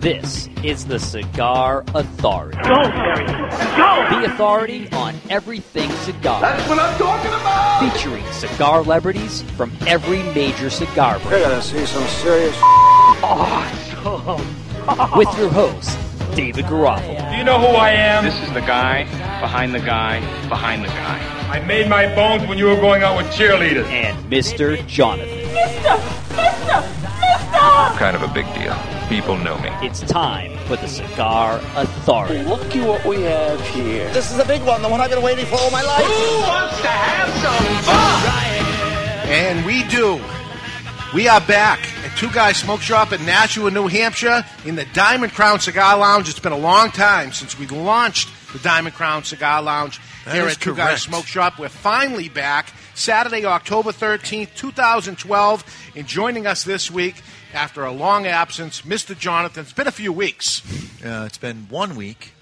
This is the Cigar Authority. Go, Terry. Go! The authority on everything cigar. That's what I'm talking about! Featuring cigar celebrities from every major cigar brand. gonna see some serious. With your host, David Garofalo. Do you know who I am? This is the guy behind the guy behind the guy. I made my bones when you were going out with cheerleaders. And Mr. Jonathan. Kind of a big deal. People know me. It's time for the Cigar Authority. Look at what we have here. This is a big one, the one I've been waiting for all my life. Who wants to have some fun? And we do. We are back at Two Guys Smoke Shop in Nashua, New Hampshire, in the Diamond Crown Cigar Lounge. It's been a long time since we launched the Diamond Crown Cigar Lounge That here is at Two correct. Guys Smoke Shop. We're finally back Saturday, October 13th, 2012. And joining us this week, after a long absence, Mr. Jonathan. It's been a few weeks. Uh, it's been one week,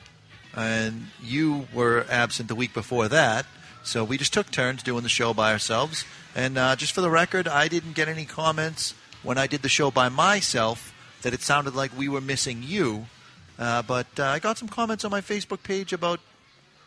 and you were absent the week before that. So we just took turns doing the show by ourselves. And uh, just for the record, I didn't get any comments when I did the show by myself that it sounded like we were missing you. Uh, but uh, I got some comments on my Facebook page about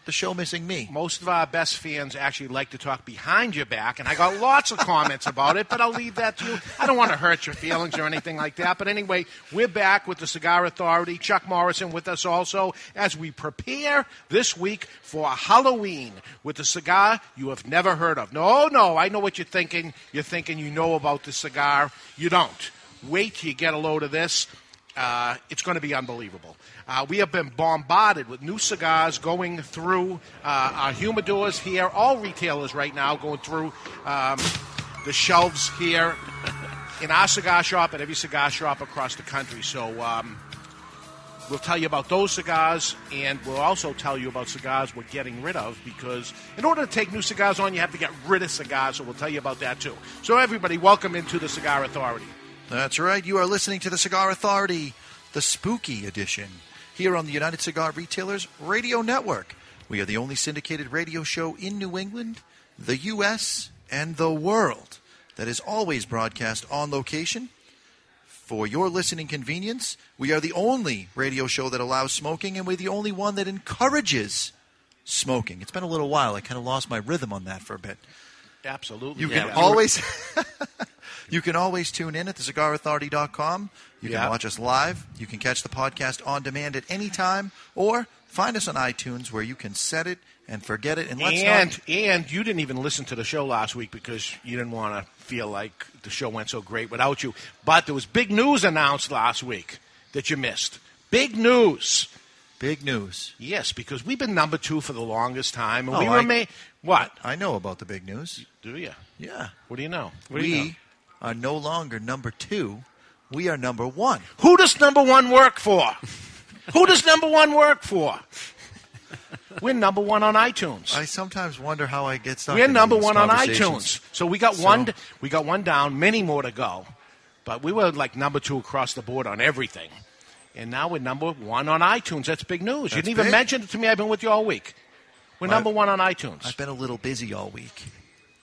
the show missing me. Most of our best fans actually like to talk behind your back, and I got lots of comments about it, but I'll leave that to you. I don't want to hurt your feelings or anything like that. But anyway, we're back with the Cigar Authority. Chuck Morrison with us also as we prepare this week for Halloween with a cigar you have never heard of. No, no, I know what you're thinking. You're thinking you know about the cigar. You don't. Wait till you get a load of this. Uh, it's going to be unbelievable. Uh, we have been bombarded with new cigars going through uh, our humidors here, all retailers right now going through um, the shelves here in our cigar shop and every cigar shop across the country. So um, we'll tell you about those cigars, and we'll also tell you about cigars we're getting rid of because in order to take new cigars on, you have to get rid of cigars. So we'll tell you about that too. So, everybody, welcome into the Cigar Authority. That's right. You are listening to the Cigar Authority, the spooky edition, here on the United Cigar Retailers Radio Network. We are the only syndicated radio show in New England, the U.S., and the world that is always broadcast on location. For your listening convenience, we are the only radio show that allows smoking, and we're the only one that encourages smoking. It's been a little while. I kind of lost my rhythm on that for a bit. Absolutely. You Yeah, can we were- always you can always tune in at thecigarauthority.com. You can Yeah. watch us live. You can catch the podcast on demand at any time, or find us on iTunes where you can set it and forget it. And let's and not. and you didn't even listen to the show last week because you didn't want to feel like the show went so great without you. But there was big news announced last week that you missed. Big news. Big news. Yes, because we've been number two for the longest time, and Oh, we I- remain. What I know about the big news. do you? Yeah. What do you know? we are no longer number two. We are number one. Who does number one work for? Who does number one work for? We're number one on iTunes. I sometimes wonder how I get stuck. We're in number these one on conversations. iTunes. So we got So- one we got one down, many more to go. But we were like number two across the board on everything. And now we're number one on iTunes. That's big news. you That's didn't even big. mention it to me. I've been with you all week. We're number one on iTunes. I've been a little busy all week.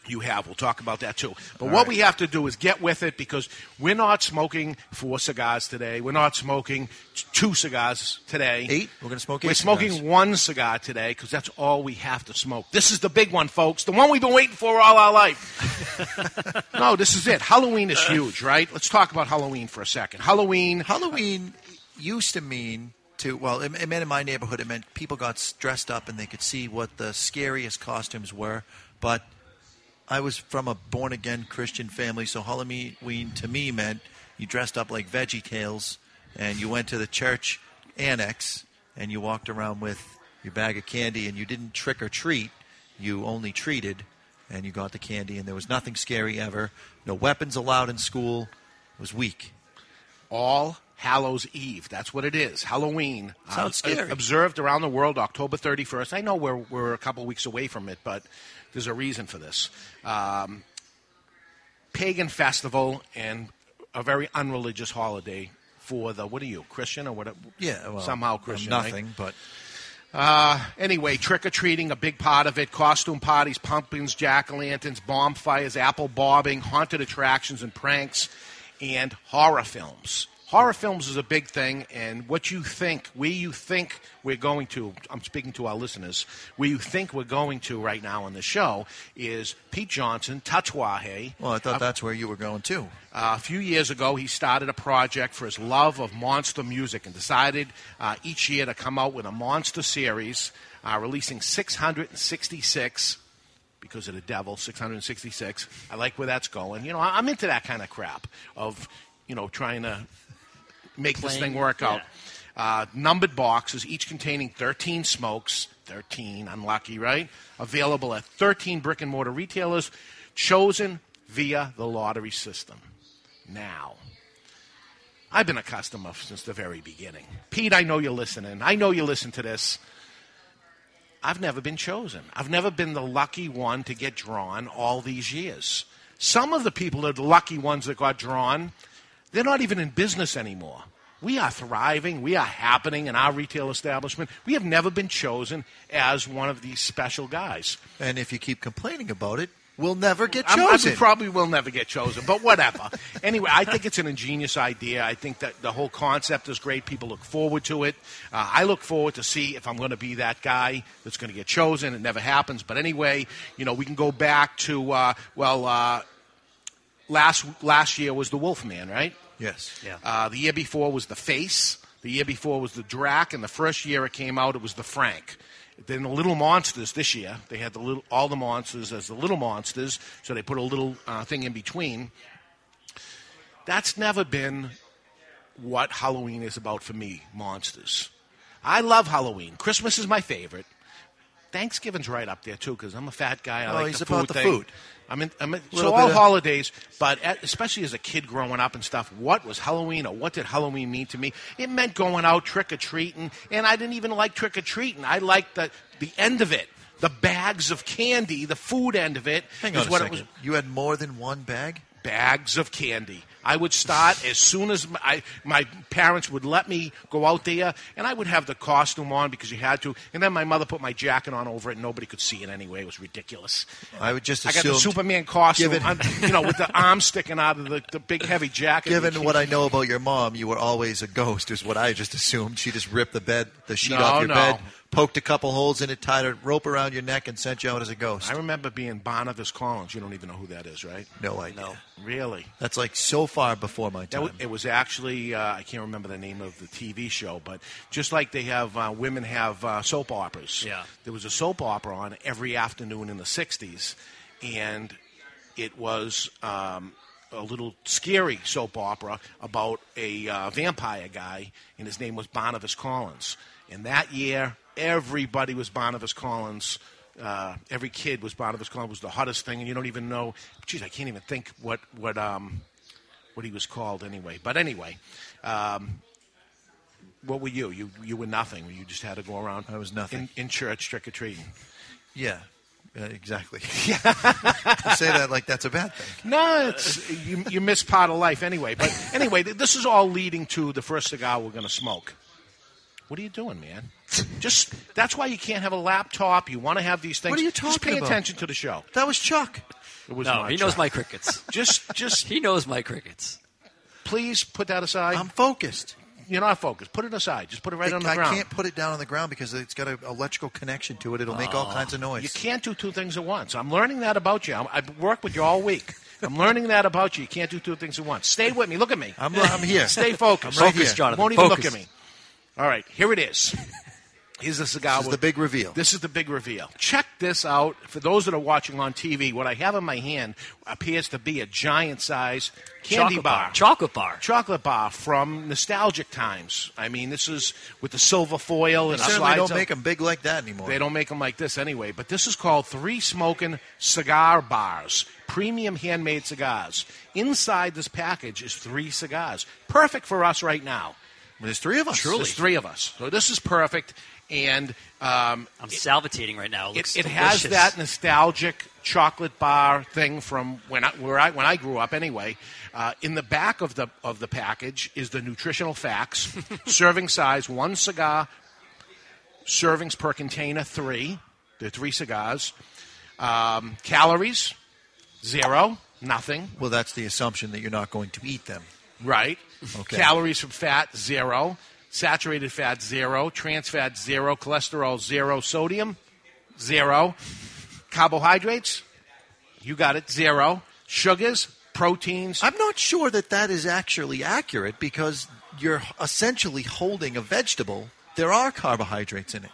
You have. We'll talk about that too. But what we have to do is get with it because we're not smoking four cigars today. We're not smoking t- two cigars today. Eight? We're gonna smoke eight We're smoking cigars. one cigar today because that's all we have to smoke. This is the big one, folks. The one we've been waiting for all our life. no, this is it. Halloween is huge, right? Let's talk about Halloween for a second. Halloween. Halloween used to mean to well, it, it meant in my neighborhood it meant people got s- dressed up and they could see what the scariest costumes were. But I was from a born again Christian family, so Halloween to me meant you dressed up like Veggie Tales and you went to the church annex and you walked around with your bag of candy and you didn't trick or treat. You only treated and you got the candy and there was nothing scary ever. No weapons allowed in school. It was weak. All Hallows Eve. That's what it is. Halloween. Sounds uh, scary. Observed around the world October 31st. I know we're, we're a couple weeks away from it, but there's a reason for this. Um, pagan festival and a very unreligious holiday for the, what are you, Christian or what? Yeah, well, Somehow I'm Christian. right? Uh, Nothing, but Anyway, trick or treating, a big part of it. Costume parties, pumpkins, jack o' lanterns, bonfires, apple bobbing, haunted attractions and pranks, and horror films. horror films is a big thing, and what you think, where you think we're going to, I'm speaking to our listeners, where you think we're going to right now on the show is Pete Johnson, Tatuaje. Well, I thought that's where you were going too. Uh, a few years ago, he started a project for his love of monster music and decided uh, each year to come out with a monster series, uh, releasing 666 because of the devil, 666. I like where that's going. You know, I- I'm into that kind of crap of, you know, trying to make this thing work out. Uh, numbered boxes, each containing 13 smokes, 13, unlucky, right? Available at 13 brick and mortar retailers, chosen via the lottery system. Now, I've been a customer since the very beginning. Pete, I know you're listening. I know you listen to this. I've never been chosen. I've never been the lucky one to get drawn all these years. Some of the people that are the lucky ones that got drawn, they're not even in business anymore. We are thriving. We are happening in our retail establishment. We have never been chosen as one of these special guys. And if you keep complaining about it, we'll never get I'm- I chosen. probably will never get chosen, but whatever. anyway, I think it's an ingenious idea. I think that the whole concept is great. People look forward to it. Uh, I look forward to see if I'm going to be that guy that's going to get chosen. It never happens, but anyway, you know, we can go back to uh, well, uh, last last year was the Wolfman, right? yes. Yeah. Uh, the year before was the Face. The year before was the Drac, and the first year it came out, it was the Frank. Then the Little Monsters this year, they had the little, all the monsters as the Little Monsters, so they put a little uh, thing in between. That's never been what Halloween is about for me, monsters. I love Halloween. Christmas is my favorite. Thanksgiving's right up there too, because I'm a fat guy. I Oh, like he's the about food the thing. food. I'm in, I'm in, so Little all bit of- holidays, but at, especially as a kid growing up and stuff, what was Halloween or what did Halloween mean to me? It meant going out trick or treating, and I didn't even like trick or treating. I liked the the end of it, the bags of candy, the food end of it. Hang is on a what second. it was You had more than one bag. bags of candy. I would start as soon as my, my parents would let me go out there, and I would have the costume on because you had to. And then my mother put my jacket on over it, and nobody could see it anyway. It was ridiculous. I would just I got the assumed- Superman costume, Given- on, you know, with the arm sticking out of the, the big heavy jacket. Given what I know about your mom, you were always a ghost, is what I just assumed. She just ripped the bed, the sheet No, off your no. bed, poked a couple holes in it, tied a rope around your neck, and sent you out as a ghost. I remember being Barnabas Collins. You don't even know who that is, right? no idea. Really? That's like so far before my That time. w- it was actually uh, I can't remember the name of the TV show, but just like they have uh, women have uh, soap operas. Yeah. there was a soap opera on every afternoon in the '60s, and it was um, a little scary soap opera about a uh, vampire guy, and his name was Barnabas Collins. And that year, everybody was Barnabas Collins. Uh, every kid was Barnabas Collins was the hottest thing, and you don't even know. Geez, I can't even think what what um, what he was called anyway. But anyway, um, what were you? You you were nothing. You just had to go around. I was nothing. in, in church trick or treating. yeah. Yeah, exactly. Yeah. say that like that's a bad thing. No, it's Uh, you. You miss part of life anyway. But anyway, th- this is all leading to the first cigar we're going to smoke. What are you doing, man? Just that's why you can't have a laptop. You want to have these things. What are you Just talking pay about? attention to the show. That was Chuck. It was No, my he knows job. my crickets. Just, just He knows my crickets. please put that aside. I'm focused. You're not focused. Put it aside. Just put it right on the I ground. can't put it down on the ground because it's got an electrical connection to it. It'll make Ah. all kinds of noise. Oh, You can't do two things at once. I'm learning that about you. I'm, I've worked with you all week. I'm learning that about you. You can't do two things at once. Stay with me. Look at me. I'm, I'm here. Stay focused. I'm right Focus, here. Jonathan. Won't even look Focus. at me. All right, here it is. Here's the cigar. This is with- the big reveal. This is the big reveal. Check this out. For those that are watching on TV, what I have in my hand appears to be a giant size candy Chocolate bar. Chocolate bar. Chocolate bar from nostalgic times. I mean, this is with the silver foil They and it certainly slides don't up. make them big like that anymore. They don't make them like this anyway, but this is called Three Smoking Cigar Bars, premium handmade cigars. Inside this package is three cigars. Perfect for us right now. There's three of us. There's three of us. So this is perfect. And um, I'm salivating right now. It, it, looks it has delicious. that nostalgic chocolate bar thing from when I, where I when I grew up anyway. Uh, in the back of the of the package is the nutritional facts, serving size one cigar, servings per container three. There are three cigars. Um, calories zero, nothing. Well, that's the assumption that you're not going to eat them. Right. Okay. Calories from fat, zero. Saturated fat, zero. Trans fat, zero. Cholesterol, zero. Sodium, zero. Carbohydrates, you got it, zero. Sugars, proteins. I'm not sure that that is actually accurate because you're essentially holding a vegetable. There are carbohydrates in it.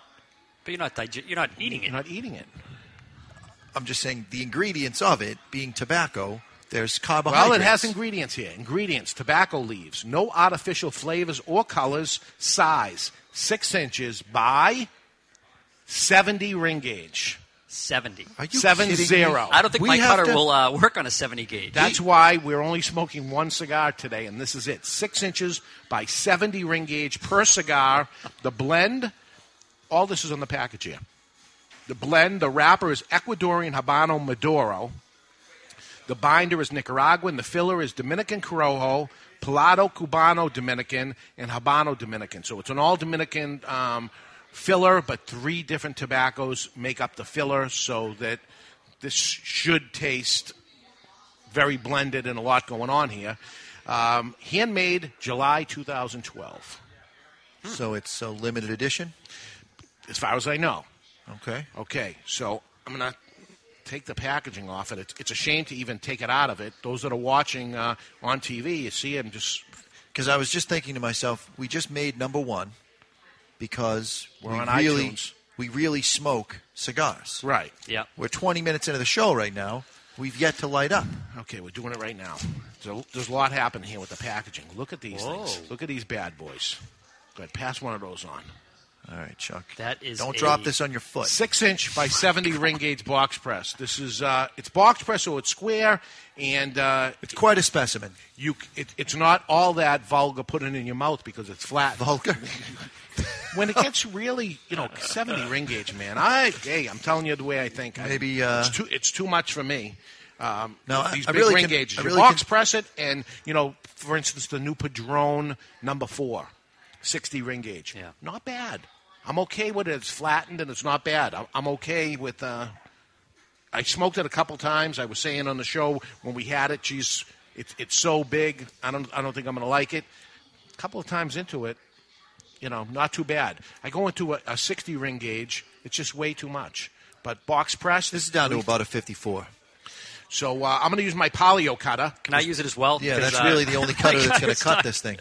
But you're not dig- you're not eating it. You're not eating it. I'm just saying the ingredients of it being tobacco. There's carbohydrates. Well, it has ingredients here. Ingredients: tobacco leaves, no artificial flavors or colors. Size: six inches by seventy ring gauge. Seventy. Are you seven kidding me? zero. I don't think We my have cutter to- will uh, work on a seventy gauge. That's why we're only smoking one cigar today, and this is it. Six inches by 70 ring gauge per cigar. The blend, all this is on the package here. The blend, the wrapper is Ecuadorian Habano Maduro. The binder is Nicaraguan. The filler is Dominican Corojo, Palado Cubano Dominican, and Habano Dominican. So it's an all Dominican um, filler, but three different tobaccos make up the filler so that this should taste very blended and a lot going on here. Um, handmade July 2012, Hmm. So it's so limited edition. as far as I know. Okay. Okay, so I'm going to take the packaging off it. It's, it's a shame to even take it out of it. Those that are watching uh, on TV, you see them just. Because I was just thinking to myself, we just made number one because We're we on really iTunes. we really smoke cigars. Right. yeah. We're 20 minutes into the show right now. We've yet to light up. Okay, we're doing it right now. So there's a lot happening here with the packaging. Look at these things. Look at these bad boys. Go ahead, pass one of those on. All right, Chuck. That is Don't a- drop this on your foot. six inch by 70 ring gauge box press. This is, uh, it's box press, so it's square, and uh, It's quite a specimen. you c- it, it's not all that vulgar putting in your mouth because it's flat. Vulgar. When it gets really, you know, Uh, Uh, seventy ring gauge, man. I hey, I'm telling you the way I think. I- Maybe, uh, it's too it's too much for me. Um, No, I- these I big really ring can- gauges. I You really box can- press it, and you know, for instance, the new Padron number four, 60 ring gauge. Yeah. not bad. I'm okay with it. It's flattened and it's not bad. I'm, I'm okay with. Uh, I smoked it a couple times. I was saying on the show when we had it, geez, it, it's so big. I don't, I don't think I'm going to like it. A couple of times into it, you know, not too bad. I go into a, a 60 ring gauge. It's just way too much. But box press, This is down to about a 54. so uh, I'm going to use my polio cutter, Can I use it as well? Yeah, 'Cause, that's uh, really the only cutter that's going it's to cut not- this thing.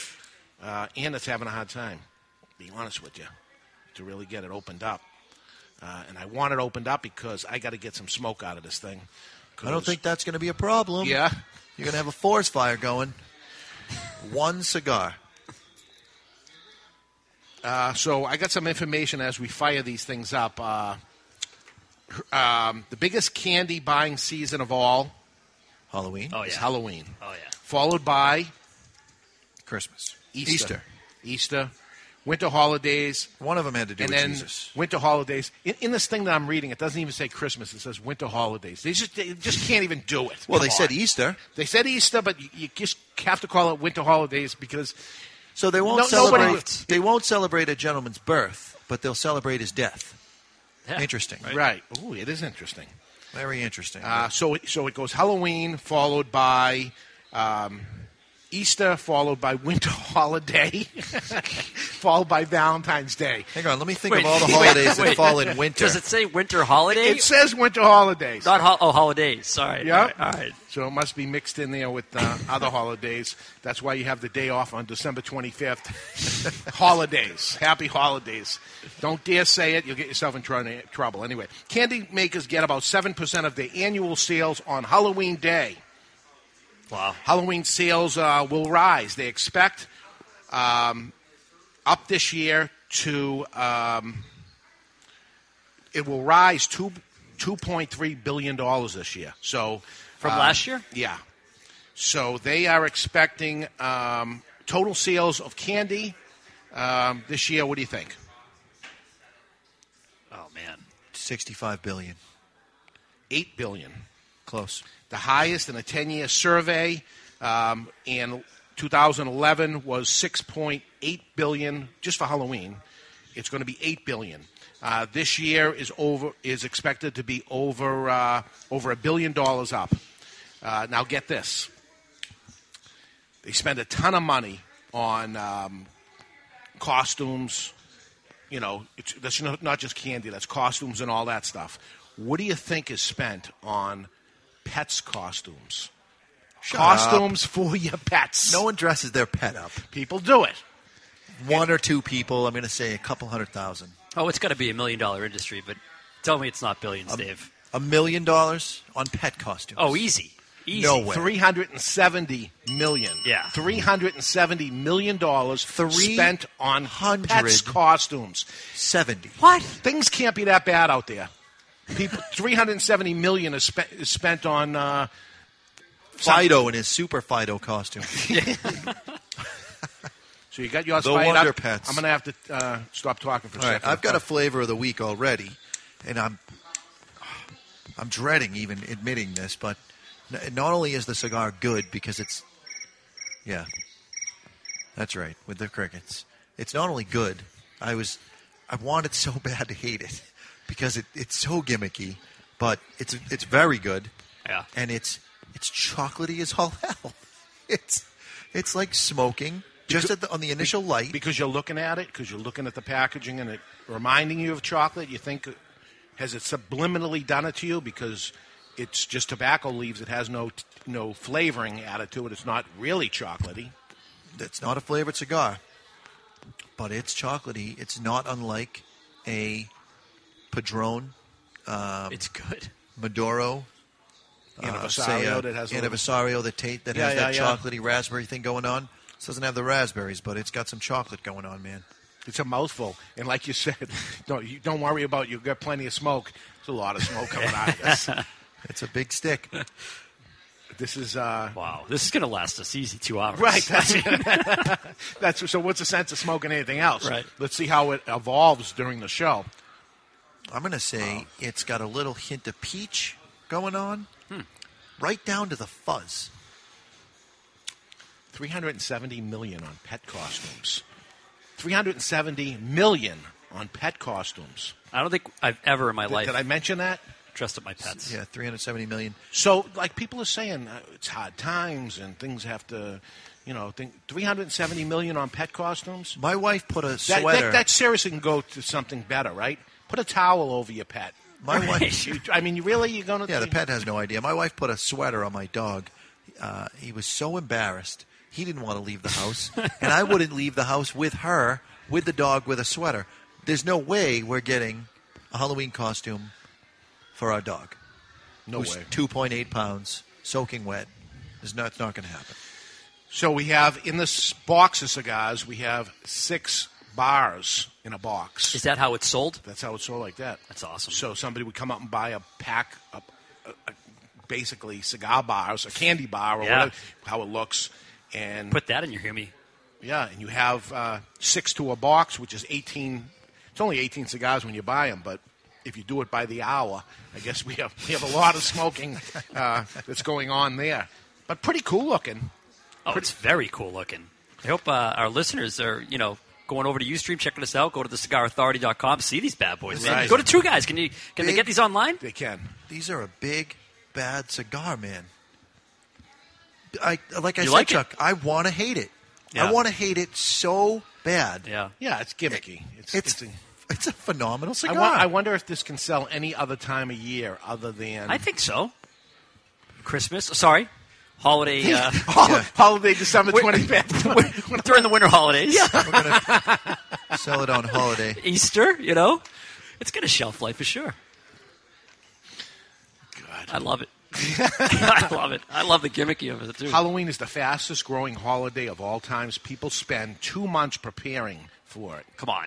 uh, and it's having a hard time. to Be honest with you, to really get it opened up, uh, and I want it opened up because I got to get some smoke out of this thing. I don't 'Cause- think that's going to be a problem. Yeah. You're going to have a forest fire going. One cigar. Uh, so I got some information as we fire these things up. Uh, um, the biggest candy buying season of all Halloween. Oh is yeah. Halloween, Oh yeah. followed by Christmas. Easter. Easter, winter holidays, One of them had to do and with then Jesus. winter holidays. In, in this thing that I'm reading, it doesn't even say Christmas. It says winter holidays. They just they just can't even do it. Well, they Come said on. Easter, They said Easter, but you, you just have to call it winter holidays because so they won't No- nobody celebrate. would- They won't celebrate a gentleman's birth, but they'll celebrate his death. Yeah. Interesting. right. Ooh, it is interesting. Very interesting. Uh, so it- so it goes Halloween followed by um, Easter followed by winter holiday followed by Valentine's Day. Hang on, let me think Wait, of all the wait, holidays that wait. fall in winter. Does it say winter holiday? It says winter holidays. not ho- oh holidays. Sorry. Yeah. All right. So it must be mixed in there with uh, other holidays. That's why you have the day off on December 25th. holidays. Happy holidays. Don't dare say it. You'll get yourself in tr- trouble. Anyway, candy makers get about 7% of their annual sales on Halloween Day. Wow. Halloween sales uh, will rise. They expect um, up this year to um, it will rise two two point three billion dollars this year. So uh, From last year? yeah. So they are expecting um, total sales of candy um, this year. What do you think? Oh man. Sixty-five billion, Eight billion. close. the highest in a 10 year survey. Um, and 2011 was 6.8 billion just for Halloween. It's going to be 8 billion. Uh, this year is over is expected to be over uh, over a billion dollars up. Uh, now get this. They spend a ton of money on um, costumes. You know, it's, that's no- not just candy. That's costumes and all that stuff. What do you think is spent on pets' costumes? Shut costumes for your pets. No one dresses their pet up. people do it. One or two people. I'm going to say a couple hundred thousand. Oh, it's got to be a million dollar industry, but tell me it's not Um, billions, Dave. A million dollars on pet costumes. Oh, easy, easy. No way. 370 million. Yeah. 370 million dollars Three spent on hundred- pets costumes. Seventy. What? Things can't be that bad out there. People 370 million is, spe- is spent on uh, Fido in his super Fido costume. so you got yours The fired up. Wonder Pets. I'm going to have to uh, stop talking for a All right, second. I've got a flavor of the week already, and I'm I'm dreading even admitting this, but n- not only is the cigar good because it's yeah, that's right with the crickets. It's not only good. I was I wanted so bad to hate it because it, it's so gimmicky, but it's it's very good. Yeah. and it's it's chocolatey as all hell. It's it's like smoking just at the, on the initial light. Mm-hmm. because you're looking at it, because you're looking at the packaging and it reminding you of chocolate, you think has it subliminally done it to you because it's just tobacco leaves. It has no no flavoring added to it. It's not really chocolatey. It's not a flavored cigar, but it's chocolatey. It's not unlike a um, Padron it's good. Maduro. uh, Anniversario that has a little- Anniversario that, ta- that Yeah, has that yeah, yeah. chocolatey raspberry thing going on. This doesn't have the raspberries, but it's got some chocolate going on, man. It's a mouthful, and like you said, don't you don't worry about it. you've got plenty of smoke. There's a lot of smoke coming out of this. It's a big stick. This is uh, Wow, this is going to last us easy two hours. right. That's, that's so. What's the sense of smoking anything else? Right. Let's see how it evolves during the show. I'm going to say it's got a little hint of peach going on, Hmm. right down to the fuzz. 370 million on pet costumes. 370 million on pet costumes. I don't think I've ever in my Did, life did I mention that? dressed up my pets. Yeah, 370 million. So, like people are saying, uh, it's hard times and things have to, you know, think 370 million on pet costumes. My wife put a That, sweater. that, that seriously can go to something better, right? Put a towel over your pet. my wife. You- I mean, you really, you're going to. Yeah, the pet has no idea. My wife put a sweater on my dog. Uh, he was so embarrassed. He didn't want to leave the house, and I wouldn't leave the house with her, with the dog, with a sweater. There's no way we're getting a Halloween costume for our dog, No who's way. 2.8 pounds, soaking wet. It's not, it's not going to happen. So we have in this box of cigars, we have six bars in a box. Is that how it's sold? That's how it's sold like that. That's awesome. So somebody would come up and buy a pack, of a, a, basically cigar bars, a candy bar, or Yeah. whatever, how it looks, and Put that in your Humi. yeah, and you have uh, six to a box, which is eighteen. It's only eighteen cigars when you buy them, but if you do it by the hour, I guess we have we have a lot of smoking uh, that's going on there. But pretty cool looking. Oh, it's very cool looking. I hope uh, our listeners are, you know, going over to Ustream, checking us out. Go to thecigarauthority.com, see these bad boys. man. Right. Go to Two Guys. Can you can they Big- get these online? They can. These are a big, bad cigar, man. I like I You said, like it? Chuck. I want to hate it. Yeah. I want to hate it so bad. Yeah. Yeah, it's gimmicky. It's, It's a- it's a phenomenal I cigar. won- I wonder if this can sell any other time of year other than I think so. Christmas. Sorry. Holiday. Uh, holiday December Wait. twenty fifth. during the winter holidays. We're gonna sell it on holiday. Easter, you know? It's got a shelf life for sure. God. I love it. I love it. I love the gimmicky of it, too. Halloween is the fastest growing holiday of all times. People spend two months preparing for it. Come on.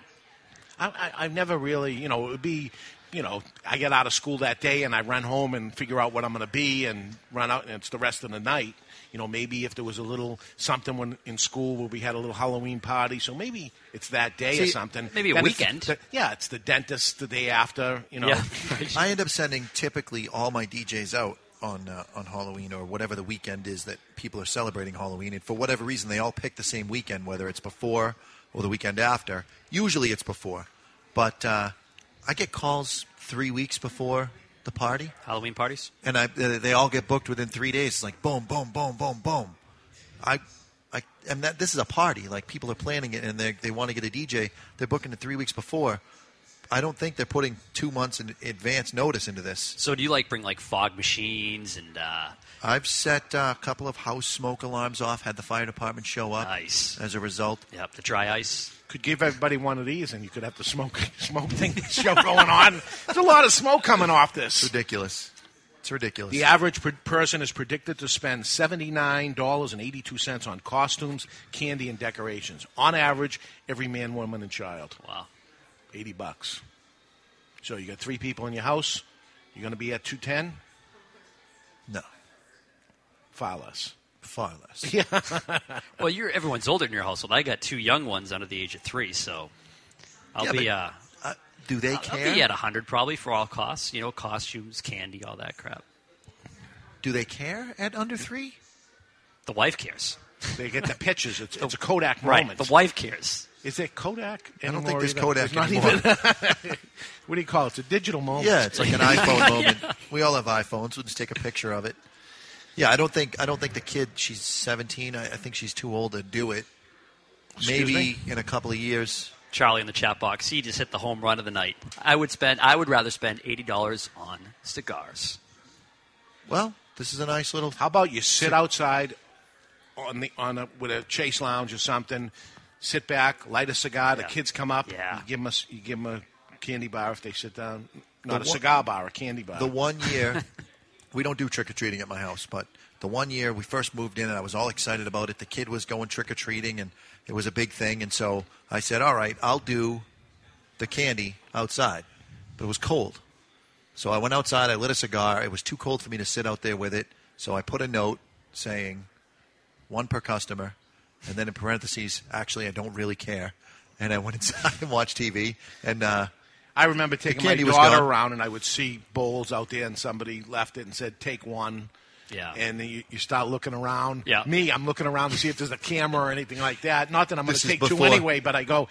I, I, I've never really, you know, it would be, you know, I get out of school that day and I run home and figure out what I'm going to be and run out and it's the rest of the night. You know, maybe if there was a little something when in school where we had a little Halloween party, so maybe it's that day or See, something. maybe a Then it's weekend. the- yeah, it's the dentist the day after. You know, Yeah. I end up sending typically all my DJs out on uh, on Halloween or whatever the weekend is that people are celebrating Halloween, and for whatever reason, they all pick the same weekend, whether it's before or the weekend after. Usually, it's before, but uh, I get calls three weeks before the party, Halloween parties? and I, they they all get booked within three days. It's like boom, boom, boom, boom, boom. I I and that this is a party. Like people are planning it and they they want to get a DJ. They're booking it three weeks before. I don't think they're putting two months in advance notice into this. So do you like bring like fog machines and uh, I've set uh, a couple of house smoke alarms off. Had the fire department show up. Nice. As a result, yep, the dry ice? Could give everybody one of these, and you could have the smoke smoke thing show going on. There's a lot of smoke coming off it's this. ridiculous. It's ridiculous. The average per- person is predicted to spend $79.82 on costumes, candy, and decorations. On average, every man, woman, and child. Wow. 80 bucks. So you got three people in your house, you're going to be at 210, no, far less. far less. Well, you're everyone's older in your household. I got two young ones under the age of three, so I'll Yeah, be but uh, Uh, do they I'll care? be at hundred probably for all costs. You know, costumes, candy, all that crap. Do they care at under three? The wife cares, They get the pitches. It's, it's a Kodak moment. The wife cares. Is it Kodak? I don't think anymore there's either? Kodak It's not anymore. even- what do you call it? It's a digital moment. Yeah, it's like an iPhone moment. We all have iPhones. We'll just take a picture of it. Yeah, I don't think I don't think the kid. She's 17. I, I think she's too old to do it. Excuse Maybe me? in a couple of years. Charlie in the chat box. He just hit the home run of the night. I would spend. I would rather spend eighty dollars on cigars. Well, this is a nice little. How about you sit outside on the on a, with a chase lounge or something, sit back, light a cigar. The Yeah. kids come up. Yeah. You give them a, s- you give 'em a candy bar if they sit down. Not a one- cigar bar, a candy bar. The one year we don't do trick or treating at my house, but the one year we first moved in and I was all excited about it. The kid was going trick or treating and it was a big thing, and so I said, "All right, I'll do the candy outside." But it was cold, so I went outside. I lit a cigar. It was too cold for me to sit out there with it, so I put a note saying, "One per customer," and then in parentheses, "Actually, I don't really care." And I went inside and watched TV, and uh, I remember taking my candy was daughter gone. around, and I would see bowls out there, and somebody left it and said, "Take one." Yeah. And then you, you start looking around. Yeah. Me, I'm looking around to see if there's a camera or anything like that. Not that I'm going This to is take two before- anyway, but I go.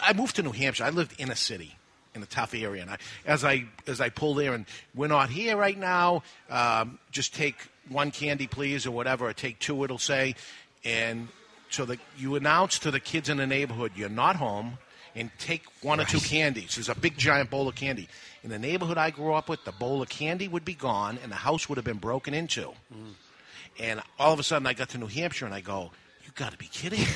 I moved to New Hampshire. I lived in a city, in a tough area, and I, as I as I pull there, and we're not here right now. Um, just take one candy, please, or whatever, or take two. It'll say, and so that you announce to the kids in the neighborhood you're not home, and take one or two candies. There's a big giant bowl of candy. In the neighborhood I grew up with, the bowl of candy would be gone, and the house would have been broken into. And all of a sudden, I got to New Hampshire, and I go, "You got to be kidding me!"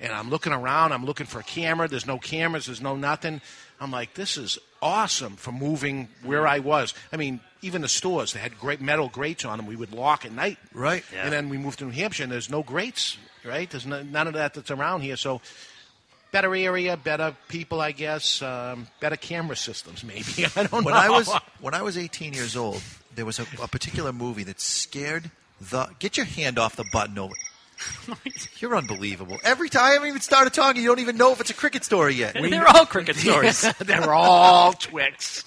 and I'm looking around. I'm looking for a camera. There's no cameras. There's no nothing. I'm like, "This is awesome for moving where I was." I mean, even the stores they had great metal grates on them. We would lock at night, Right. Yeah. And then we moved to New Hampshire, and there's no grates, right? There's no, none of that that's around here. So. Better area, better people, I guess. Um, better camera systems, maybe. I Oh, don't when know. I was when I was 18 years old, there was a, a particular movie that scared the. Get your hand off the button over. You're unbelievable. Every time I haven't even started talking, you don't even know if it's a cricket story yet. They're all cricket stories. they're all Twix.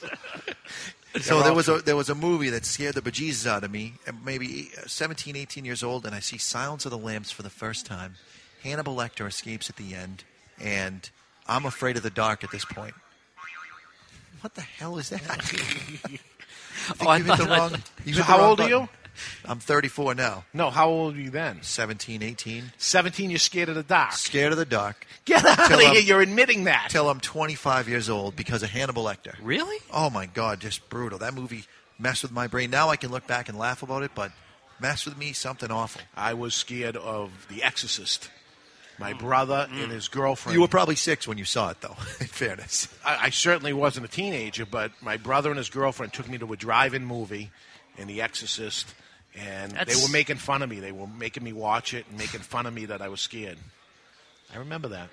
so there was a there was a movie that scared the bejesus out of me. at Maybe 17, 18 years old, and I see Silence of the Lambs for the first time. Hannibal Lecter escapes at the end, and I'm afraid of the dark at this point. What the hell is that? I think Oh, I you hit the thought- I wrong. thought- you hit So the how wrong old are button. you? I'm 34 now. No, how old were you then? 17, 18. 17, you're scared of the dark. Scared of the dark Get out of Till I'm- here. You're admitting that. till I'm 25 years old because of Hannibal Lecter. really? Oh my God, just brutal. That movie messed with my brain. Now I can look back and laugh about it, but messed with me something awful. I was scared of The Exorcist. My brother and his girlfriend. Mm. You were probably six when you saw it, though, in fairness. I, I certainly wasn't a teenager, but my brother and his girlfriend took me to a drive-in movie, in The Exorcist, and That's- they were making fun of me. They were making me watch it and making fun of me that I was scared. I remember that.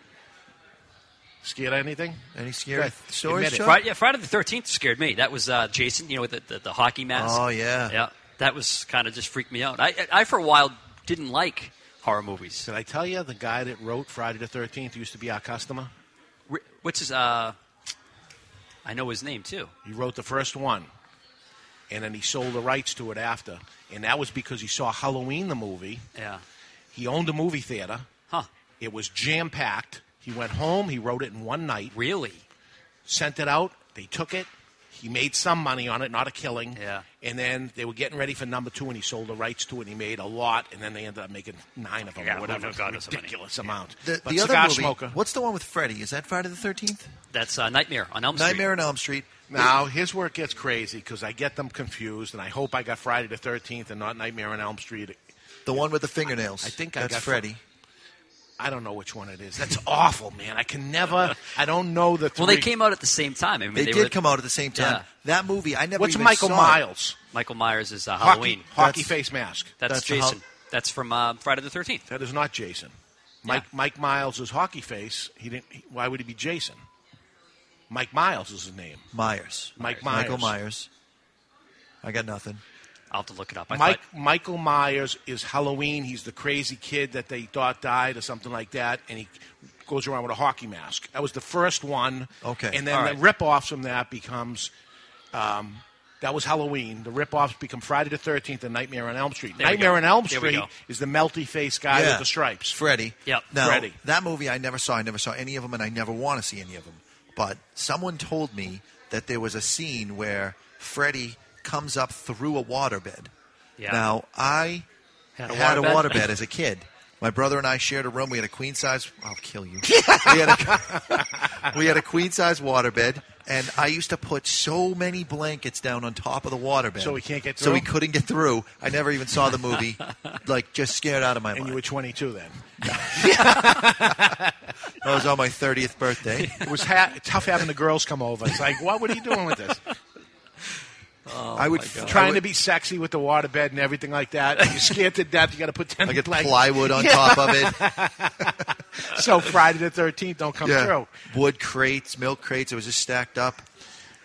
Scared of anything? Any scary Good. stories, Admit it. Chuck? Friday, yeah, Friday the Thirteenth scared me. That was uh, Jason, you know, with the, the, the hockey mask. Oh, yeah. yeah. That was kind of just freaked me out. I, I- I for a while didn't like horror movies. Did I tell you the guy that wrote Friday the 13th used to be our customer? Ri- What's his? Uh, I know his name too. He wrote the first one, and then he sold the rights to it after. And that was because he saw Halloween, the movie. Yeah. He owned a movie theater. Huh. It was jam packed. He went home. He wrote it in one night, Really? sent it out. They took it. He made some money on it, not a killing. Yeah. And then they were getting ready for number two, and he sold the rights to it. and He made a lot, and then they ended up making nine of them Yeah, or who whatever. knows, God knows how many. Ridiculous amount. The, but the other cigar movie, smoker. what's the one with Freddy? Is that Friday the Thirteenth? That's uh, Nightmare on Elm Street. Nightmare on Elm Street. Now his work gets crazy because I get them confused, and I hope I got Friday the Thirteenth and not Nightmare on Elm Street. The one with the fingernails. I think I that's got Freddy. I don't know which one it is. That's awful, man. I can never. I don't know the. Three. Well, they came out at the same time. I mean, They, they, did were, come out at the same time. Yeah. That movie, I never. What's even Michael saw it. Miles? Michael Myers is uh, Halloween. Hockey, hockey That's- face mask. That's, That's the Jason. Hall- That's from uh, Friday the Thirteenth. That is not Jason. Mike Yeah. Mike Miles is hockey face. He didn't. he- why would he be Jason? Mike Miles is his name. Myers. Mike Michael Myers. Myers. I got nothing. I'll have to look it up. I Mike thought- Michael Myers is Halloween. He's the crazy kid that they thought died or something like that, and he goes around with a hockey mask. That was the first one. Okay, and then all the right. rip-offs from that becomes. Um, that was Halloween. The rip-offs become Friday the Thirteenth and Nightmare on Elm Street. There we Nightmare go. on Elm There we Street go. is the melty face guy yeah. with the stripes. Freddy. Yep. Now, Freddy. That movie I never saw. I never saw any of them, and I never want to see any of them. But someone told me that there was a scene where Freddy comes up through a waterbed. Yeah. Now, I Had had a a, waterbed? waterbed? as a kid. My brother and I shared a room. We had a queen size. I'll kill you. we had a, we had a queen size waterbed, and I used to put so many blankets down on top of the waterbed. So he can't get So through? he couldn't get through. I never even saw the movie. like just scared out of my And mind. you were 22 then. I was on my 30th birthday. It was ha- tough having the girls come over. It's like, what were you doing with this? I would Trying Oh, I to would- be sexy with the waterbed and everything like that. You're scared to death. You got to put 10 I get blankets. plywood on top of it. So Friday the 13th don't come Yeah. through. Wood crates, milk crates. It was just stacked up.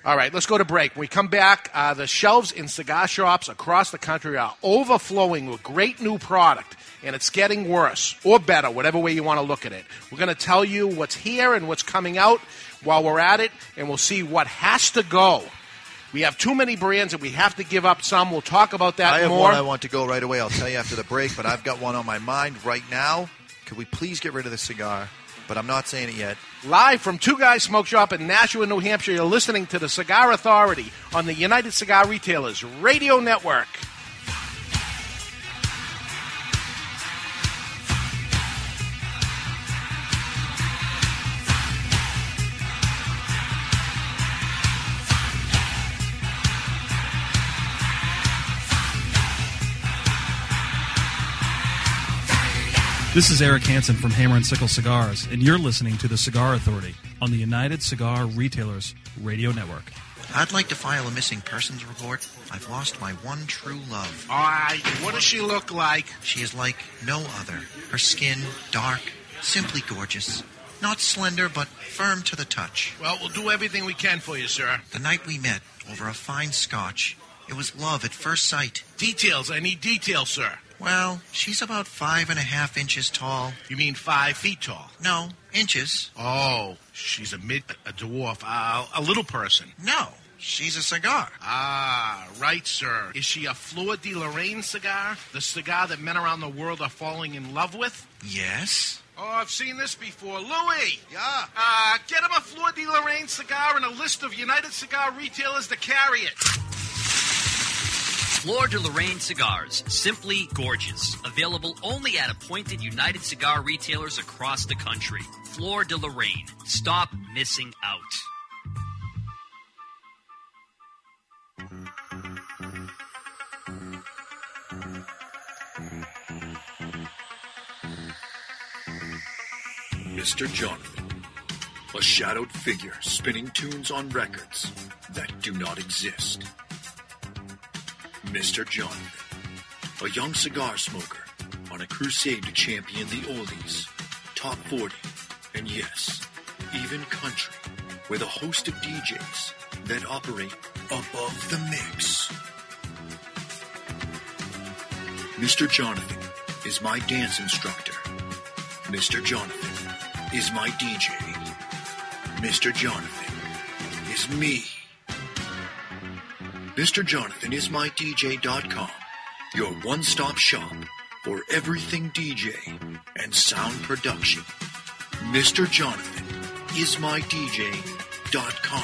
All right, let's go to break. When we come back, uh, the shelves in cigar shops across the country are overflowing with great new product, and it's getting worse or better, whatever way you want to look at it. We're going to tell you what's here and what's coming out while we're at it, and we'll see what has to go. We have too many brands, and we have to give up some. We'll talk about that I have more. one I want to go right away. I'll tell you after the break, but I've got one on my mind right now. Could we please get rid of the cigar? But I'm not saying it yet. Live from Two Guys Smoke Shop in Nashua, New Hampshire, you're listening to the Cigar Authority on the United Cigar Retailers Radio Network. This is Eric Hansen from Hammer and Sickle Cigars, and you're listening to the Cigar Authority on the United Cigar Retailers Radio Network. I'd like to file a missing persons report. I've lost my one true love. All right, what does she look like? She is like no other. Her skin, dark, simply gorgeous. Not slender, but firm to the touch. Well, we'll do everything we can for you, sir. The night we met over a fine scotch, it was love at first sight. Details, I need details, sir. Well, she's about five and a half inches tall. You mean five feet tall? No, inches. Oh, she's a mid, a dwarf, uh, a little person. No, she's a cigar. Ah, right, sir. Is she a Fleur de Lorraine cigar? The cigar that men around the world are falling in love with? Yes. Oh, I've seen this before. Louis! Yeah? Uh, get him a Fleur de Lorraine cigar and a list of United Cigar retailers to carry it. Fleur de Lorraine cigars, simply gorgeous. Available only at appointed United Cigar retailers across the country. Fleur de Lorraine. Stop missing out. Mr. Jonathan, a shadowed figure spinning tunes on records that do not exist. Mr. Jonathan, a young cigar smoker on a crusade to champion the oldies, top 40, and yes, even country, with a host of DJs that operate above the mix. Mr. Jonathan is my dance instructor. Mr. Jonathan is my DJ. Mr. Jonathan is me. Mr. Jonathan is my DJ.com, your one stop shop for everything DJ and sound production. Mr. Jonathan is my DJ.com.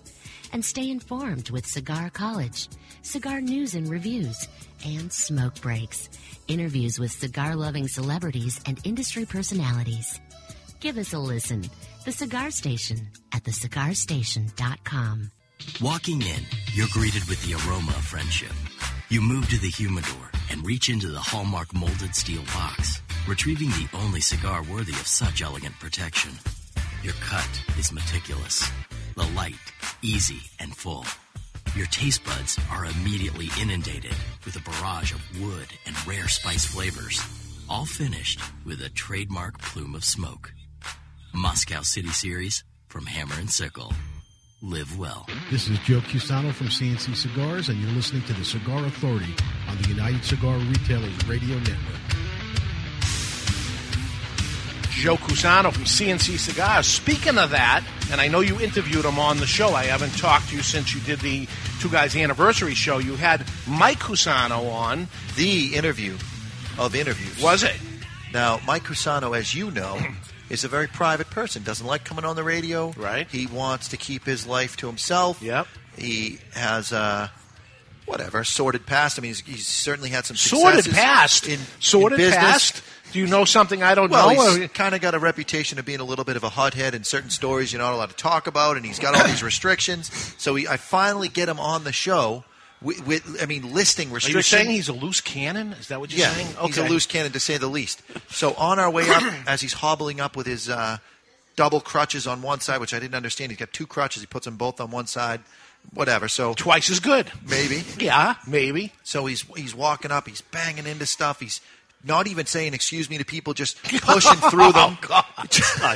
And stay informed with Cigar College, cigar news and reviews, and smoke breaks, interviews with cigar loving celebrities and industry personalities. Give us a listen. The Cigar Station at thecigarstation.com. Walking in, you're greeted with the aroma of friendship. You move to the humidor and reach into the Hallmark molded steel box, retrieving the only cigar worthy of such elegant protection. Your cut is meticulous, the light, easy, and full. Your taste buds are immediately inundated with a barrage of wood and rare spice flavors, all finished with a trademark plume of smoke. Moscow City Series from Hammer and Sickle. Live well. This is Joe Cusano from CNC Cigars, and you're listening to the Cigar Authority on the United Cigar Retailers Radio Network. Joe Cusano from CNC Cigars. Speaking of that, and I know you interviewed him on the show. I haven't talked to you since you did the Two Guys Anniversary show. You had Mike Cusano on. The interview of interviews. Was it? Now, Mike Cusano, as you know, is a very private person. Doesn't like coming on the radio. Right. He wants to keep his life to himself. Yep. He has uh, whatever sordid past. I mean, he's, he's certainly had some Sordid successes past. in Sordid in business. past. Do you know something I don't Well, know? he's kind of got a reputation of being a little bit of a hothead in certain stories you're not allowed to talk about, and he's got all these restrictions. So he, I finally get him on the show with, with I mean, listing Are you restrictions. saying he's a loose cannon? Is that what you're yeah, saying? he's a loose cannon to say the least. So on our way up, as he's hobbling up with his uh, double crutches on one side, which I didn't understand, he's got two crutches. He puts them both on one side. Whatever. So twice as good, maybe. Yeah, maybe. So he's he's walking up. He's banging into stuff. He's not even saying excuse me to people, just pushing through them. Oh, Not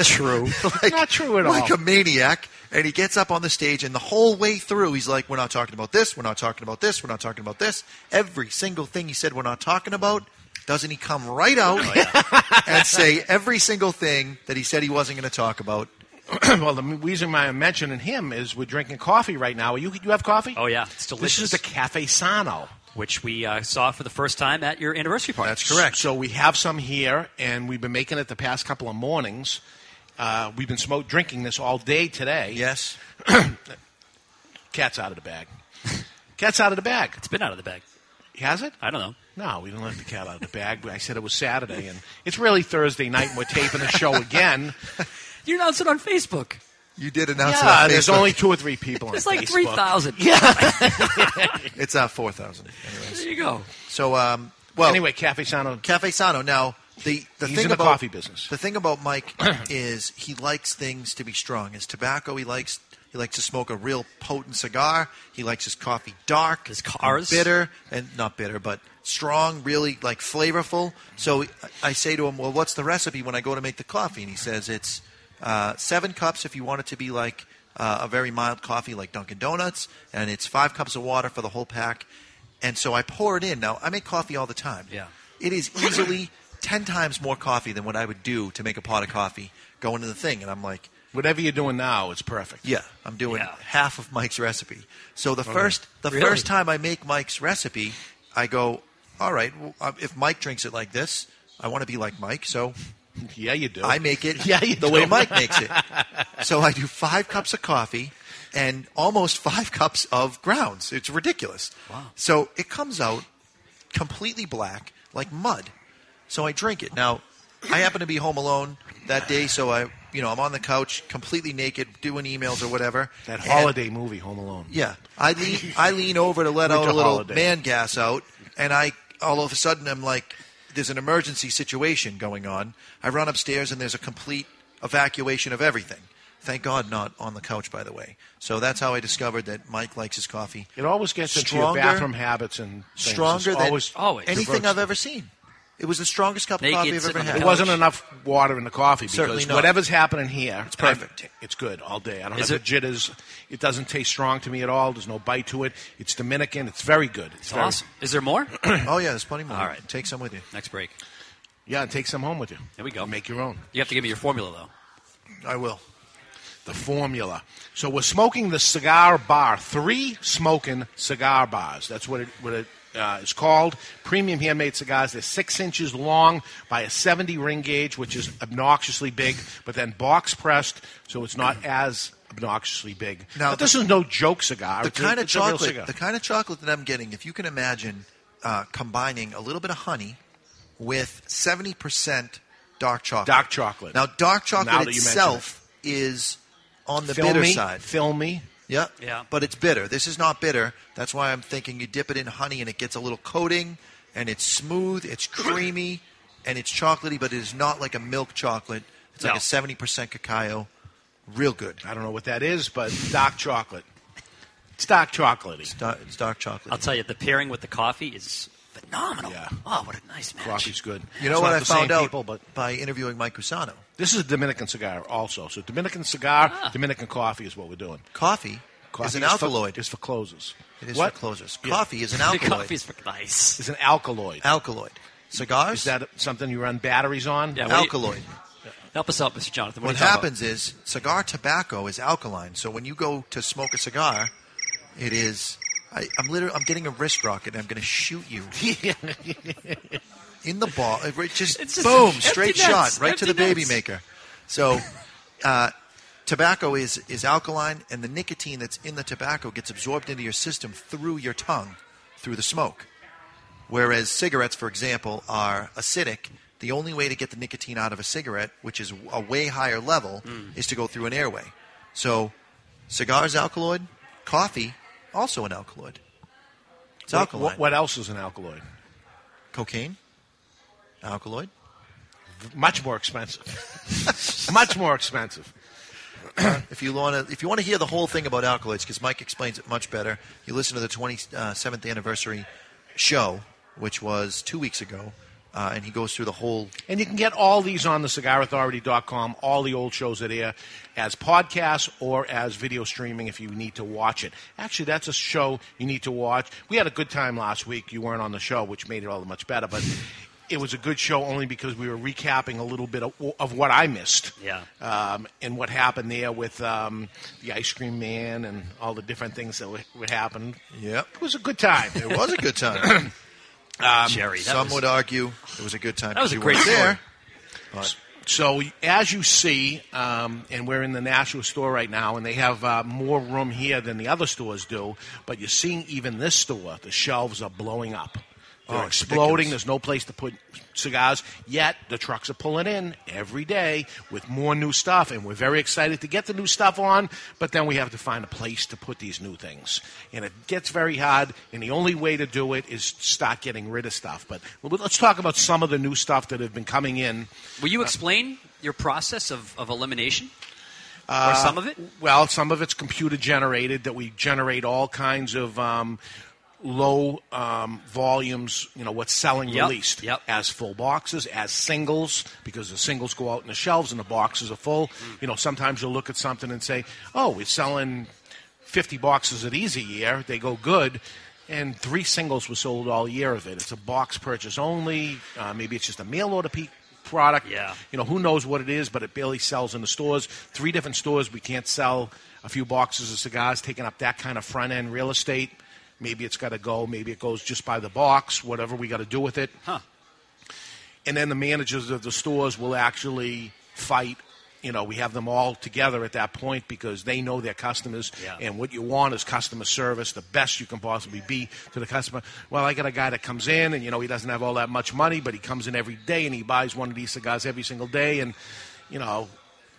true. Not true at like all. a maniac. And he gets up on the stage, and the whole way through, he's like, "We're not talking about this. We're not talking about this. We're not talking about this." Every single thing he said, "We're not talking about." Doesn't he come right out and say every single thing that he said he wasn't going to talk about? well, the reason why I'm mentioning him is we're drinking coffee right now. You you have coffee? Oh yeah, it's delicious. This is the Cafe Sano. which we uh, saw for the first time at your anniversary party. That's correct. So we have some here, and we've been making it the past couple of mornings. Uh, we've been smoke drinking this all day today. Yes. Cat's out of the bag. Cat's out of the bag. It's been out of the bag. Has it? I don't know. No, we didn't let the cat out of the bag. but I said it was Saturday, and it's really Thursday night, and we're taping the show again. You announced it on Facebook. You did announce it. yeah, on there's Facebook. only two or three people. It's on like Facebook. 3,000. It's uh, four thousand. There you go. So, um, well, anyway, Cafe Sano. Cafe Sano. Now, the the He's thing in the about coffee business. The thing about Mike is he likes things to be strong. His tobacco, he likes. He likes to smoke a real potent cigar. He likes his coffee dark, his cars bitter, and not bitter, but strong, really like flavorful. So I- I say to him, "Well, what's the recipe when I go to make the coffee?" And he says, "It's uh, seven cups if you want it to be like uh, a very mild coffee, like Dunkin' Donuts, and it's five cups of water for the whole pack." And so I pour it in. Now I make coffee all the time. Yeah. It is easily 10 times more coffee than what I would do to make a pot of coffee go into the thing. And I'm like, Whatever you're doing now is perfect. Yeah, I'm doing half of Mike's recipe. So the Okay. first the Really? first time I make Mike's recipe, I go, all right. Well, uh, if Mike drinks it like this, I want to be like Mike. So yeah, you do. I make it Yeah, you the do. way Mike makes it. so I do five cups of coffee and almost five cups of grounds. It's ridiculous. Wow. So it comes out completely black, like mud. So I drink it. Now, I happen to be home alone that day, so I, you know, I'm on the couch, completely naked, doing emails or whatever. That And- holiday movie, Home Alone. yeah, I lean I lean over to let out Winter a little holiday. man gas out, and I all of a sudden I'm like, there's an emergency situation going on. I run upstairs and there's a complete evacuation of everything. Thank God, not on the couch, by the way. So that's how I discovered that Mike likes his coffee. It always gets into Stronger- your bathroom habits and things. It's stronger than always, anything I've ever seen. It was the strongest cup of Naked, coffee I've sitting ever on the had. couch. It wasn't enough water in the coffee because Certainly not. whatever's happening here, it's perfect. it's good all day. I don't Is have it- the jitters. It doesn't taste strong to me at all. There's no bite to it. It's Dominican. It's very good. It's, very- Is there more? oh yeah, there's plenty more. All right. Take some with you. Next break. Yeah, and take some home with you. There we go. Make your own. You have to give me your formula though. I will. The formula. So we're smoking the cigar bar. Three smoking cigar bars. That's what it what it uh, is called. Premium handmade cigars. They're six inches long by a 70 ring gauge, which is obnoxiously big, but then box pressed, so it's not as obnoxiously big. Now, but this is no joke cigar. the It's a- kind of it's a real chocolate, cigar. the kind of chocolate that I'm getting, if you can imagine uh, combining a little bit of honey with 70% dark chocolate. Dark chocolate. Now, dark Now chocolate that you mention itself is on the Filmy, bitter side. Filmy. Yeah. Yeah. But it's bitter. This is not bitter. That's why I'm thinking you dip it in honey and it gets a little coating and it's smooth, it's creamy, and it's chocolatey, but it is not like a milk chocolate. It's like No. a 70% cacao. Real good. I don't know what that is, but dark chocolate. It's dark chocolatey. It's dark, it's dark chocolate. I'll tell you, the pairing with the coffee is phenomenal. Oh, what a nice match. Coffee's good. You know It's what not I the found same out people, but by interviewing Mike Cusano? Ah. This is a Dominican cigar, also. So Dominican cigar, Dominican coffee is what we're doing. Coffee, is an alkaloid. For, is for closers. It is What? for closers. Yeah. Coffee is an alkaloid. Coffee's for nice. It's an alkaloid. Alkaloid. Cigars? Is that something you run batteries on? Yeah, what do you- Alkaloid. Help us out, Mr. Jonathan. What, What, are you talking happens is cigar tobacco is alkaline. So when you go to smoke a cigar, it is. I, I'm literally. I'm getting a wrist rocket. and I'm going to shoot you in the ball. It right- just, It's just boom, empty straight nets, shot right to empty the baby nets. maker. So, uh, tobacco is is alkaline, and the nicotine that's in the tobacco gets absorbed into your system through your tongue, through the smoke. Whereas cigarettes, for example, are acidic. The only way to get the nicotine out of a cigarette, which is a way higher level, Mm. is to go through an airway. So, cigars alkaloid, coffee also an alkaloid. It's What- alkaline. What, what else is an alkaloid? Cocaine, alkaloid. Much more expensive. much more expensive. Uh, if you want to, if you want to hear the whole thing about alkaloids, because Mike explains it much better, you listen to the 27th anniversary show, which was two weeks ago, uh, and he goes through the whole. And you can get all these on the cigarauthority.com, all the old shows that air as podcasts or as video streaming if you need to watch it. Actually, that's a show you need to watch. We had a good time last week. You weren't on the show, which made it all that much better, but it was a good show only because we were recapping a little bit of, of what I missed Yeah. um, and what happened there with um, the ice cream man and all the different things that would happen. Yep. It was a good time. It was a good time. um, Jerry, that Some was- would argue it was a good time. That was because a you great weren't there. story. But So as you see, um, and we're in the Nashua store right now, and they have uh, more room here than the other stores do. But you're seeing even this store, the shelves are blowing up. They're Oh, it's exploding. ridiculous. There's no place to put cigars. Yet the trucks are pulling in every day with more new stuff, and we're very excited to get the new stuff on. But then we have to find a place to put these new things, and it gets very hard. And the only way to do it is start getting rid of stuff. But let's talk about some of the new stuff that have been coming in. about? Will you explain your process of, of elimination? Uh, or some of it? Well, some of it's computer generated. That we generate all kinds of um, low um, volumes. You know what's selling Yep, released as full boxes, as singles, because the singles go out in the shelves and the boxes are full. Mm. You know, sometimes you'll look at something and say, "Oh, we're selling 50 boxes of these a year. They go good." And three singles were sold all year of it. It's a box purchase only. Uh, maybe it's just a mail order pe- product. Yeah. You know, who knows what it is, but it barely sells in the stores. Three different stores. We can't sell a few boxes of cigars, taking up that kind of front end real estate. Maybe it's got to go. Maybe it goes just by the box. Whatever we got to do with it. Huh. And then the managers of the stores will actually fight. You know, we have them all together at that point because they know their customers, Yeah. and what you want is customer service, the best you can possibly be to the customer. Well, I got a guy that comes in, and you know, he doesn't have all that much money, but he comes in every day and he buys one of these cigars every single day, and you know,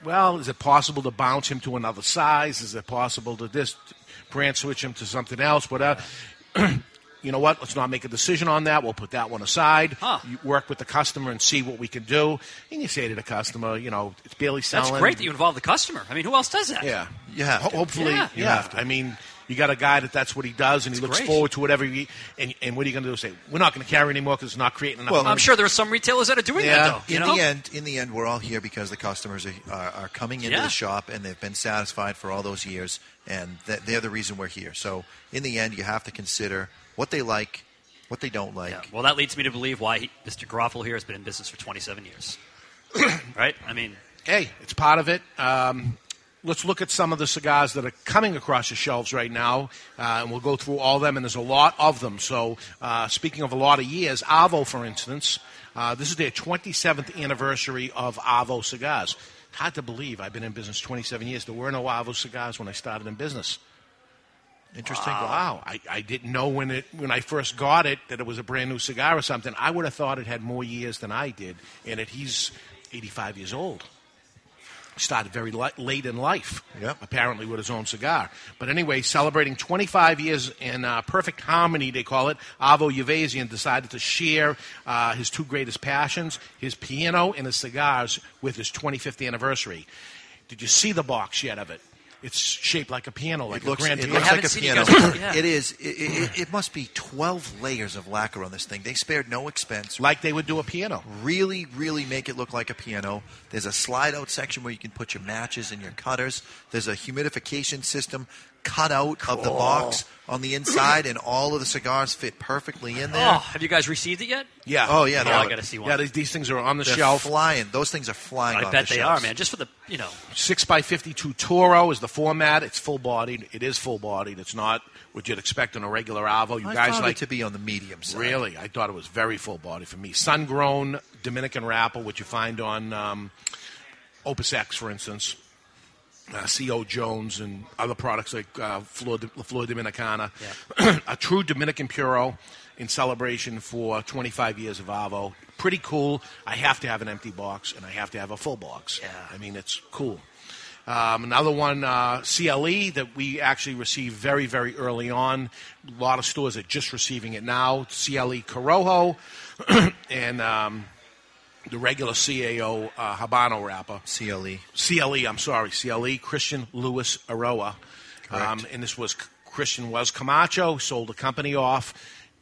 well, is it possible to bounce him to another size? Is it possible to this brand switch him to something else? Whatever. you know what? Let's not make a decision on that. We'll put that one aside. You work with the customer and see what we can do. And you say to the customer, you know, it's barely selling. That's great that you involve the customer. I mean, who else does that? Yeah, you have. hopefully, Yeah. yeah. You have I mean, you got a guy that that's what he does, and he looks great. forward to whatever. He, and and what are you going to do? Say we're not going to carry anymore because it's not creating enough. I'm money." sure there are some retailers that are doing that, though. You in know? the end, in the end, we're all here because the customers are, are, are coming into Yeah. the shop and they've been satisfied for all those years, and th- they're the reason we're here. So, in the end, you have to consider what they like, what they don't like. Well, that leads me to believe why he, Mr. Garofalo here has been in business for 27 years. right? I mean, hey, it's part of it. Um, let's look at some of the cigars that are coming across the shelves right now, uh, and we'll go through all of them. And there's a lot of them. So, uh, speaking of a lot of years, Avo, for instance, uh, this is their 27th anniversary of Avo cigars. Hard to believe I've been in business 27 years. There were no Avo cigars when I started in business. Interesting. Wow. I, I didn't know when it when I first got it that it was a brand new cigar or something. I would have thought it had more years than I did, and that he's 85 years old. Started very li- late in life, apparently with his own cigar. But anyway, celebrating 25 years in uh, perfect harmony, they call it. Avo Yavazian decided to share uh, his two greatest passions, his piano and his cigars, with his 25th anniversary. Did you see the box yet of it? It's shaped like a piano, like it looks, a grand it piano. looks like a piano. It is. It, it, it must be twelve layers of lacquer on this thing. They spared no expense, like they would do a piano. Really, really make it look like a piano. There's a slide-out section where you can put your matches and your cutters. There's a humidification system cut out of the Cool. box on the inside, and all of the cigars fit perfectly in there. oh, have you guys received it yet? Yeah. Oh, yeah, they Oh, I are. got to see one. Yeah, these, these things are on the They're shelf. flying. Those things are flying. I off bet the they shelves. are, man. Just for the, you know, Six by fifty-two Toro is the format. It's full-bodied. It is full-bodied. It's not what you'd expect in a regular Avo. You I guys found it like to be on the medium side. Really, I thought it was very full-bodied for me. Sun-grown Dominican wrapper, which you find on um, Opus X, for instance. Uh, C.O. Jones and other products like uh, Flor, La Flor Dominicana. a true Dominican Puro in celebration for 25 years of Avo. Pretty cool. I have to have an empty box and I have to have a full box. Yeah. I mean, it's cool. Um, another one, uh, CLE, that we actually received very, very early on. A lot of stores are just receiving it now. CLE Corojo and um, the regular CAO uh, Habano wrapper. CLE. CLE, I'm sorry. CLE, Christian Lewis Aroa. Um, and this was Christian was Camacho, sold the company off,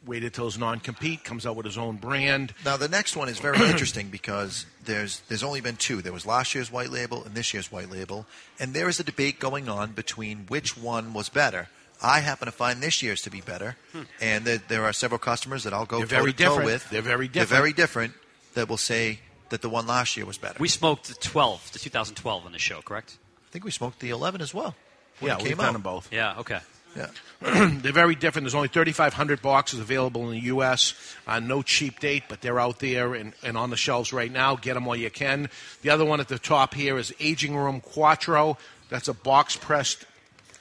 waited till his non compete, comes out with his own brand. Now the next one is very interesting because there's there's only been two. There was last year's white label and this year's white label, and there is a debate going on between which one was better. I happen to find this year's to be better, Hmm. and there, there are several customers that I'll go They're very toe-to-toe different. with. They're very They're different. very different. That will say that the one last year was better. we smoked the 12, the 2012 on the show, correct? I think we smoked the 11 as well. when yeah, it we've came done out. them both. Yeah, okay. Yeah. they're very different. There's only 3,500 boxes available in the U.S. Uh, no cheap date, but they're out there and, and on the shelves right now. Get them while you can. The other one at the top here is Aging Room Quattro. That's a box pressed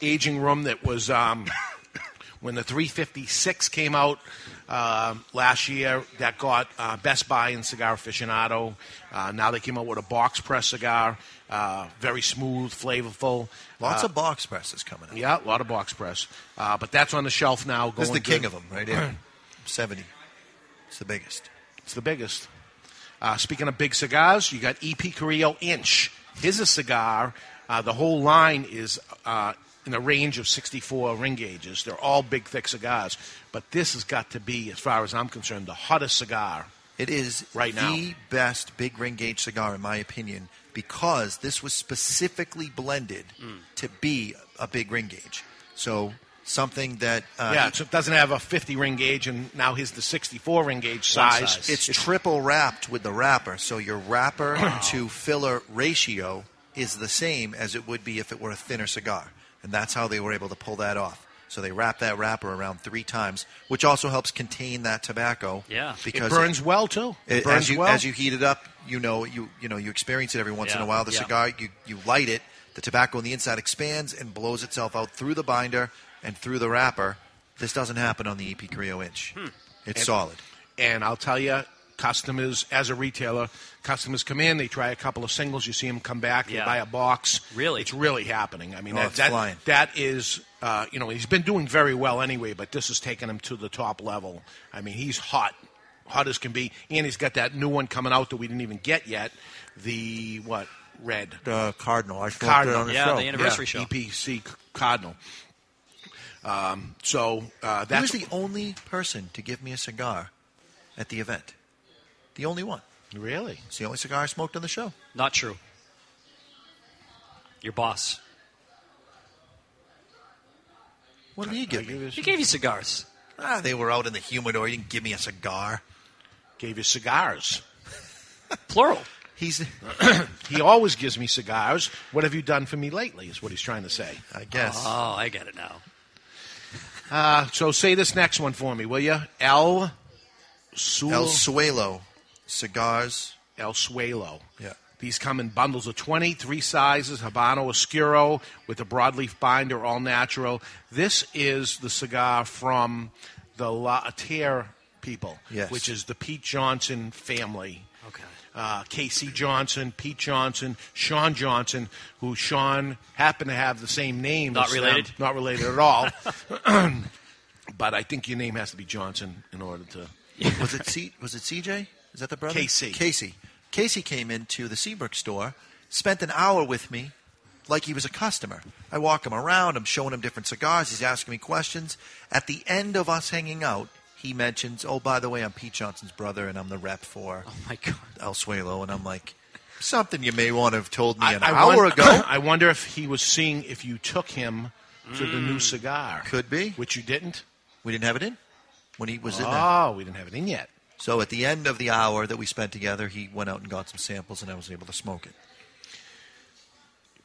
aging room that was um, when the 356 came out um last year. That got uh, Best Buy and Cigar Aficionado. Uh, now they came out with a box press cigar. Uh, very smooth, flavorful. Lots Uh, of box presses coming out. yeah, a lot of box press. Uh, but that's on the shelf now. Going This is the king good. of them right here. 70. It's the biggest. It's the biggest. Uh, speaking of big cigars, you got E.P. Carrillo Inch. His a cigar. Uh, the whole line is uh, in a range of 64 ring gauges. They're all big, thick cigars. But this has got to be, as far as I'm concerned, the hottest cigar. It is right the now. best big ring gauge cigar in my opinion Hmm. because this was specifically blended to be a big ring gauge. So something that uh, yeah, so it doesn't have a 50 ring gauge, and now he's the 64 ring gauge size. It's triple wrapped with the wrapper, so your wrapper to filler ratio is the same as it would be if it were a thinner cigar, and that's how they were able to pull that off. So they wrap that wrapper around three times, which also helps contain that tobacco. Yeah. It because burns well, too. It It- burns as you well. as you heat it up, you know you you know you experience it every once in Yeah, a while. The yeah. cigar you you light it, the tobacco on the inside expands and blows itself out through the binder and through the wrapper. This doesn't happen on the EP Carrillo Inch. It's Hmm. And- solid. And I'll tell you, customers, as a retailer, customers come in, they try a couple of singles, you see them come back, they Yeah. buy a box. Really? It's really happening. I mean, Oh, that, it's that- flying. that is, uh, you know, he's been doing very well anyway, but this has taken him to the top level. I mean, he's hot, hot as can be. And he's got that new one coming out that we didn't even get yet. The, what? Red. The Cardinal. I flipped it Cardinal. E on the Yeah, show. the anniversary E show. EPC Cardinal. Um, so uh, He that's was the only person to give me a cigar at the event. The only one. Really? It's the only cigar I smoked on the show. Not true. Your boss. What did he give me? He gave you cigars. Ah, they were out in the humidor. He didn't give me a cigar. Gave you cigars. Plural. He's he always gives me cigars. What have you done for me lately? Is what he's trying to say. I guess. Ah. Oh, I get it now. Uh, so say this next one for me, will you? El Su- El Suelo cigars. El Suelo. Yeah. These come in bundles of 20, three sizes, Habano Oscuro with a broadleaf binder, all natural. This is the cigar from the La Terre people, Yes. which is the Pete Johnson family. Okay. Uh, Casey Johnson, Pete Johnson, Sean Johnson, who Sean happened to have the same name. Not as them. related? Not related at all. but I think your name has to be Johnson in order to. was it C- was it CJ? Is that the brother? Casey. Casey. Casey came into the Seabrook store, spent an hour with me, like he was a customer. I walk him around. I'm showing him different cigars. He's asking me questions. At the end of us hanging out, he mentions, "Oh, by the way, I'm Pete Johnson's brother, and I'm the rep for oh my God. El Suelo." And I'm like, something you may want to have told me an I hour won- ago. I wonder if he was seeing if you took him to the new cigar. Mm. Could be. Which you didn't. We didn't have it in when he was in there. Oh, we didn't have it in yet. So at the end of the hour that we spent together, he went out and got some samples, and I was able to smoke it.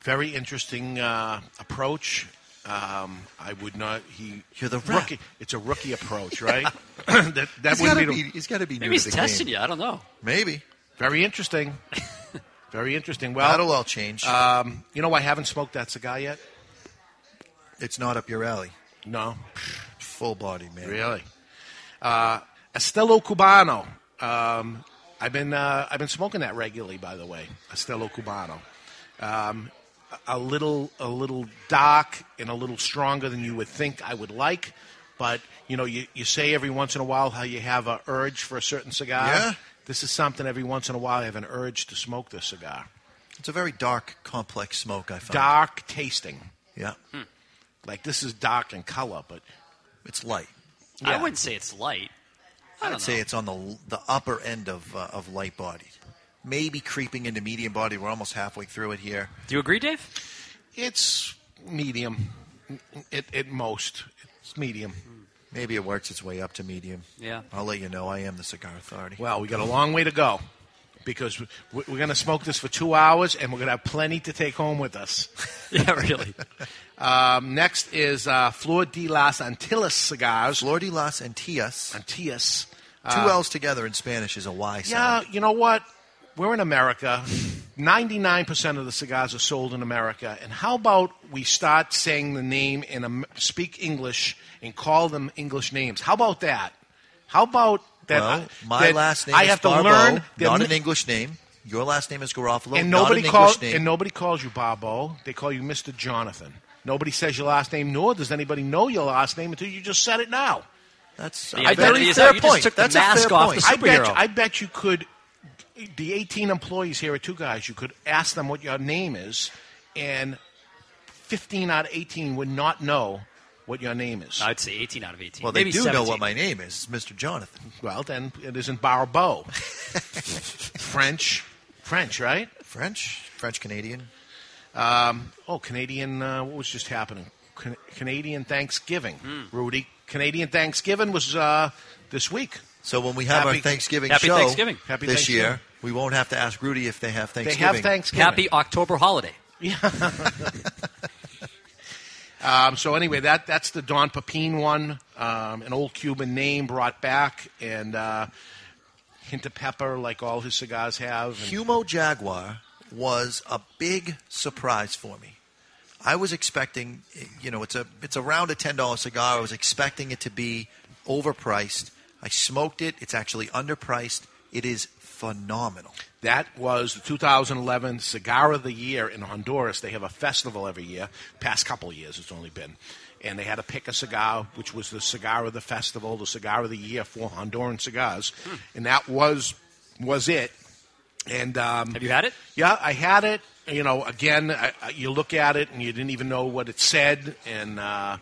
Very interesting uh, approach. Um, I would not. He. You're the rep. rookie. It's a rookie approach, right? that that He's would gotta the- be- he's gotta be Maybe he's testing you. I don't know. Maybe. Very interesting. Very interesting. Well, That'll all change. Um, you know, I haven't smoked that cigar yet. It's not up your alley. No. Full body, man. Really? Uh, Estelo Cubano. Um, I've been uh, I've been smoking that regularly, by the way. Estelo Cubano. Um, a a little a little dark and a little stronger than you would think I would like, but you know you, you say every once in a while how you have a urge for a certain cigar. Yeah. This is something every once in a while I have an urge to smoke this cigar. It's a very dark, complex smoke, I found. Dark tasting. Yeah. Hmm. Like this is dark in color, but it's light. I wouldn't say it's light. I I don't would say know. it's on the the upper end of uh, of light bodied, maybe creeping into medium body. We're almost halfway through it here. Do you agree, Dave? It's medium, at, at most. It's medium. Maybe it works its way up to medium. Yeah. I'll let you know. I am the cigar authority. Well, we got a long way to go because we- we're going to smoke this for two hours and we're going to have plenty to take home with us. yeah, really. um, next is uh, Flor de las Antillas cigars. Flor de las Antillas. Antillas. Two L's together in Spanish is a Y sound. Yeah, you know what? We're in America. 99% of the cigars are sold in America. And how about we start saying the name and um, speak English and call them English names? How about that? How about that? well, I- my that last name I is have Barbeau, to learn that not n- an English name. Your last name is Garofalo, and not nobody an English calls name. and nobody calls you Barbo. They call you Mister Jonathan. Nobody says your last name, nor does anybody know your last name until you just said it now. That's The I bet- identity is fair that you just point. took the That's a fair mask off point. the I bet, you, superhero. I bet you could. The 18 employees here at Two Guys, you could ask them what your name is, and 15 out of 18 would not know what your name is. I'd say 18 out of 18. Well, they Maybe do know 17. what my name is. It's Mr. Jonathan. Well, then it isn't Barbeau. French. French, right? French. French Canadian. Um, oh, Canadian. Uh, what was just happening? Can- Canadian Thanksgiving, Hmm. Rudy. Canadian Thanksgiving was uh, this week. So when we have our Thanksgiving show Happy this Thanksgiving. year, we won't have to ask Rudy if they have Thanksgiving. Thanksgiving. Happy October holiday. Um, so anyway, that that's the Don Pepin one, um, an old Cuban name brought back, and uh, hint of pepper, like all his cigars have. and- Humo Jaguar was a big surprise for me. I was expecting, you know, it's a it's around a ten dollar cigar. I was expecting it to be overpriced. I smoked it. It's actually underpriced. It is phenomenal. That was the 2011 Cigar of the Year in Honduras. They have a festival every year. Past couple years, it's only been, and they had to pick a cigar, which was the cigar of the festival, the cigar of the year for Honduran cigars, and that was was it. And um, have you had it? Yeah, I had it. You know, again, I, I, you look at it and you didn't even know what it said, and uh,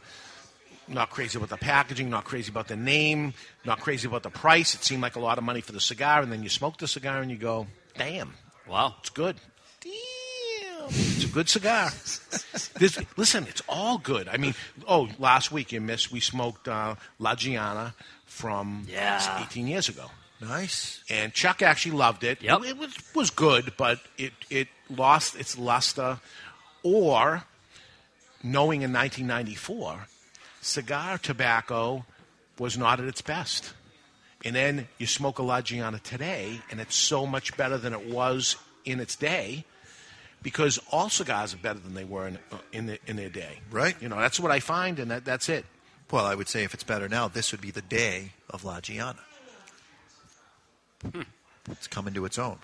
not crazy about the packaging, not crazy about the name, not crazy about the price. It seemed like a lot of money for the cigar, and then you smoke the cigar and you go, "Damn, wow, it's good." Damn, it's a good cigar. this, listen, it's all good. I mean, oh, last week you missed. We smoked uh, La Giana from Yeah. 18 years ago. Nice. And Chuck actually loved it. It was, was good, but it, it lost its luster. Or, knowing in 1994, cigar tobacco was not at its best. And then you smoke a La Giana today, and it's so much better than it was in its day because all cigars are better than they were in, uh, in, the, in their day. Right. You know, that's what I find, and that, that's it. Well, I would say if it's better now, this would be the day of La Giana. It's coming to its own.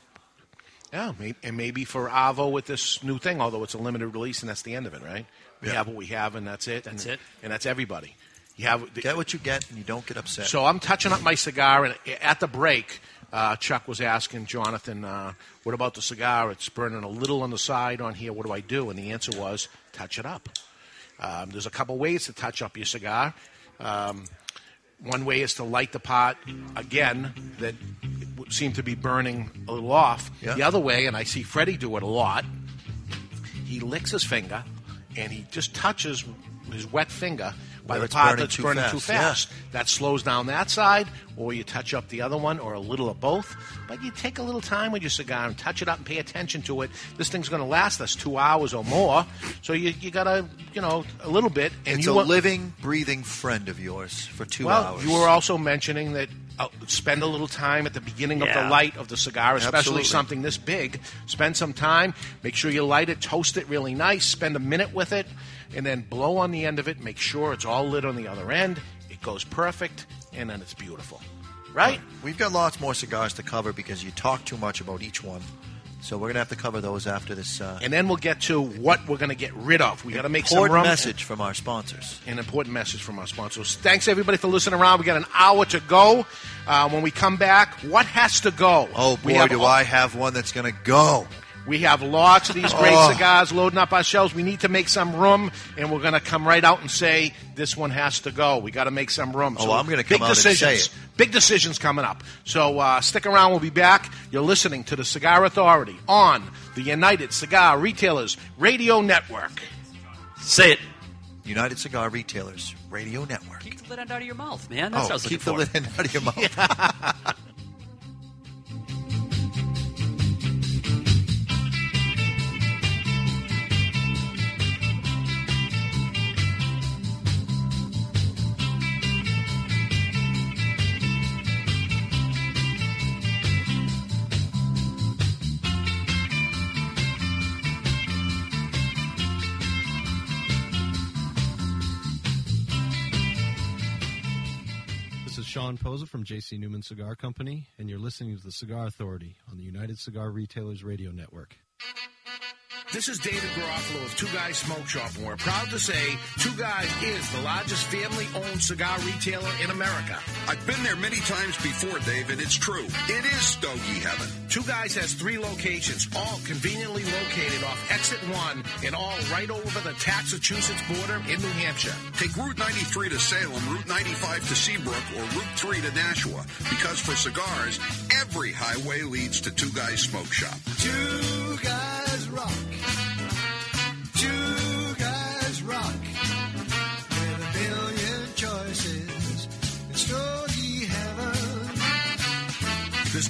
Yeah, may- and maybe for Avo with this new thing, although it's a limited release and that's the end of it, right? We have what we have, and that's it. That's and, it. And that's everybody. You have get what you get, and you don't get upset. So I'm touching up my cigar, and at the break, uh, Chuck was asking Jonathan, uh, "What about the cigar? It's burning a little on the side on here. What do I do?" And the answer was, "Touch it up." Um, there's a couple ways to touch up your cigar. Um, one way is to light the pot again that w- seemed to be burning a little off. Yeah. The other way, and I see Freddie do it a lot, he licks his finger and he just touches his wet finger by Where the it's pot burning that's too burning fast, too yeah. fast. That slows down that side, or you touch up the other one, or a little of both. But you take a little time with your cigar and touch it up and pay attention to it. This thing's going to last us two hours or more, so you, you got to, you know, a little bit. And it's you a wa- living, breathing friend of yours for two well, hours. you were also mentioning that uh, spend a little time at the beginning of Yeah. the light of the cigar, especially Absolutely. something this big. Spend some time. Make sure you light it, toast it really nice. Spend a minute with it, and then blow on the end of it. Make sure it's all lit on the other end. It goes perfect, and then it's beautiful. Right? We've got lots more cigars to cover because you talk too much about each one. So we're going to have to cover those after this. Uh, And then we'll get to what we're going to get rid of. We got to make some important rum. message from our sponsors. an important message from our sponsors. Thanks everybody for listening around. We got an hour to go. Uh, when we come back, what has to go? Oh boy, we have do all- I have one that's going to go. We have lots of these great Oh. cigars loading up our shelves. We need to make some room, and we're going to come right out and say this one has to go. We got to make some room. Oh, I'm gonna big come out and say decisions. it. Big decisions coming up. So uh, stick around. We'll be back. You're listening to the Cigar Authority on the United Cigar Retailers Radio Network. Say it. United Cigar Retailers Radio Network. Keep the lid end out of your mouth, man. That's what I oh, was keep the looking lid for. out of your mouth. This is Sean Posa from JC Newman Cigar Company, and you're listening to the Cigar Authority on the United Cigar Retailers Radio Network. This is David Garofalo of Two Guys Smoke Shop, and we're proud to say Two Guys is the largest family owned cigar retailer in America. I've been there many times before, David. It's true. It is Stogie Heaven. Two Guys has three locations, all conveniently located off Exit 1 and all right over the Massachusetts border in New Hampshire. Take Route 93 to Salem, Route 95 to Seabrook, or Route 3 to Nashua, because for cigars, every highway leads to Two Guys Smoke Shop. Two guys rock. Two guys rock. There's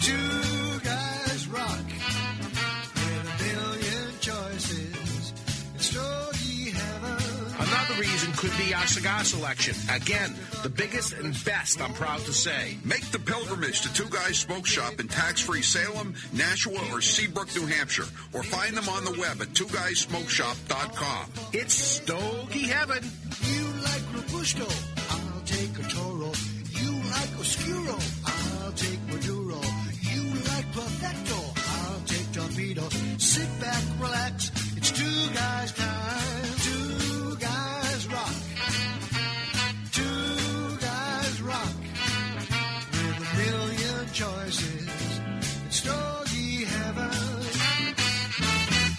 Two guys rock. With a billion choices. It's story heaven. Another reason could be our cigar selection. Again, the biggest and best, I'm proud to say. Make the pilgrimage to Two Guys Smoke Shop in tax-free Salem, Nashua, or Seabrook, New Hampshire, or find them on the web at twoguyssmokeshop.com. It's Stogie Heaven. You like Robusto, I'll take a Toro. You like Oscuro, I'll take Maduro. You like Perfecto, I'll take Torpedo. Sit back, relax, it's two guys' time. Two guys rock. Two guys rock. With a million choices, it's stogie heaven.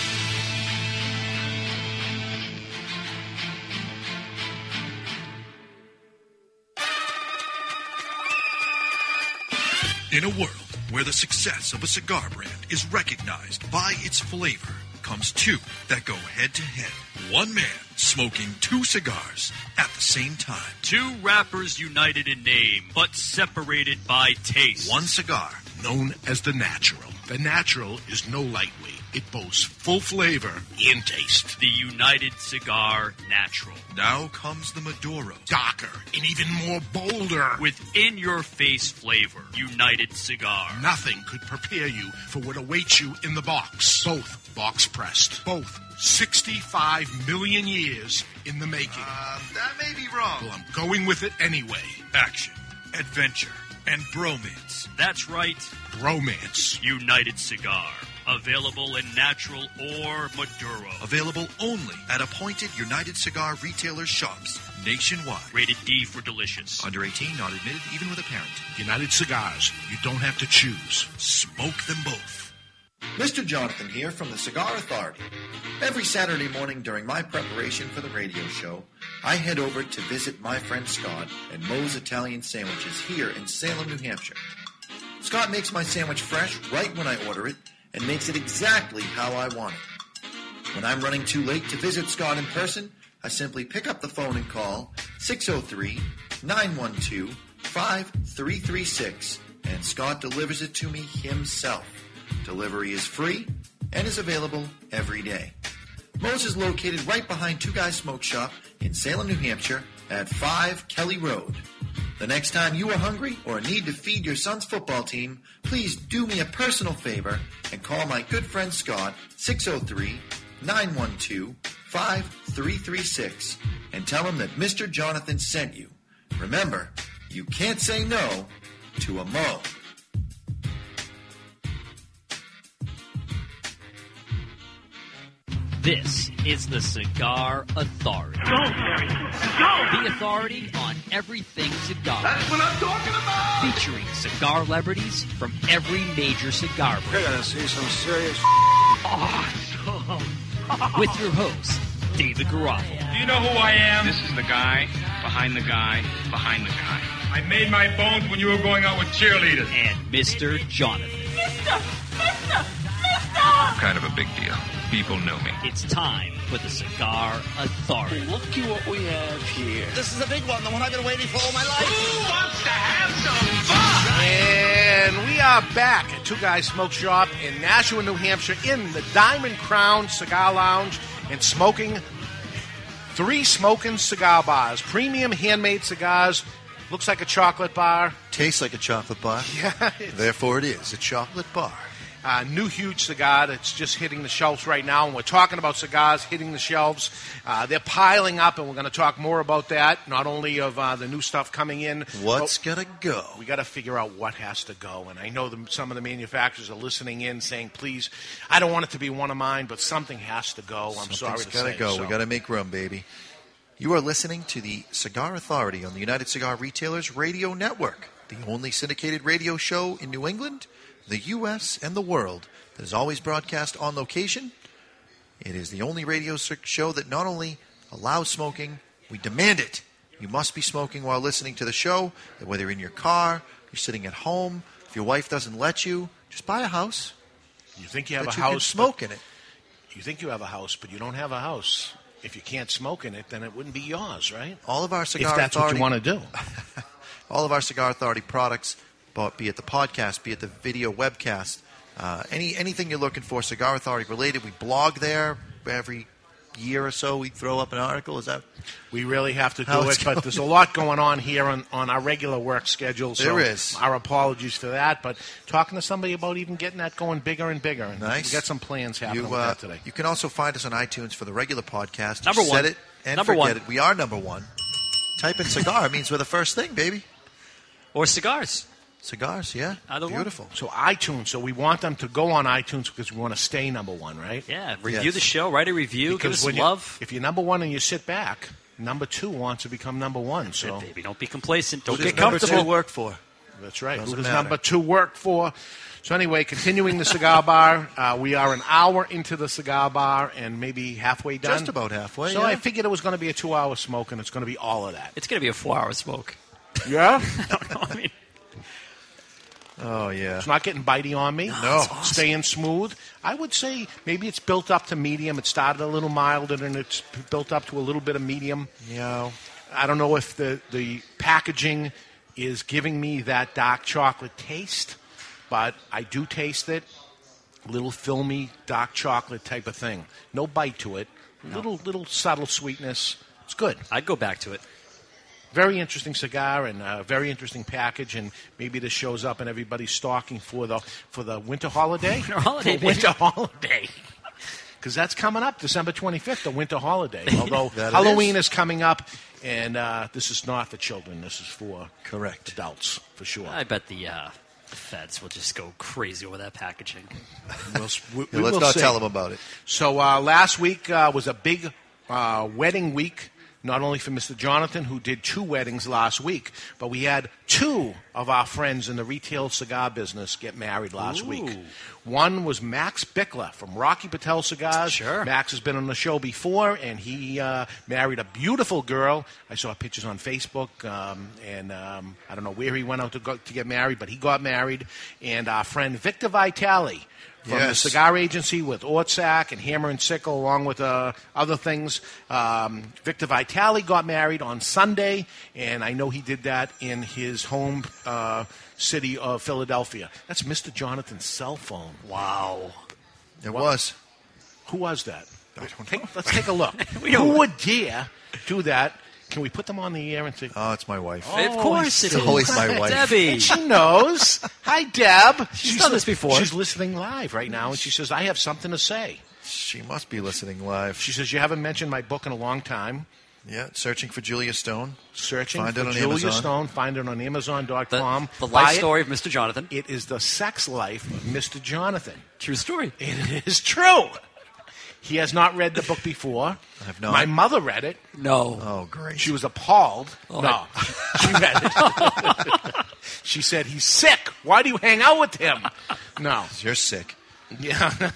In a world where the success of a cigar brand is recognized by its flavor, comes two that go head to head. One man smoking two cigars at the same time. Two rappers united in name, but separated by taste. One cigar. Known as the natural. The natural is no lightweight. It boasts full flavor and taste. The United Cigar Natural. Now comes the Maduro. Darker and even more bolder. With in your face flavor, United Cigar. Nothing could prepare you for what awaits you in the box. Both box pressed. Both 65 million years in the making. Um, that may be wrong. Well, I'm going with it anyway. Action, adventure, and bromance. That's right, Bromance. United Cigar. Available in natural or Maduro. Available only at appointed United Cigar retailer shops nationwide. Rated D for delicious. Under 18, not admitted even with a parent. United Cigars. You don't have to choose. Smoke them both. Mr. Jonathan here from the Cigar Authority. Every Saturday morning during my preparation for the radio show, I head over to visit my friend Scott and Moe's Italian Sandwiches here in Salem, New Hampshire. Scott makes my sandwich fresh right when I order it and makes it exactly how I want it. When I'm running too late to visit Scott in person, I simply pick up the phone and call 603 912 5336 and Scott delivers it to me himself. Delivery is free and is available every day. Moe's is located right behind Two Guys Smoke Shop in Salem, New Hampshire at 5 Kelly Road. The next time you are hungry or need to feed your son's football team, please do me a personal favor and call my good friend Scott 603 912 5336 and tell him that Mr. Jonathan sent you. Remember, you can't say no to a Mo. This is the Cigar Authority. Go, Gary. The authority on everything cigar. That's what I'm talking about. Featuring cigar celebrities from every major cigar brand. You're gonna see some serious. With your host, David Garofalo. Do you know who I am? This is the guy behind the guy behind the guy. I made my bones when you were going out with cheerleaders. And Mr. Jonathan. kind of a big deal. People know me. It's time for the Cigar Authority. Look at what we have here. This is a big one, the one I've been waiting for all my life. Who wants to have some And we are back at Two Guys Smoke Shop in Nashua, New Hampshire, in the Diamond Crown Cigar Lounge and smoking three smoking cigar bars, premium handmade cigars. Looks like a chocolate bar. Tastes like a chocolate bar. Yeah. Therefore, it is a chocolate bar. Uh, new huge cigar that's just hitting the shelves right now, and we're talking about cigars hitting the shelves. Uh, they're piling up, and we're going to talk more about that. Not only of uh, the new stuff coming in, What's but- gonna go? We got to figure out what has to go, and I know the, some of the manufacturers are listening in, saying, "Please, I don't want it to be one of mine, but something has to go." I'm Something's sorry to gotta say. go. so. We gotta make room, baby. You are listening to the Cigar Authority on the United Cigar Retailers Radio Network, the only syndicated radio show in New England, the U.S., and the world that is always broadcast on location. It is the only radio cir- show that not only allows smoking, we demand it. You must be smoking while listening to the show, and whether in your car, you're sitting at home, if your wife doesn't let you, just buy a house. You think you have that a you house? Can but- smoke in it. You think you have a house, but you don't have a house. If you can't smoke in it, then it wouldn't be yours, right? All of our cigar If that's authority, what you want to do. all of our cigar authority products, but be it the podcast, be it the video webcast, uh, any anything you're looking for, cigar authority related, we blog there every year or so. We throw up an article. Is that we really have to How do it, it's but going? there's a lot going on here on, on our regular work schedule. So There is. Our apologies for that, but talking to somebody about even getting that going bigger and bigger. And Nice. We got some plans happening You, with uh, that today. You can also find us on iTunes for the regular podcast. Number You one. Said it and Number forget one. it. We are number one. Type in cigar means we're the first thing, baby. Or cigars. Cigars, yeah. Either one. Beautiful. So iTunes. So we want them to go on iTunes because we want to stay number one, right? Yeah. Review the show. Write a review. Because give when us you- love. if you're number one and you sit back, number two wants to become number one. So baby, don't be complacent. Don't Who get does number comfortable. two work for? That's right. Doesn't Who does matter. number two work for? So anyway, continuing the cigar bar, uh, we are an hour into the cigar bar and maybe halfway done. Just about halfway, So yeah. I figured it was going to be a two-hour smoke, and it's going to be all of that. It's going to be a four-hour smoke. Yeah. Oh yeah. It's not getting bitey on me. No. it's awesome. Staying smooth. I would say maybe it's built up to medium. It started a little mild and then it's p- built up to a little bit of medium. Yeah. I don't know if the, the packaging is giving me that dark chocolate taste, but I do taste it. Little filmy dark chocolate type of thing. No bite to it. Little little subtle sweetness. It's good. I'd go back to it. Very interesting cigar and a very interesting package, and maybe this shows up in everybody's stocking for the for the winter holiday. Winter holiday, for winter baby. holiday. Because that's coming up December 25th, the winter holiday. Although That Halloween is. coming up, and uh, this is not for children. This is for correct adults for sure. I bet the, uh, the feds will just go crazy over that packaging. We'll s- we- Yeah, we let's will not see. tell 'em about it. So uh, last week uh, was a big uh, wedding week, not only for Mr. Jonathan, who did two weddings last week, but we had two of our friends in the retail cigar business get married last week. One was Max Bickler from Rocky Patel Cigars. Sure. Max has been on the show before, and he uh, married a beautiful girl. I saw pictures on Facebook, um, and um, I don't know where he went out to, go, to get married, but he got married. And our friend Victor Vitale from Yes. the cigar agency with Ortsack and Hammer and Sickle, along with uh, other things. Um, Victor Vitale got married on Sunday, and I know he did that in his home uh, city of Philadelphia. That's Mr. Jonathan's cell phone. Wow. It was. Who was that? Take- let's take a look. We Who don't- would dare do that? Can we put them on the air and say? Oh, it's my wife. Oh, I it's see. always my wife. And she knows. Hi, Deb. She's, done this li- before. She's listening live right now, and she says, "I have something to say." She must be listening live. She says, "You haven't mentioned my book in a long time." Yeah, searching for Julia Stone. Searching Find for it on Julia Amazon. Stone. Find it on Amazon.com. The- the life Buy it. story of Mr. Jonathan. It is the sex life of Mr. Jonathan. True story. It is true. He has not read the book before. I have not. My mother read it. No. Oh, great. She was appalled. Oh, no. she read it. she said, He's sick. Why do you hang out with him? No. You're sick. Yeah.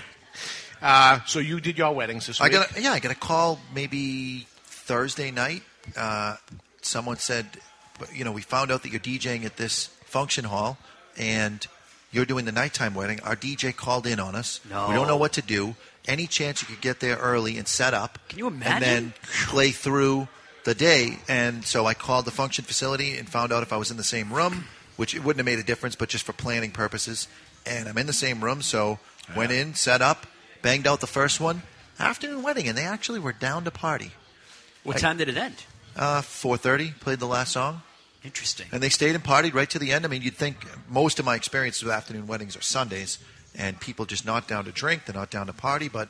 uh, so you did your weddings this I week? got a, yeah, I got a call maybe Thursday night. Uh, someone said, but, you know, we found out that you're DJing at this function hall, and you're doing the nighttime wedding. Our DJ called in on us. No. We don't know what to do. Any chance you could get there early and set up? Can you And imagine? then play through the day. And so I called the function facility and found out if I was in the same room, which it wouldn't have made a difference, but just for planning purposes. And I'm in the same room, so went in, set up, banged out the first one, afternoon wedding, and they actually were down to party. What I- time did it end? Uh, 4:30 played the last song. Interesting. And they stayed and partied right to the end. I mean, you'd think most of my experiences with afternoon weddings are Sundays, and people just not down to drink, they're not down to party. But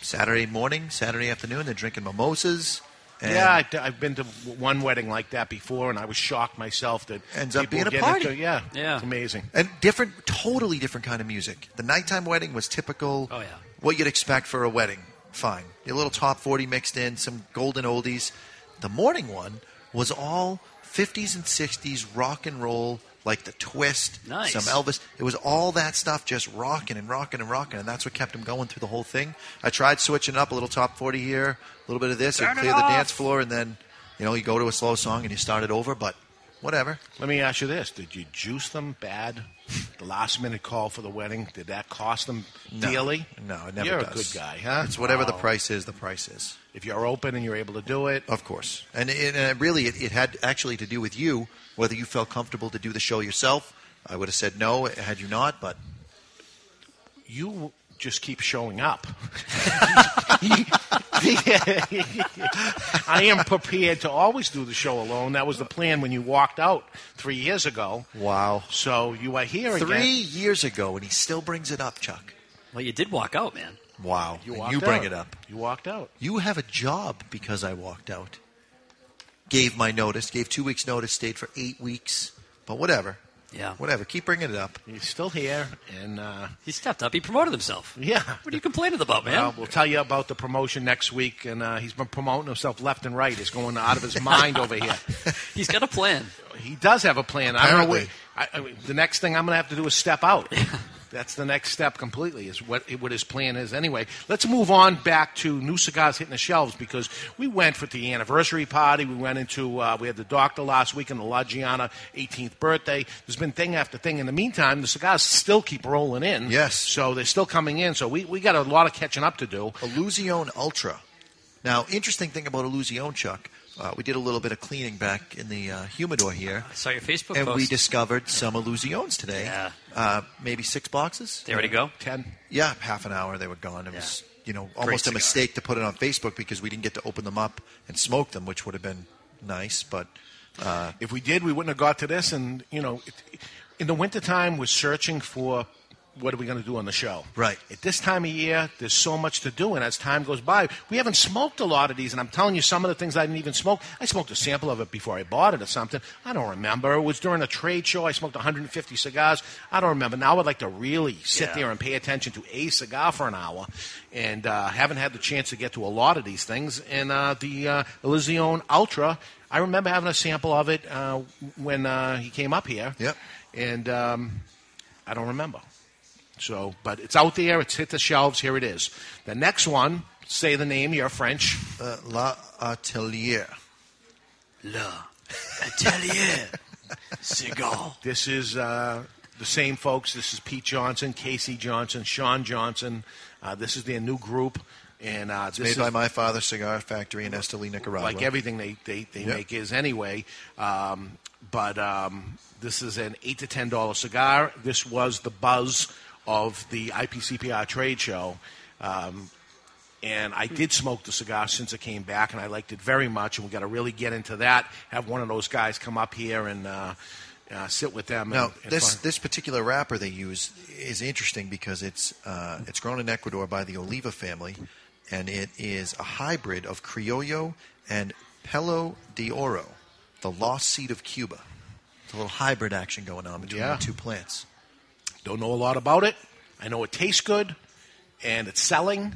Saturday morning, Saturday afternoon, they're drinking mimosas. And yeah, I, have been to w- one wedding like that before, and I was shocked myself that Ends up people being a get party. Into, yeah, it's amazing. And different, totally different kind of music. The nighttime wedding was typical. Oh yeah. What you'd expect for a wedding. Fine. A little top forty mixed in, some golden oldies. The morning one was all fifties and sixties rock and roll, like the Twist, Nice. some Elvis. It was all that stuff, just rocking and rocking and rocking, and that's what kept them going through the whole thing. I tried switching up a little top forty here, a little bit of this, Turn and it clear off. the dance floor, and then you know you go to a slow song and you start it over. But whatever. Let me ask you this: Did you juice them bad? The last minute call for the wedding did that cost them No. dearly? No, it never You're does. a good guy, huh? It's whatever the Wow. price is, the price is. If you're open and you're able to do it, of course. And it, and it really, it, it had actually to do with you whether you felt comfortable to do the show yourself. I would have said no had you not, but you just keep showing up. I am prepared to always do the show alone. That was the plan when you walked out three years ago. wow. So you are here Three again. years ago, and he still brings it up, Chuck. Well, you did walk out, man. Wow, You And walked you bring out. it up. You walked out. You have a job because I walked out. Gave my notice, gave two weeks' notice, stayed for eight weeks, but whatever. Yeah. Whatever. Keep bringing it up. He's still here, and uh, he stepped up. He promoted himself. Yeah. What are you complaining about, man? Well, we'll tell you about the promotion next week, and uh, he's been promoting himself left and right. He's going out of his mind over here. He's got a plan. He does have a plan. I don't know. What, Apparently. I, I, the next thing I'm going to have to do is step out. That's the next step completely. Is what what his plan is anyway. Let's move on back to new cigars hitting the shelves because we went for the anniversary party. We went into uh, we had the doctor last week and the La Giana 18th birthday. There's been thing after thing. In the meantime, the cigars still keep rolling in. Yes, so they're still coming in. So we, we got a lot of catching up to do. Illusion Ultra. Now, interesting thing about Illusion, Chuck, uh, we did a little bit of cleaning back in the uh, humidor here. I saw your Facebook and post. we discovered some illusions today. Yeah. Uh, maybe six boxes. They already go? Ten. Yeah, half an hour they were gone. It was you know Great almost a cigar. mistake to put it on Facebook because we didn't get to open them up and smoke them, which would have been nice. But uh, if we did, we wouldn't have got to this. And you know, it, in the wintertime, we're searching for what are we going to do on the show. Right. At this time of year, there's so much to do, and as time goes by, we haven't smoked a lot of these. And I'm telling you, some of the things I didn't even smoke. I smoked a sample of it before I bought it or something. I don't remember. It was during a trade show. I smoked 150 cigars. I don't remember. Now I'd like to really sit Yeah. there and pay attention to a cigar for an hour, and uh, haven't had the chance to get to a lot of these things. And uh, the uh, Elysion Ultra, I remember having a sample of it uh, when uh, he came up here. Yep. And um, I don't remember. So, but it's out there. It's hit the shelves. Here it is. The next one. Say the name. You're French. Uh, La Atelier. La Atelier Cigar. This is uh, the same folks. This is Pete Johnson, Casey Johnson, Sean Johnson. Uh, this is their new group. And uh, it's this made is by my father's cigar factory in Esteli, Nicaragua. like everything they they, they Yeah. make is anyway. Um, but um, this is an eight to ten dollar cigar. This was the buzz of the IPCPR trade show. Um, And I did smoke the cigar since it came back, and I liked it very much. And we got to really get into that. Have one of those guys come up here and uh, uh, sit with them. Now, and, and this fun. this particular wrapper they use is interesting because it's uh, it's grown in Ecuador by the Oliva family, and it is a hybrid of Criollo and Pelo de Oro, the lost seed of Cuba. It's a little hybrid action going on between Yeah. the two plants. Don't know a lot about it. I know it tastes good, and it's selling.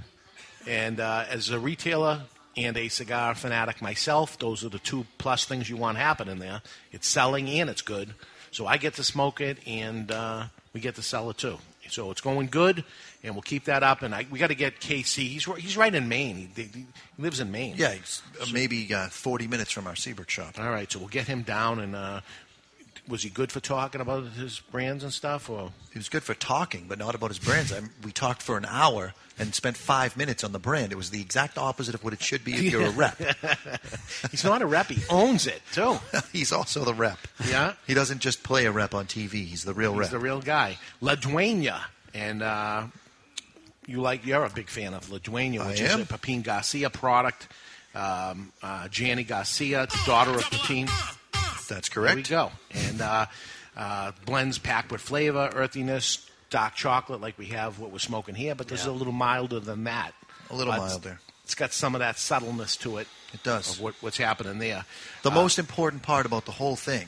And uh, as a retailer and a cigar fanatic myself, those are the two plus things you want happening there. It's selling and it's good. So I get to smoke it, and uh, we get to sell it too. So it's going good, and we'll keep that up. And I, we got to get KC. He's ri- he's right in Maine. He, he lives in Maine. Yeah, it's uh, maybe uh, 40 minutes from our Seabrook shop. All right, so we'll get him down. And uh, was he good for talking about his brands and stuff? Or It was good for talking, but not about his brands. I, we talked for an hour and spent five minutes on the brand. It was the exact opposite of what it should be if you're a rep. He's not a rep. He owns it too. He's also the rep. Yeah. He doesn't just play a rep on TV. He's the real He's rep. the real guy. La Duena. And uh, you like you're a big fan of La Duena, which is am. a Pepin Garcia product. Um, uh, Gianni Garcia, daughter of Pepin. That's correct. There we go. And uh, uh, blends packed with flavor, earthiness, dark chocolate, like we have what we're smoking here, but this is a little milder than that. A little But it's- milder. It's got some of that subtleness to it. It does. Of what, what's happening there. The Uh, most important part about the whole thing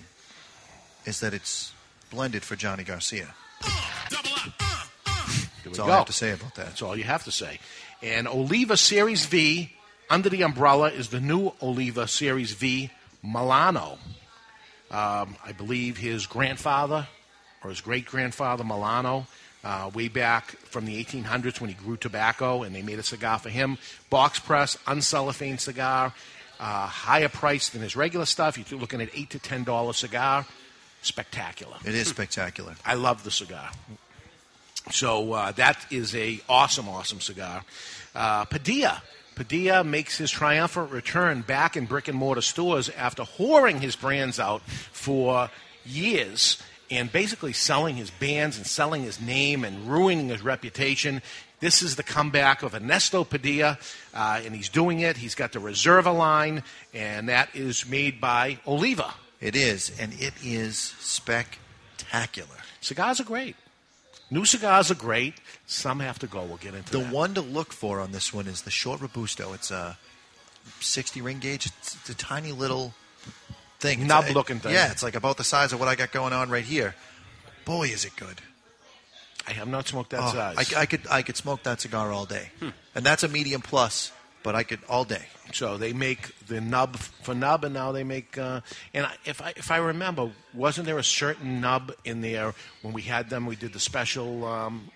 is that it's blended for Johnny Garcia. There That's we all go. I have to say about that. That's all you have to say. And Oliva Series V, under the umbrella, is the new Oliva Series V Milano. Um, I believe his grandfather or his great grandfather Milano, uh, way back from the 1800s when he grew tobacco, and they made a cigar for him. Box press, uncellophane cigar, uh, higher price than his regular stuff. You're looking at eight to ten dollar cigar. Spectacular. It is spectacular. I love the cigar. So uh, that is a awesome, awesome cigar. Uh, Padilla. Padilla makes his triumphant return back in brick and mortar stores after whoring his brands out for years and basically selling his bands and selling his name and ruining his reputation. This is the comeback of Ernesto Padilla, uh, and he's doing it. He's got the Reserva line, and that is made by Oliva. It is, and it is spectacular. Cigars are great. New cigars are great. Some have to go. We'll get into The that. one to look for on this one is the short robusto. It's a 60 ring gauge. It's, it's a tiny little thing. It's Nub a- it- looking thing. Yeah, it's like about the size of what I got going on right here. Boy, is it good. I have not smoked that Oh, size. Hmm. I, I could I could smoke that cigar all day, and that's a medium plus. But I could all day. So they make the nub for nub, and now they make. Uh, and I, if I if I remember, wasn't there a certain nub in there when we had them? We did the special. Um,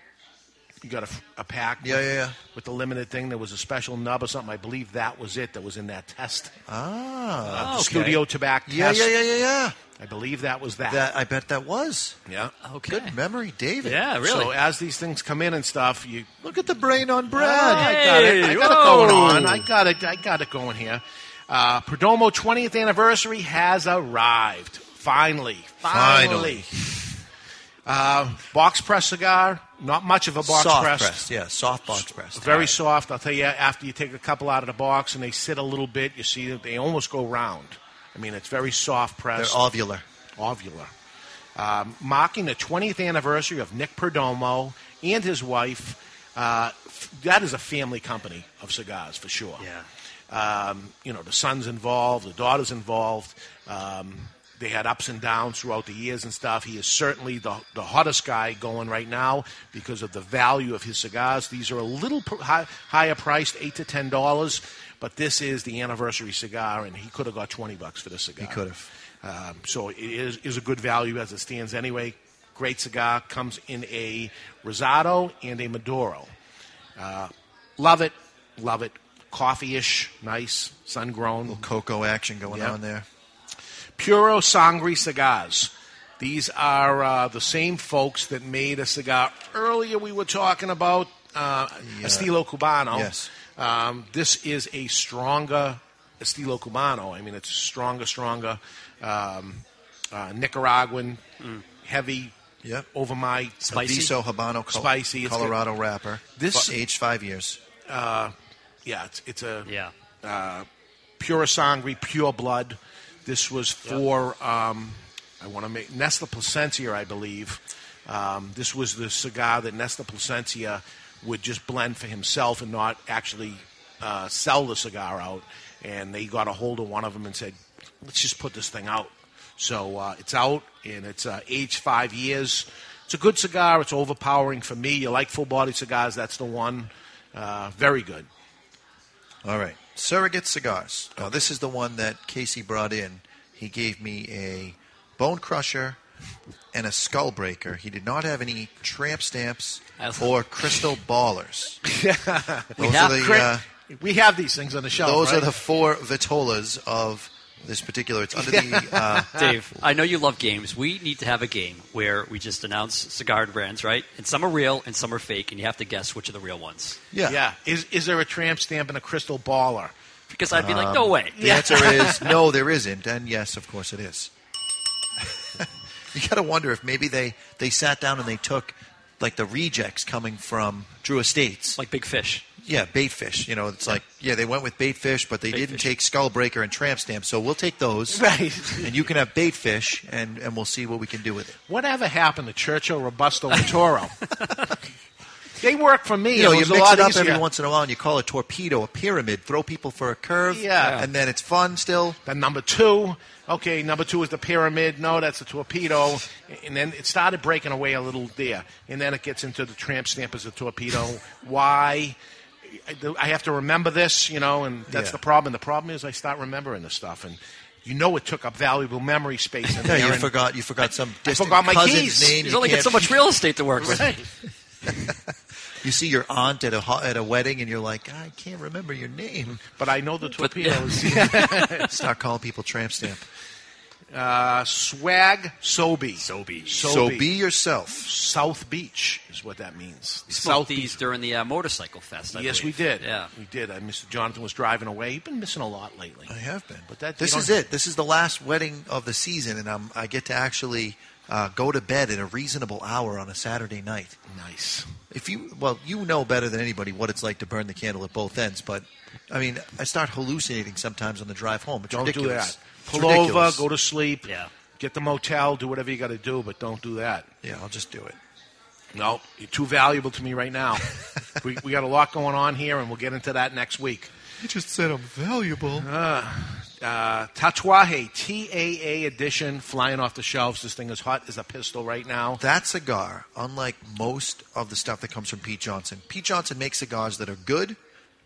you got a, a pack. Yeah, with, yeah, yeah. With the limited thing, there was a special nub or something. I believe that was it. That was in that test. Ah, Uh, the Studio tobacco Yeah, test. yeah, yeah, yeah, yeah. I believe that was that. That I bet that was. yeah. Okay. Good memory, David. So as these things come in and stuff, you Look at the brain on bread. I got it. I got it going on. I got it. I got it going here. Uh, Perdomo 20th anniversary has arrived. Finally. Finally. Finally. Uh, box press cigar. Not much of a box soft press. pressed, yeah, soft box pressed. Very soft. I'll tell you, after you take a couple out of the box and they sit a little bit, you see that they almost go round. I mean, it's very soft They're pressed. ovular. Ovular. Um, marking the 20th anniversary of Nick Perdomo and his wife. Uh, f- that is a family company of cigars for sure. Yeah. Um, you know, the son's involved, the daughter's involved. Um, they had ups and downs throughout the years and stuff. He is certainly the, the hottest guy going right now because of the value of his cigars. These are a little pr- high, higher priced, eight to ten dollars, but this is the anniversary cigar, and he could have got twenty bucks for this cigar. He could have. Um, so it is, is a good value as it stands anyway. Great cigar comes in a Rosado and a Maduro. Uh, love it, love it. Coffee-ish, nice, sun-grown. little cocoa action going Yep. on there. Puro Sangre cigars. These are uh, the same folks that made a cigar earlier we were talking about, uh, Estilo Cubano. Yes. Um, this is a stronger Estilo Cubano. I mean, it's stronger, stronger um, uh, Nicaraguan, heavy, Yep. over my Aviso Habano Col- spicy. It's Colorado wrapper. This- aged five years. uh, yeah, it's it's a yeah. Uh, pure sangre, pure blood. This was for um, I want to make Nestle Placencia, I believe. Um, this was the cigar that Nestle Placencia would just blend for himself and not actually uh, sell the cigar out. And they got a hold of one of them and said, "Let's just put this thing out." So uh, it's out and it's uh, aged five years. It's a good cigar. It's overpowering for me. You like full body cigars? That's the one. Uh, very good. All right. Surrogate cigars. Now, this is the one that Casey brought in. He gave me a bone crusher and a skull breaker. He did not have any tramp stamps or crystal ballers. we, Those have are the, cri- uh, we have these things on the shelf. Those are right? the four vitolas of this particular. It's under the. Uh, Dave, I know you love games. We need to have a game where we just announce cigar brands, right? And some are real and some are fake, and you have to guess which are the real ones. Yeah. Yeah. Is is there a tramp stamp and a crystal baller? Because I'd be like, no way. Um, The answer is no, there isn't, and yes, of course it is. you got to wonder if maybe they they sat down and they took like the rejects coming from Drew Estates, like big fish. Yeah, bait fish. You know, it's like yeah, they went with bait fish, but they didn't take skull breaker and tramp stamp. So we'll take those, right? And you can have bait fish, and and we'll see what we can do with it. Whatever happened to Churchill, Robusto, and Toro? they work for me. you know, It you was a mix lot it up easier. every once in a while, and you call a torpedo a pyramid. Throw people for a curve, Yeah. and then it's fun still. Then number two, okay, number two is the pyramid. No, that's a torpedo. And then it started breaking away a little there. And then it gets into the tramp stamp as a torpedo. Why? I- I have to remember this, you know, and that's Yeah. the problem. And the problem is I start remembering this stuff. And you know it took up valuable memory space. In Yeah, there, you and forgot. You forgot some I distant forgot my cousin's keys. name. He's you only got can't- so much real estate to work with. Right. You see your aunt at a ho- at a wedding, and you're like, I can't remember your name, but I know the torpedoes. Start calling people tramp stamp. Uh, swag Sobe. Sobe. So be yourself. South Beach is what that means. We smoked these during the uh, motorcycle fest. I yes, believe. we did. Yeah. we did. I, Mr. Jonathan was driving away. You've been missing a lot lately. I have been. But that This you is don't- it. This is the last wedding of the season, and I'm, I get to actually uh, go to bed at a reasonable hour on a Saturday night. Nice. If you well, you know better than anybody what it's like to burn the candle at both ends. But I mean, I start hallucinating sometimes on the drive home. It's Don't ridiculous. It's do that. Pull over, ridiculous. go to sleep. Yeah. Get the motel. Do whatever you got to do, but don't do that. Yeah, I'll just do it. No, you're too valuable to me right now. we, we got a lot going on here, and we'll get into that next week. You just said I'm valuable. uh, Tatuaje TAA edition flying off the shelves. This thing is hot as a pistol right now. That cigar, unlike most of the stuff that comes from Pete Johnson, Pete Johnson makes cigars that are good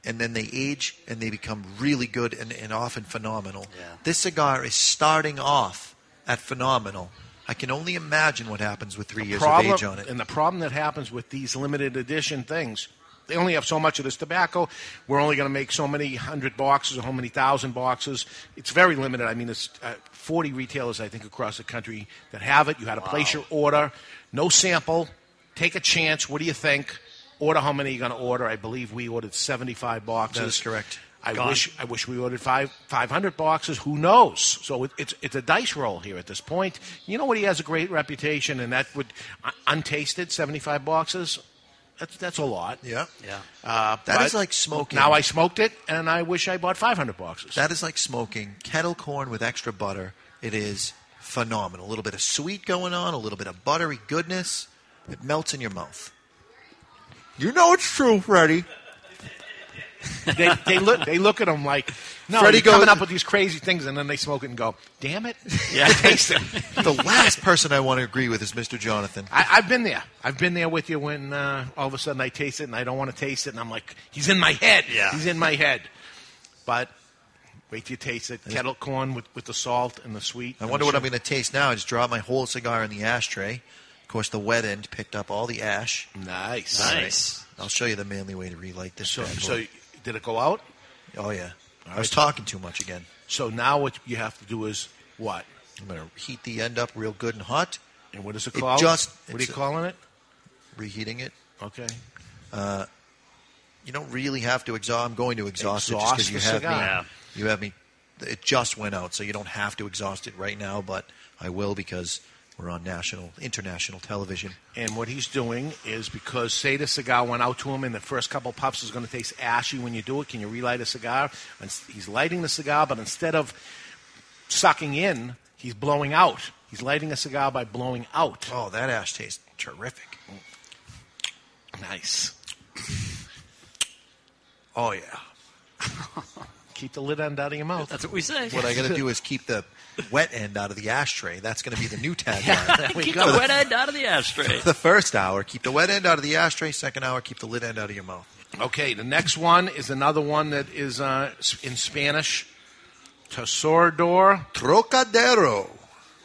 and then they age and they become really good and, and often phenomenal. This cigar is starting off at phenomenal. I can only imagine what happens with three years problem, of age on it. And the problem that happens with these limited edition things, they only have so much of this tobacco. We're only going to make so many hundred boxes or how many thousand boxes. It's very limited. I mean, it's uh, 40 retailers, I think, across the country that have it. You had to place your order, no sample, take a chance. What do you think? Order how many you're going to order. I believe we ordered 75 boxes. That is correct. I Gone. wish I wish we ordered five five hundred boxes. Who knows? So it, it's it's a dice roll here at this point. You know what? He has a great reputation, and that would uh, untasted seventy five boxes. That's that's a lot. Yeah, yeah. Uh, That but is like smoking. Now I smoked it, and I wish I bought five hundred boxes. That is like smoking kettle corn with extra butter. It is phenomenal. A little bit of sweet going on, a little bit of buttery goodness. It melts in your mouth. You know it's true, Freddie. they, they look they look at him like no, Freddie you're coming goes- up with these crazy things, and then they smoke it and go, damn it, Yeah. I taste it. the last person I want to agree with is Mr. Jonathan. I, I've been there. I've been there with you when uh, all of a sudden I taste it and I don't want to taste it, and I'm like, he's in my head. Yeah. He's in my head. But wait till you taste it. Kettle corn with, with the salt and the sweet. I wonder what I'm going to taste now. I just dropped my whole cigar in the ashtray. Of course, the wet end picked up all the ash. Nice. All right. Nice. I'll show you the manly way to relight this. So, bad boy. so did it go out? oh yeah, I was talking too much again. So now what you have to do is what? I'm going to heat the end up real good and hot. And what is it It called? just- what are you it's a- calling it? Reheating it. Okay. Uh, you don't really have to exhaust. I'm going to exhaust, it Exhaust just because you the have me. cigar. Yeah. You have me. It just went out, so you don't have to exhaust it right now, but I will because We're on national, international television. And what he's doing is because say the cigar went out to him and the first couple puffs is going to taste ashy when you do it. Can you relight a cigar? And s- he's lighting the cigar, but instead of sucking in, he's blowing out. He's lighting a cigar by blowing out. Oh, that ash tastes terrific. Nice. Oh yeah. Keep the lid end out of your mouth. That's what we say. What I got to do is keep the wet end out of the ashtray. That's going to be the new tagline. Keep the wet end out of the ashtray. The first hour, keep the wet end out of the ashtray. Second hour, keep the lid end out of your mouth. Okay, the next one is another one that is uh, s- in Spanish. Tesordor. Trocadero.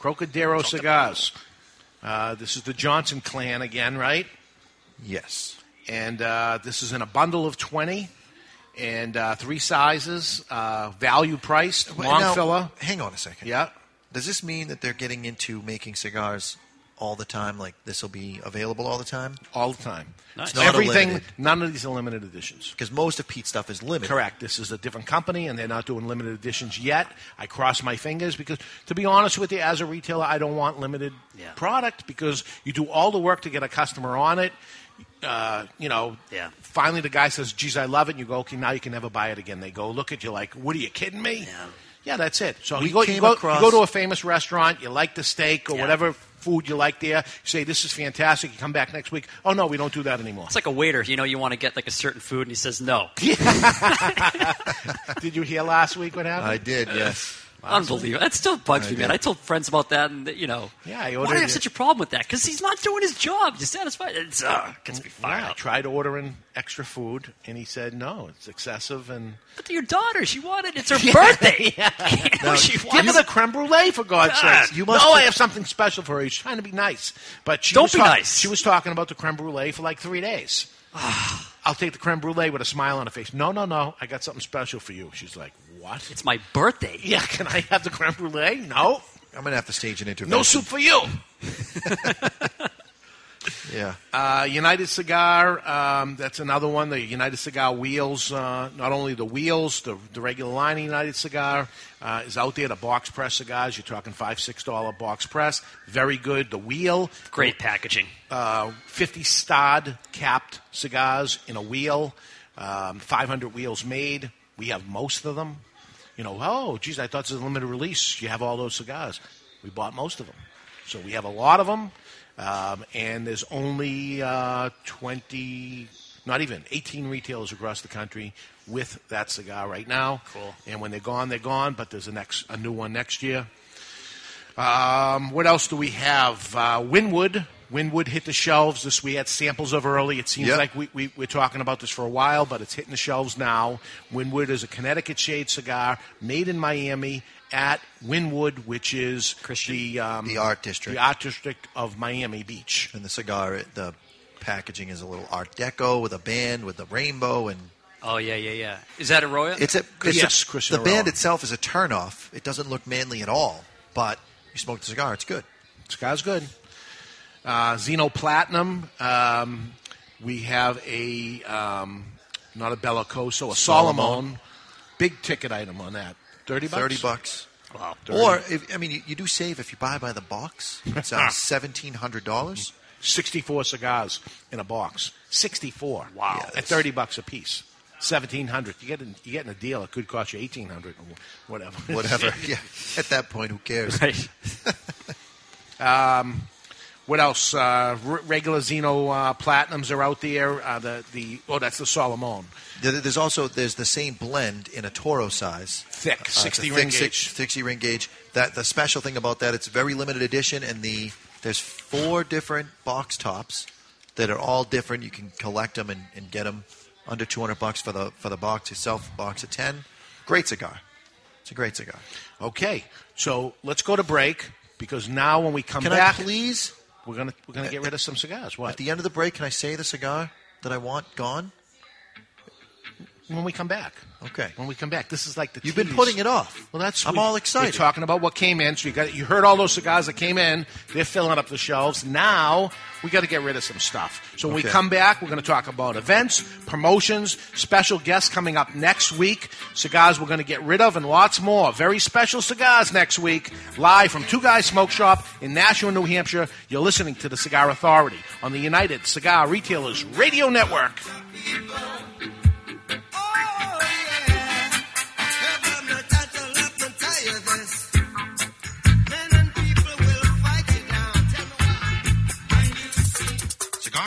Crocodero cigars. Uh, this is the Johnson clan again, right? Yes. And uh, this is in a bundle of 20 and uh, three sizes, uh, value priced, Wait, long now, filler. Hang on a second. Yeah. Does this mean that they're getting into making cigars all the time? Like this will be available all the time? All the time. It's not Everything, limited. none of these are limited editions. Because most of Pete's stuff is limited. Correct. This is a different company, and they're not doing limited editions yet. I cross my fingers because, to be honest with you, as a retailer, I don't want limited product because you do all the work to get a customer on it. Uh, you know, Yeah. finally the guy says, "Geez, I love it." And you go, "Okay, now you can never buy it again." They go, "Look at you, like, what are you kidding me?" Yeah, that's it. So We you go, you came go, you across- go to a famous restaurant, you like the steak or whatever food you like there. You say, "This is fantastic." You come back next week. Oh no, we don't do that anymore. It's like a waiter. You know, you want to get like a certain food, and he says no. Did you hear last week what happened? I did, yes. Unbelievable. That still bugs me, man. I told friends about that, and you know, Yeah, I why do ordered I have it. such a problem with that? Because he's not doing his job. You're satisfied. It's uh, gets me fired Yeah, I up. tried ordering extra food, and he said no, it's excessive. And But your daughter, she wanted. It's her birthday. No, she give her wants- the creme brulee for God's God, sake! you You must- must know I have something special for her. He's trying to be nice, but she Don't was be talk- nice. She was talking about the creme brulee for like three days. Ah. I'll take the creme brulee with a smile on her face. No, no, no! I got something special for you. She's like, "What? It's my birthday." Yeah, can I have the creme brulee? No, I'm going to have to stage an interview. no soup for you. Yeah. Uh, United Cigar, um, that's another one. The United Cigar wheels, uh, not only the wheels, the, the regular line of United Cigar uh, is out there. The box press cigars, you're talking five, six dollar box press, very good. The wheel, Great packaging. uh, fifty stud capped cigars in a wheel, um, five hundred wheels made. We have most of them. You know, oh, geez, I thought this was a limited release. You have all those cigars. We bought most of them, so we have a lot of them. Um, and there's only uh, 20, not even 18 retailers across the country with that cigar right now. Cool. And when they're gone, they're gone. But there's a next, a new one next year. Um, what else do we have? Uh, Winwood. Winwood hit the shelves. This we had samples of early. It seems Yep. like we, we, we're talking about this for a while, but it's hitting the shelves now. Winwood is a Connecticut shade cigar made in Miami at Winwood, which is the um, The art district. the art district of Miami Beach. And the cigar, it- the packaging is a little Art Deco with a band with a rainbow and Oh yeah, yeah, yeah. Is that a Roya? It's a it's Yes, a, Christian the band Arroyo. itself is a turnoff. It doesn't look manly at all, but you smoke the cigar, it's good. Cigar's good. Uh, Xenoplatinum. Um, we have a um, not a Bellicoso, a Solomon. Solomon. Big ticket item on that. Thirty bucks. Thirty bucks. Wow. Or if, I mean, you, you do save if you buy by the box. It's uh, seventeen hundred dollars. Sixty-four cigars in a box. Sixty-four. Wow. At that's- thirty bucks a piece. Seventeen hundred. You get in, you get in a deal. It could cost you eighteen hundred or whatever. Whatever. yeah. At that point, who cares? Um, what else? Uh, re- regular Xeno uh, Platinums are out there. Uh, the the oh, that's the Solomon. There- There's also there's the same blend in a Toro size, Uh, Thick, it's a 60 thick ring six- sixty ring gauge. That the special thing about that, it's very limited edition, and the there's four different box tops that are all different. You can collect them and, and get them under two hundred bucks for the for the box itself. Box at ten, great cigar. It's a great cigar. Okay, so let's go to break because now when we come Can I back, please? We're gonna we're gonna get rid of some cigars. What? At the end of the break, can I say the cigar that I want gone? when we come back. Okay. When we come back, this is like the You've been tease. putting it off. Well, that's I'm we- all excited. We're talking about what came in. So you got you heard all those cigars that came in. They're filling up the shelves. Now we got to get rid of some stuff. So when we Okay. come back, we're going to talk about events, promotions, special guests coming up next week, cigars we're going to get rid of, and lots more. Very special cigars next week, live from Two Guys Smoke Shop in Nashua, New Hampshire. You're listening to the Cigar Authority on the United Cigar Retailers Radio Network. Cigar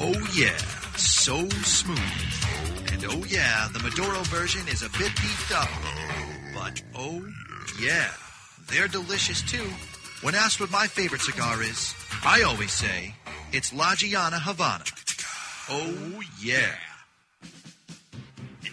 Oh yeah, so smooth. And oh yeah, the Maduro version is a bit beefed up. But oh yeah, they're delicious too. When asked what my favorite cigar is, I always say it's La Giana Havana. Oh yeah.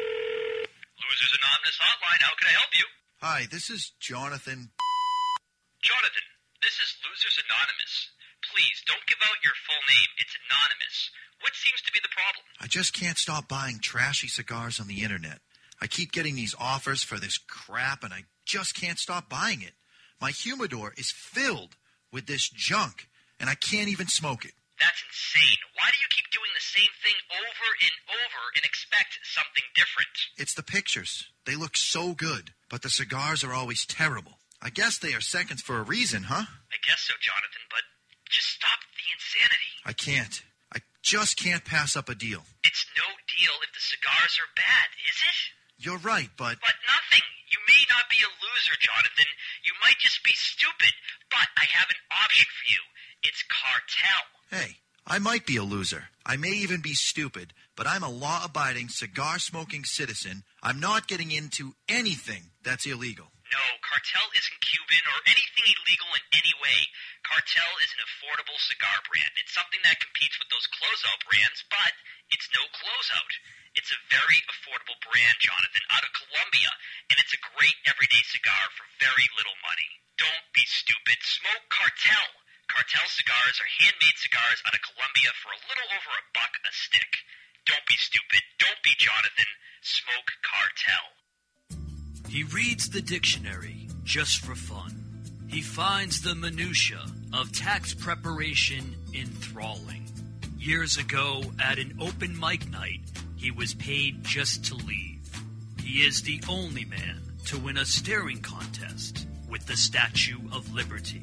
Losers Anonymous Hotline, how can I help you? Hi, this is Jonathan. Jonathan, this is Losers Anonymous. Please don't give out your full name. It's anonymous. What seems to be the problem? I just can't stop buying trashy cigars on the internet. I keep getting these offers for this crap and I just can't stop buying it. My humidor is filled with this junk and I can't even smoke it. That's insane. Why do you keep doing the same thing over and over and expect something different? It's the pictures. They look so good, but the cigars are always terrible. I guess they are seconds for a reason, huh? I guess so, Jonathan, but just stop the insanity. I can't. I just can't pass up a deal. It's no deal if the cigars are bad, is it? You're right, but But nothing. You may not be a loser, Jonathan. You might just be stupid. But I have an option for you. It's cartel. hey, I might be a loser. I may even be stupid, but I'm a law abiding, cigar smoking citizen. I'm not getting into anything that's illegal. No, Cartel isn't Cuban or anything illegal in any way. Cartel is an affordable cigar brand. It's something that competes with those closeout brands, but it's no closeout. It's a very affordable brand, Jonathan, out of Colombia, and it's a great everyday cigar for very little money. Don't be stupid. Smoke Cartel. Cartel cigars are handmade cigars out of Colombia for a little over a buck a stick. Don't be stupid. Don't be Jonathan. Smoke Cartel. He reads the dictionary just for fun. He finds the minutia of tax preparation enthralling. Years ago, at an open mic night, he was paid just to leave. He is the only man to win a staring contest with the Statue of Liberty.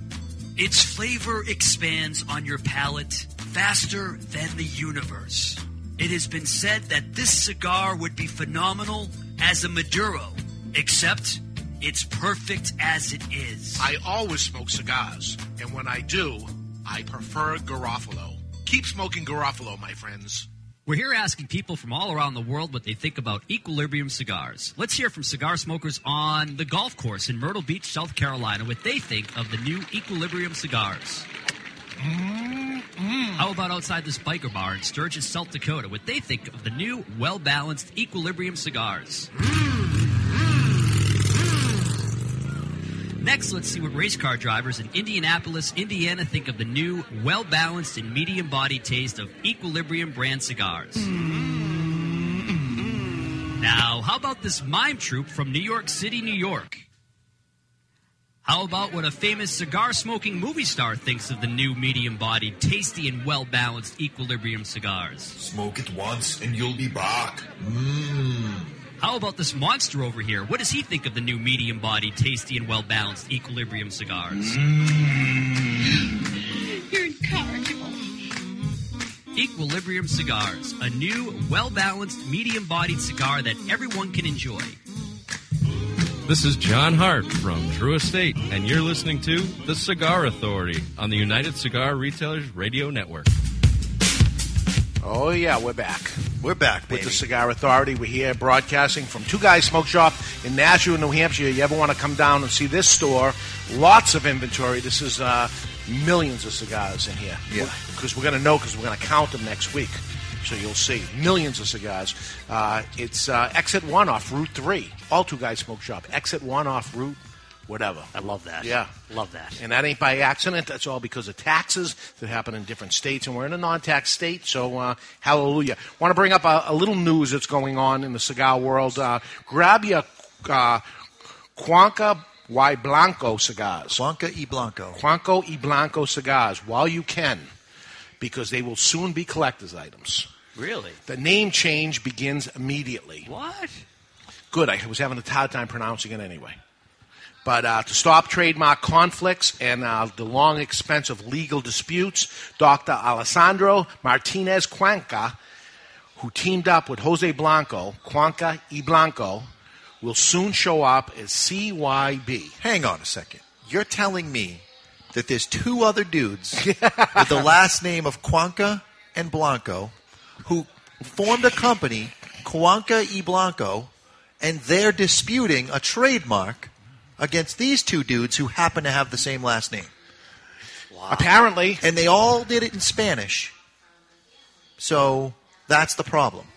Its flavor expands on your palate faster than the universe. It has been said that this cigar would be phenomenal as a Maduro, except it's perfect as it is. I always smoke cigars, and when I do, I prefer Garofalo. Keep smoking Garofalo, my friends. We're here asking people from all around the world what they think about Equilibrium cigars. Let's hear from cigar smokers on the golf course in Myrtle Beach, South Carolina, what they think of the new Equilibrium cigars. Mm-hmm. How about outside this biker bar in Sturgis, South Dakota, what they think of the new, well balanced Equilibrium cigars? Next, let's see what race car drivers in Indianapolis, Indiana think of the new, well balanced and medium bodied taste of Equilibrium brand cigars. Now, how about this mime troupe from New York City, New York? How about what a famous cigar smoking movie star thinks of the new medium bodied, tasty, and well balanced Equilibrium cigars? Smoke it once and you'll be back. Mmm. How about this monster over here? What does he think of the new medium bodied, tasty, and well balanced Equilibrium cigars? Hmm. You're incorrigible. Equilibrium Cigars, a new, well balanced, medium bodied cigar that everyone can enjoy. This is John Hart from True Estate, and you're listening to The Cigar Authority on the United Cigar Retailers Radio Network. Oh yeah, we're back. We're back with the Cigar Authority. We're here broadcasting from Two Guys Smoke Shop in Nashua, New Hampshire. You ever want to come down and see this store? Lots of inventory. This is uh, millions of cigars in here. Yeah. because we're going to know because we're going to count them next week. So you'll see millions of cigars. Uh, it's uh, Exit One off Route Three. All Two Guys Smoke Shop. Exit One off Route whatever. I love that. Yeah. Love that. And that ain't by accident. That's all because of taxes that happen in different states, and we're in a non-tax state. So uh, hallelujah. Want to bring up a, a little news that's going on in the cigar world. Uh, grab your uh, Cuanca Y Blanco cigars. Cuanca y Blanco. Cuanco y Blanco cigars while you can, because they will soon be collector's items. Really? The name change begins immediately. What? Good. I was having a hard time pronouncing it anyway. But uh, to stop trademark conflicts and uh, the long, expensive legal disputes, Dr. Alessandro Martinez Cuenca, who teamed up with Jose Blanco, Cuenca y Blanco, will soon show up as CYB. Hang on a second. You're telling me that there's two other dudes with the last name of Cuanca and Blanco who formed a company, Cuanca y Blanco, and they're disputing a trademark against these two dudes who happen to have the same last name. Apparently. And they all did it in Spanish. So that's the problem.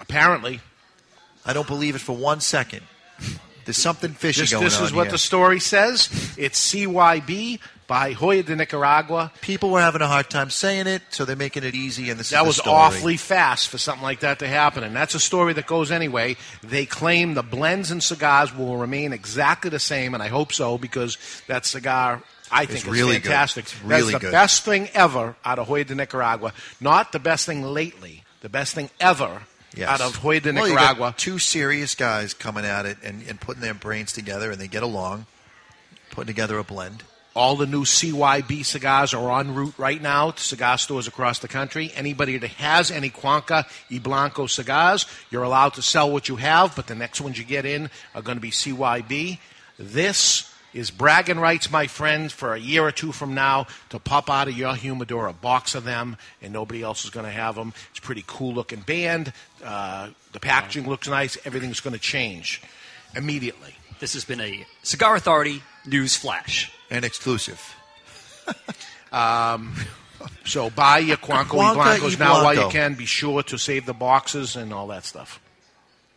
Apparently. I don't believe it for one second. There's something fishy This, going this on is what here. the story says. It's CYB by Hoya de Nicaragua. People were having a hard time saying it, so they're making it easy. And this is That the was story. awfully fast for something like that to happen, and that's a story that goes anyway. They claim the blends and cigars will remain exactly the same, and I hope so because that cigar I It's think is really good. fantastic. It's really that's the good. best thing ever out of Hoya de Nicaragua. Not the best thing lately. The best thing ever Yes. out of Hoya de Well, you Nicaragua. got two serious guys coming at it and, and putting their brains together, and they get along, putting together a blend. All the new CYB cigars are en route right now to cigar stores across the country. Anybody that has any Cuanca y Blanco cigars, you're allowed to sell what you have, but the next ones you get in are going to be CYB. This is bragging rights, my friends, for a year or two from now to pop out of your humidor a box of them, and nobody else is going to have them. It's a pretty cool looking band. Uh, the packaging looks nice. Everything's going to change immediately. This has been a Cigar Authority news flash. And exclusive. Um, so buy your Quanco y Cuanco y Blancos now while you Blanco. can. Be sure to save the boxes and all that stuff.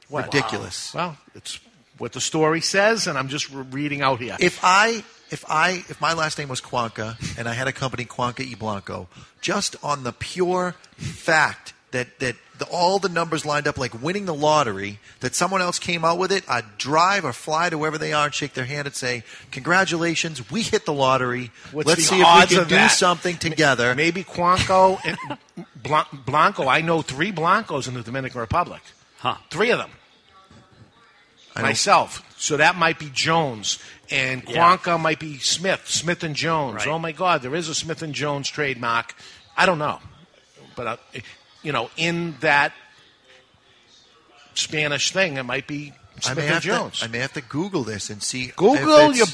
What? Ridiculous. Well, it's what the story says, and I'm just re- reading out here. If I if I if my last name was Quanca and I had a company Quanca y Blanco, just on the pure fact that that the, all the numbers lined up like winning the lottery. That someone else came out with it. I'd drive or fly to wherever they are and shake their hand and say, "Congratulations, we hit the lottery. What's Let's the see if odds we can of do that?" something together." Maybe Quanco and Blan- Blanco. I know three Blancos in the Dominican Republic. Huh. Three of them. I don't- Myself. So that might be Jones. And Yeah. Quanca might be Smith, Smith and Jones. Right. Oh my God, there is a Smith and Jones trademark. I don't know. But, uh, you know, in that Spanish thing, it might be I Smith may and have Jones. to I may have to Google this and see. if Google it's- your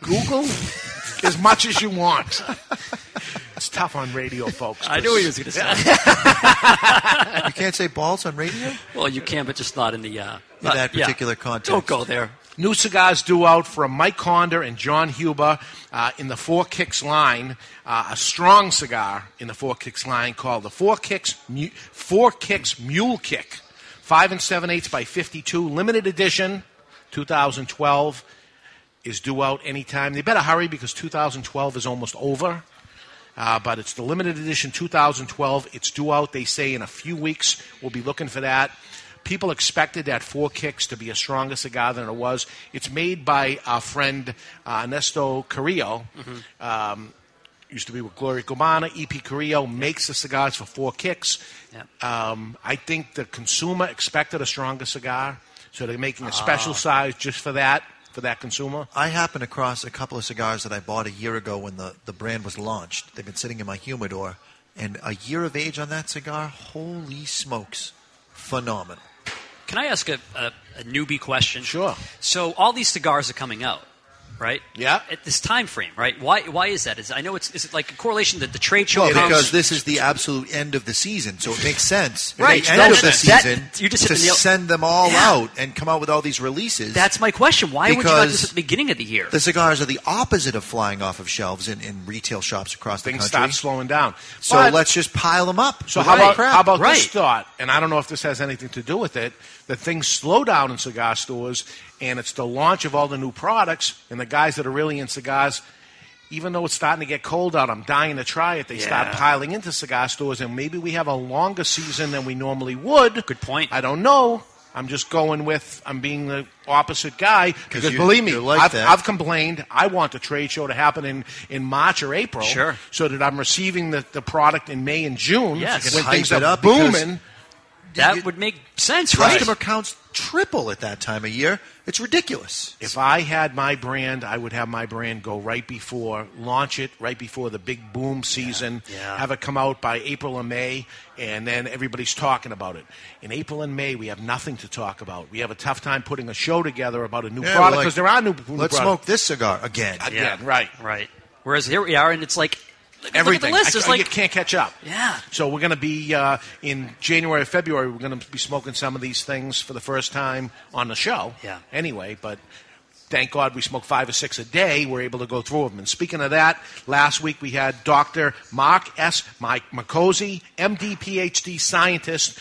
Google as much as you want. It's tough on radio, folks. I knew he was going to say. you can't say balls on radio. Well, you can, but just not in the uh, In that yeah. particular context. Don't go there. New cigars due out from Mike Conder and John Huber uh, in the Four Kicks line. Uh, a strong cigar in the Four Kicks line called the Four Kicks Mu- Four Kicks Mule Kick, five and seven eighths by fifty-two, limited edition, 2012 is due out anytime. They better hurry because 2012 is almost over. Uh, but it's the limited edition 2012. It's due out, they say, in a few weeks. We'll be looking for that. People expected that Four Kicks to be a stronger cigar than it was. It's made by our friend uh, Ernesto Carrillo. Mm-hmm. Um, used to be with Gloria Cubana. EP Carrillo makes the cigars for Four Kicks. Um, I think the consumer expected a stronger cigar, so they're making a special Ah. size just for that, for that consumer. I happened across a couple of cigars that I bought a year ago when the, the brand was launched. They've been sitting in my humidor. And a year of age on that cigar, holy smokes, phenomenal. Can I ask a, a, a newbie question? Sure. So all these cigars are coming out, right? Yeah. At this time frame, right? Why? Why is that? Is I know it's is it like a correlation that the trade show Well, comes- because this is the absolute end of the season, so it makes sense. at Right, the end of the that's- that- season you just hit to the nail- send them all Yeah. out and come out with all these releases. That's my question. Why would you not do this Because at the beginning of the year? the cigars are the opposite of flying off of shelves in, in retail shops across the Things country. start slowing down. So But- let's just pile them up. So with how all the about crap. how about this thought? And I don't know if this has anything to do with it. That things slow down in cigar stores, and it's the launch of all the new products, and the guys that are really in cigars. Even though it's starting to get cold out, I'm dying to try it. They start Yeah. piling into cigar stores, and maybe we have a longer season than we normally would. Good point. I don't know. I'm just going with I'm being the opposite guy because you- believe me, you're like I've, that. I've complained. I want the trade show to happen in, in March or April, Sure. so that I'm receiving the, the product in May and June Yes. when Hype things it are up because- booming. That would make sense, Customer counts triple at that time of year. It's ridiculous. If I had my brand, I would have my brand go right before launch it, right before the big boom season. yeah. Have it come out by April or May, and then everybody's talking about it. In April and May, we have nothing to talk about. We have a tough time putting a show together about a new Yeah, product like, because there are new. new Let's products. smoke this cigar again. Again, uh, right, right. Whereas here we are, and it's like look, Everything. Look at the list I- is I- like you can't catch up. Yeah. So we're going to be uh, in January, or February. We're going to be smoking some of these things for the first time on the show. Yeah. Anyway, but thank God we smoke five or six a day. We're able to go through them. And speaking of that, last week we had Doctor Mark S. Mike McCosey, MD, PhD, scientist.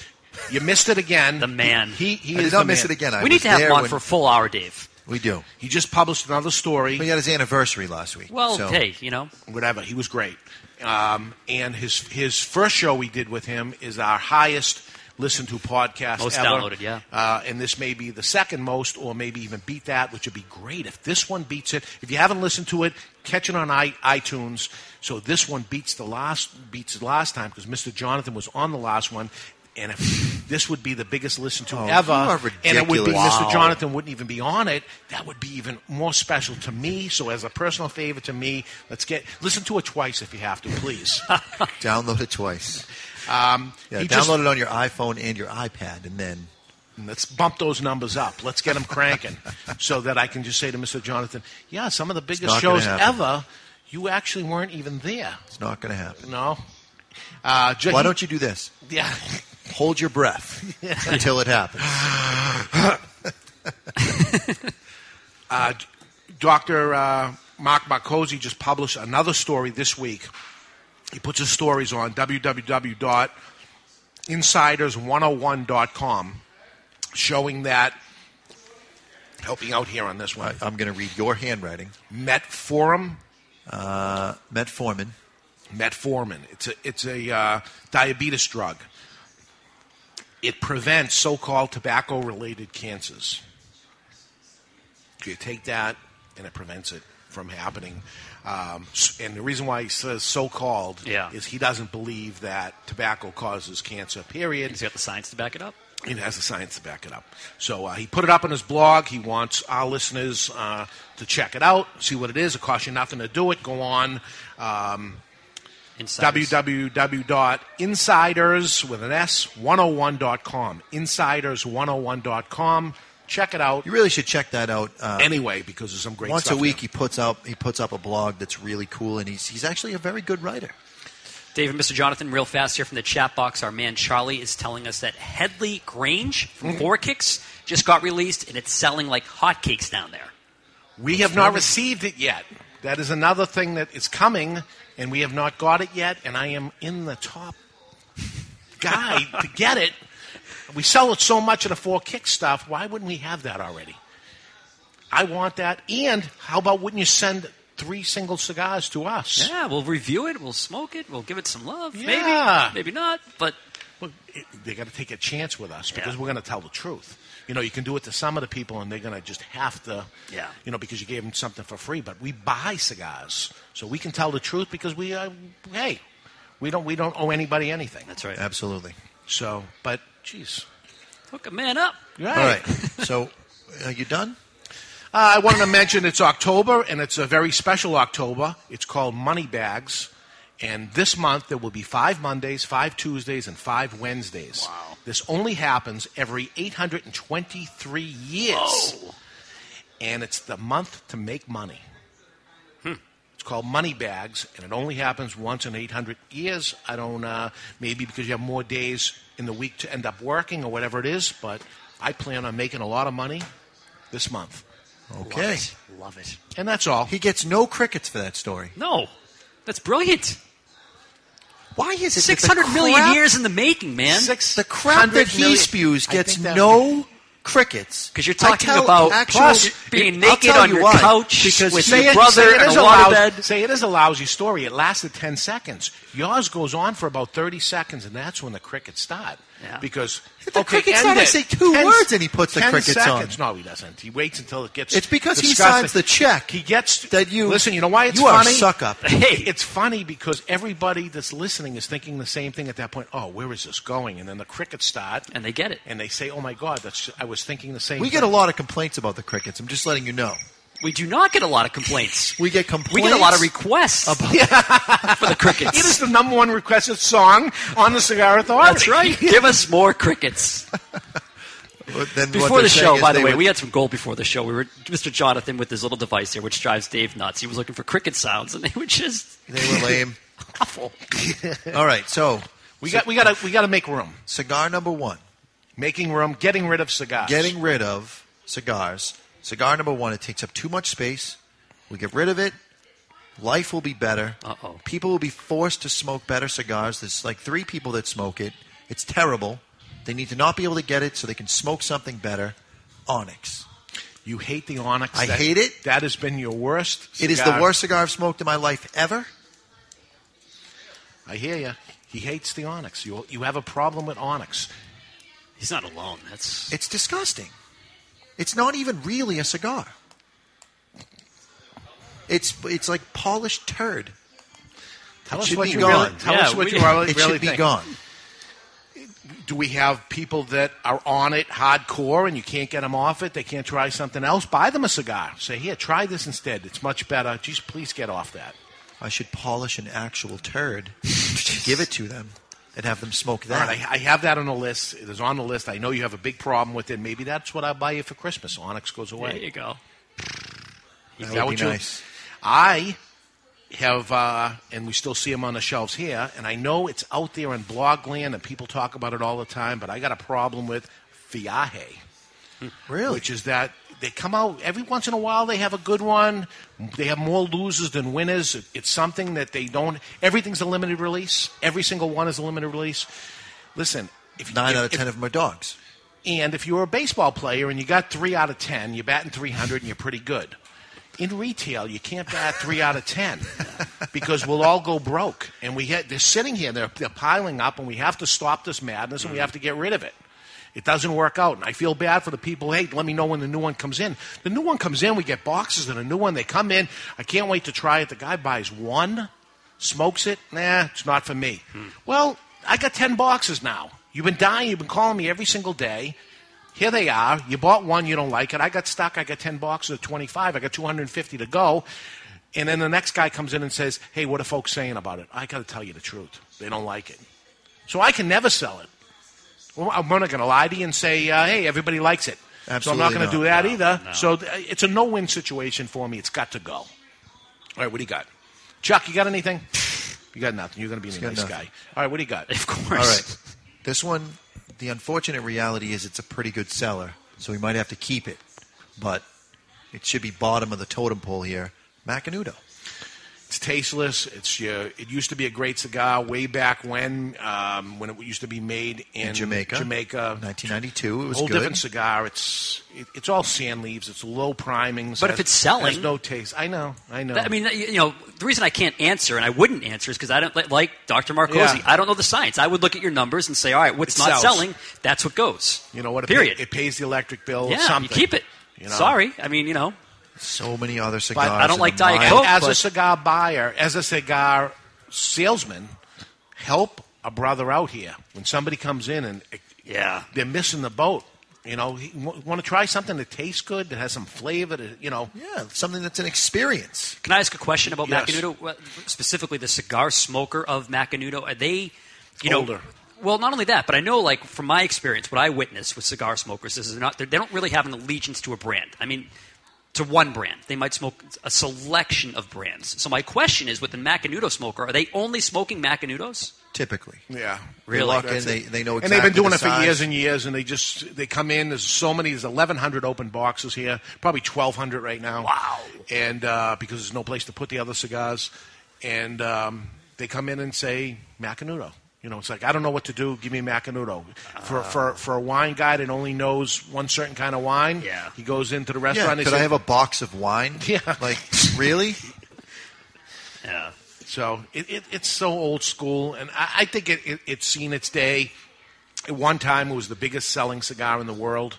You missed it again. The man. He he, I is did not the miss man. it again. I we need was to have there him on when- for a full hour, Dave. We do. He just published another story. He had his anniversary last week. Well, so. hey, you know, whatever. He was great. Um, and his his first show we did with him is our highest listened to podcast Most ever. downloaded, yeah. Uh, and this may be the second most, or maybe even beat that, which would be great if this one beats it. If you haven't listened to it, catch it on I- iTunes. So this one beats the last beats the last time because Mr. Jonathan was on the last one. And if this would be the biggest listened to Oh, ever, you are and it would be ridiculous. Mr. Wow. Jonathan. Jonathan wouldn't even be on it, that would be even more special to me. So, as a personal favor to me, let's get listen to it twice if you have to, please. Download it twice. Um, Yeah, download he just- it on your iPhone and your iPad, and then let's bump those numbers up. Let's get them cranking, so that I can just say to Mr. Jonathan, "Yeah, some of the biggest not gonna shows happen. ever, you actually weren't even there." it's not going to happen. No. Uh, Ju- Why don't you do this? Yeah. Hold your breath until it happens. Uh, Dr. Uh, Mark Marcosi just published another story this week. He puts his stories on www.insiders101.com, showing that, help me out here on this one, I'm going to read your handwriting. metformin. Uh, metformin. Metformin. It's a, it's a uh, diabetes drug. it prevents so-called tobacco-related cancers. So you take that, and it prevents it from happening. Um, s- and the reason why he says so-called Yeah. is he doesn't believe that tobacco causes cancer. Period. He's got the science to back it up. It has the science to back it up. So uh, he put it up on his blog. He wants our listeners uh, to check it out, see what it is. It costs you nothing to do it. Go on. Um, E Insiders. www.insiders with an S 101.com. Insiders101.com. Check it out. You really should check that out. Uh, anyway, because there's some great once stuff a week he puts out he puts up a blog that's really cool, and he's he's actually a very good writer. Dave and Mr. Jonathan, real fast here from the chat box. Our man Charlie is telling us that Headley Grange from Mhm. Four Kicks just got released and it's selling like hotcakes down there. We have not received it yet. That is another thing that is coming, and we have not got it yet. And I am in the top guy to get it. We sell it so much of the four kick stuff. Why wouldn't we have that already? I want that. And how about wouldn't you send three single cigars to us? Yeah, we'll review it, we'll smoke it, we'll give it some love. Yeah. Maybe, maybe not, but They got to take a chance with us because we're going to tell the truth. You know, you can do it to some of the people, and they're going to just have to yeah. you know, because you gave them something for free. But we buy cigars, so we can tell the truth because we, uh, hey, we don't we don't owe anybody anything. That's right. Absolutely. So, but jeez, Hook a man up. Right. All right. so, are you done? Uh, I wanted to mention it's October, and it's a very special October. It's called Money Bags, and this month there will be five Mondays, five Tuesdays, and five Wednesdays. Wow! This only happens every 823 years, Oh. and it's the month to make money. Hmm. It's called Money Bags, and it only happens once in 800 years. I don't, uh, maybe because you have more days in the week to end up working or whatever it is, but I plan on making a lot of money this month. Okay. Love it. And that's all. He gets no crickets for that story. No. That's brilliant. Why is it that the 600 million crap- years in the making, man? The crap that he spews gets no crickets. Because you're I talking tell about actual- plus I'll being naked tell on you your why. couch Because with say your it- brother say it in a is water allowed- bed. Say it is a lousy story. It lasted 10 seconds. Yours goes on for about 30 seconds, and that's when the crickets start. Because The okay, crickets end start, I it. say two words, and he puts the 10 crickets seconds. No, he doesn't. He waits until it gets. It's because he disgusting. signs the check. He gets that you Listen, you know why it's you funny? are a suck up. Hey, it's funny because everybody that's listening is thinking the same thing at that point. Oh, where is this going? And then the crickets start, and they get it, and they say, "Oh my God, that's I was thinking the same." We thing. get a lot of complaints about the crickets. I'm just letting you know. We do not get a lot of complaints. we get complaints. We get a lot of requests. for the crickets. It is the number one requested song on the Cigar Authority. That's right. Give us more crickets. then what before they're the show, saying by is the they way, would- we had some gold before the show. We were Mr. Jonathan with his little device here, which drives Dave nuts. He was looking for cricket sounds, and they were just They were lame. awful. All right, so We got we got to we got to make room. Cigar number one. Making room, getting rid of cigars. Getting rid of cigars. Cigar number one. It takes up too much space. We get rid of it. Life will be better. Uh oh. People will be forced to smoke better cigars. There's like three people that smoke it. It's terrible. They need to not be able to get it so they can smoke something better. Onyx. You hate the Onyx. I That- hate it. That has been your worst. It is the cigar. worst cigar I've smoked in my life ever. I hear you. He hates the Onyx. You you have a problem with Onyx. He's not alone. That's It's disgusting. It's not even really a cigar. It's it's like polished turd. Tell it us should what be you gone. really- tell us what you really- It really should be think. gone. Do we have people that are on it hardcore and you can't get them off it? They can't try something else. Buy them a cigar. Say here, try this instead. It's much better. Just please get off that. I should polish an actual turd, give it to them, and have them smoke All that. right, I, I have that on the list. It is on the list. I know you have a big problem with it. Maybe that's what I buy you for Christmas. Onyx goes away. There you go. That Is would what be you- nice. I have, uh, and we still see them on the shelves here. And I know it's out there in blog land, and people talk about it all the time. But I got a problem with Viaje. Really? Which is that they come out every once in a while. They have a good one. They have more losers than winners. It's something that they don't. Everything's a limited release. Every single one is a limited release. Listen, if Nine if- out of ten if- of them are dogs. and if you're a baseball player and you got three out of ten, you're batting 300 and you're pretty good. In retail, you can't bat three out of ten because we'll all go Mm. broke. And we ha- they're sitting here, they're, they're piling up, and we have to stop this madness and we have to get rid of it. It doesn't work out. And I feel bad for the people. Hey, let me know when the new one comes in. The new one comes in, we get boxes and a new one. They come in. I can't wait to try it. The guy buys one, smokes it. Nah, it's not for me. Well, I got 10 boxes now. You've been dying. You've been calling me every single day. Here they are. You bought one, you don't like it. I got stuck. I got 10 boxes of 25. I got 250 to go. And then the next guy comes in and says, Hey, what are folks saying about it? I got to tell you the truth. They don't like it. So I can never sell it. Well, I'm not going to lie to you and say, uh, Hey, everybody likes it. so I'm Absolutely not going not. to do that No, either. no. So th- it's a no win situation for me. It's got to go. All right, what do you got? Chuck, you got anything? You got nothing. You're going to be He's a got nice nothing. guy. All right, what do you got? Of course. All right. This one, the unfortunate reality is it's a pretty good seller, so we might have to keep it. But it should be bottom of the totem pole here. Macanudo. It's tasteless. It's uh, it used to be a great cigar way back when um, when it used to be made in, In Jamaica. Jamaica, 1992. It was Oh. whole good. different cigar. It's it, it's all sand leaves. It's low primings. But has- if it's selling- has no taste. I know. I know. I mean, you know, the reason I can't answer and I wouldn't answer is because I don't li- like Dr. Marcosi. Yeah. I don't know the science. I would look at your numbers and say, all right, what's It not sells. selling? That's what goes. you know what? It Period. Pay, it pays the electric bill. yeah, or something. you keep it. You know? Sorry, I mean, you know, So many other But cigars. I don't in like the Diet mile- Coke. As a but- cigar buyer, as a cigar salesman, help a brother out here when somebody comes in and yeah, they're missing the boat. You know, want to try something that tastes good, that has some flavor. To, you know, yeah, something that's an experience. Can I ask a question about Yes. Macanudo? Well, Specifically, the cigar smoker of Macanudo. Are they, you know, Older. well, not only that, but I know, like from my experience, what I witness with cigar smokers is they're not, they're, they don't really have an allegiance to a brand. I mean, to one brand, they might smoke a selection of brands. So my question is, with the Macanudo smoker, are they only smoking Macanudos? Typically. Yeah, Really? They walk in, That's they, it. they know exactly and they've been doing the it for size. years and years, and they just they come in. There's so many. There's 1,100 open boxes here, probably 1,200 right now. Wow! And uh, because there's no place to put the other cigars, and um, they come in and say Macanudo. You know, it's like I don't know what to do. Give me Macanudo. Ah. For for for a wine guy that only knows one certain kind of wine, yeah. he goes into the Yeah, restaurant. could I have a box of wine? Yeah. Like, really? Yeah. So it, it, it's so old school, and I, I think it, it, it's seen its day. At one time, it was the biggest selling cigar in the world.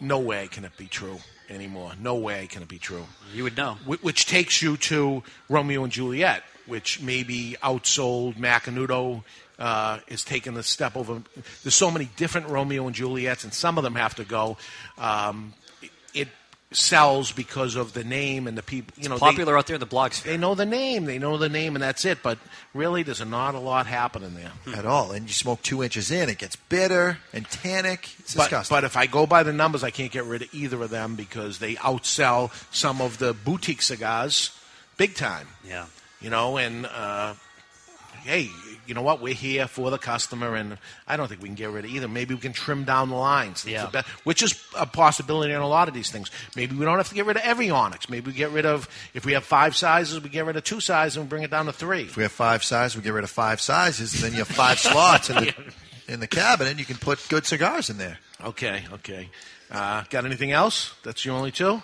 No way can it be true anymore. No way can it be true. You would know. Which, which takes you to Romeo and Juliet, which maybe outsold Macanudo. Uh, is taking the step over. There's so many different Romeo and Juliets, and some of them have to go. Um, it, it sells because of the name and the people. You know, they- Popular out there in the blog sphere. they know the name. They know the name, and that's it. But really, there's not a lot happening there. At all. And you smoke two inches in, it gets bitter and tannic. It's But, disgusting. but if I go by the numbers, I can't get rid of either of them because they outsell some of the boutique cigars big time. Yeah. You know, and uh, hey, you know what? We're here for the customer, and I don't think we can get rid of either. Maybe we can trim down the lines, That's Yeah. the be- which is a possibility on a lot of these things. Maybe we don't have to get rid of every onyx. Maybe we get rid of, if we have five sizes, we get rid of two sizes and bring it down to three. If we have five sizes, we get rid of five sizes, and then you have five slots in the, in the cabinet. You can put good cigars in there. Okay, okay. Uh, got anything else? That's your only two?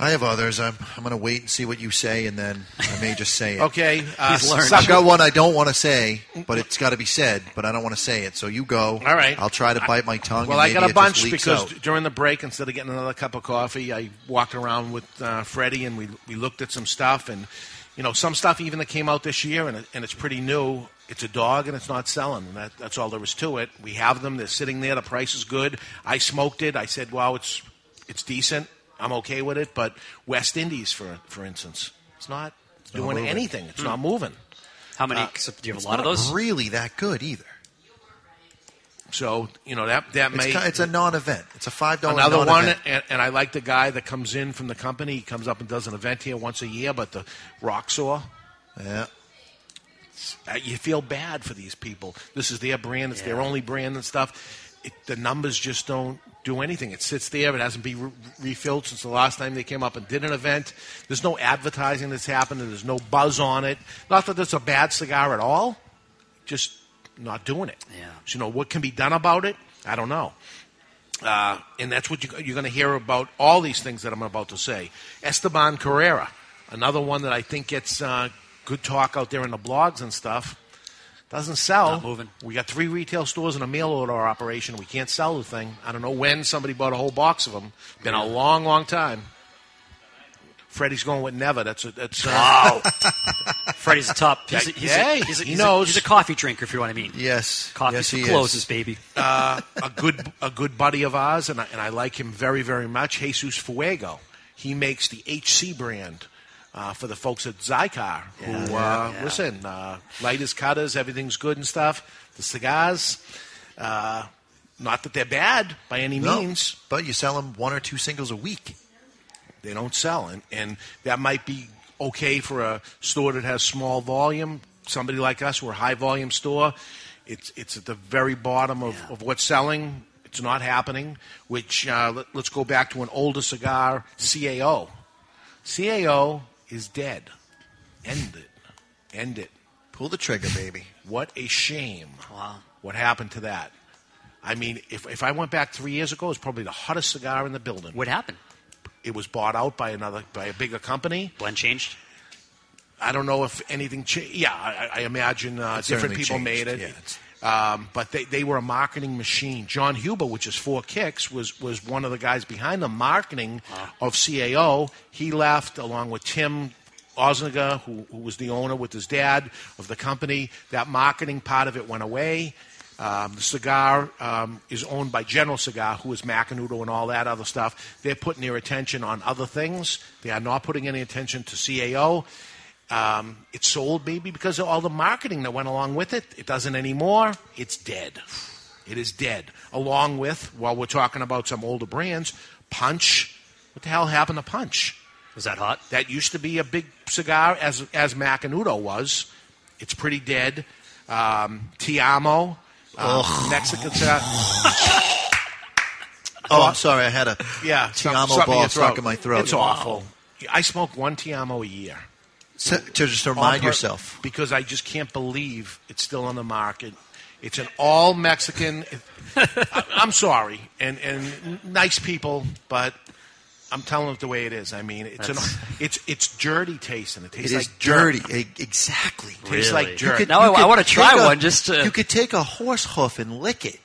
I have others. I'm, I'm going to wait and see what you say, and then I may just say it. Okay, uh, He's learned. I've got one I don't want to say, but it's got to be said, but I don't want to say it. So you go. All right. I'll try to bite my tongue. Well, and I maybe got a it just bunch leaks because out. d- during the break, instead of getting another cup of coffee, I walked around with uh, Freddie and we we looked at some stuff and you know some stuff even that came out this year and it, and it's pretty new. It's a dog and it's not selling. And that, that's all there is to it. We have them. They're sitting there. The price is good. I smoked it. I said, "Wow, it's it's decent. I'm okay with it." But West Indies, for for instance, it's not It's not doing moving. anything. It's Hmm. not moving. How many? Uh, so do you have It's a lot of not those? really that good either. So you know that that It's, may ki- it's a non-event. It's a five dollar another non-event. one and, and i like the guy that comes in from the company he comes up and does an event here once a year but the rock saw Uh, yeah you feel bad for these people this is their brand it's their only brand and stuff it, the numbers just don't do anything it sits there it hasn't been re- refilled since the last time they came up and did an event there's no advertising that's happened and there's no buzz on it not that it's a bad cigar at all just not doing it yeah so you know what can be done about it i don't know uh, and that's what you, you're going to hear about all these things that I'm about to say. Esteban Carrera, another one that I think gets uh, good talk out there in the blogs and stuff. Doesn't sell. Not moving. We got three retail stores and a mail order operation. We can't sell the thing. I don't know when somebody bought a whole box of them. Been a long, long time. Freddie's going with never. That's a, that's uh, Wow. Freddie's a top. He's a, he's a- Hey, he's a- he he's a- knows. he's a coffee drinker, if you know what I mean. Yes. Coffee's yes, for he closes, is. baby. Uh, a good a good buddy of ours, and I, and I like him very very much. Jesus Fuego, he makes the HC brand. Uh, for the folks at Zycar, who Yeah, uh, yeah, yeah. listen, uh, lighters, cutters, everything's good and stuff. The cigars, uh, not that they're bad by any No, means, but you sell them one or two singles a week. They don't sell, and, and that might be okay for a store that has small volume. Somebody like us, we're a high volume store. It's it's at the very bottom of, of what's selling. It's not happening. Which uh, let, let's go back to an older cigar, CAO. CAO is dead. End it. End it. Pull the trigger, baby. What a shame. Wow. What happened to that? I mean, if, if I went back three years ago, it was probably the hottest cigar in the building. What happened? It was bought out by another by a bigger company. Blend changed. I don't know if anything. Cha- yeah, I, I imagine uh, It different certainly people changed, made it. yeah. Um, but they, they were a marketing machine. John Huber, which is Four Kicks, was was one of the guys behind the marketing of CAO. He left along with Tim Osniger, who, who was the owner with his dad of the company. That marketing part of it went away. Um, the cigar um, is owned by General Cigar, who is Macanudo and all that other stuff. They're putting their attention on other things. They are not putting any attention to CAO um, it sold maybe because of all the marketing that went along with it. It doesn't anymore. It's dead. It is dead. Along with, while we're talking about some older brands, Punch. What the hell happened to Punch? Was that hot? That used to be a big cigar, as as Macanudo was. It's pretty dead. Um, Tiamo, um, Mexican cigar. Oh, I'm sorry. I had a Yeah, some- Tiamo something in ball your stuck in my throat. It's awful. I smoke one Tiamo a year. So- to just On remind pur- yourself. because I just can't believe it's still on the market. It's an all Mexican. I, I'm sorry, and and nice people, but I'm telling it the way it is. I mean, it's an, That's- it's it's dirty tasting. It It tastes is like dirty. dirt. E- Exactly. Tastes Really? like jerk. You could- Now you I- I could wanna try take a- one just to- You could take a horse hoof and lick it,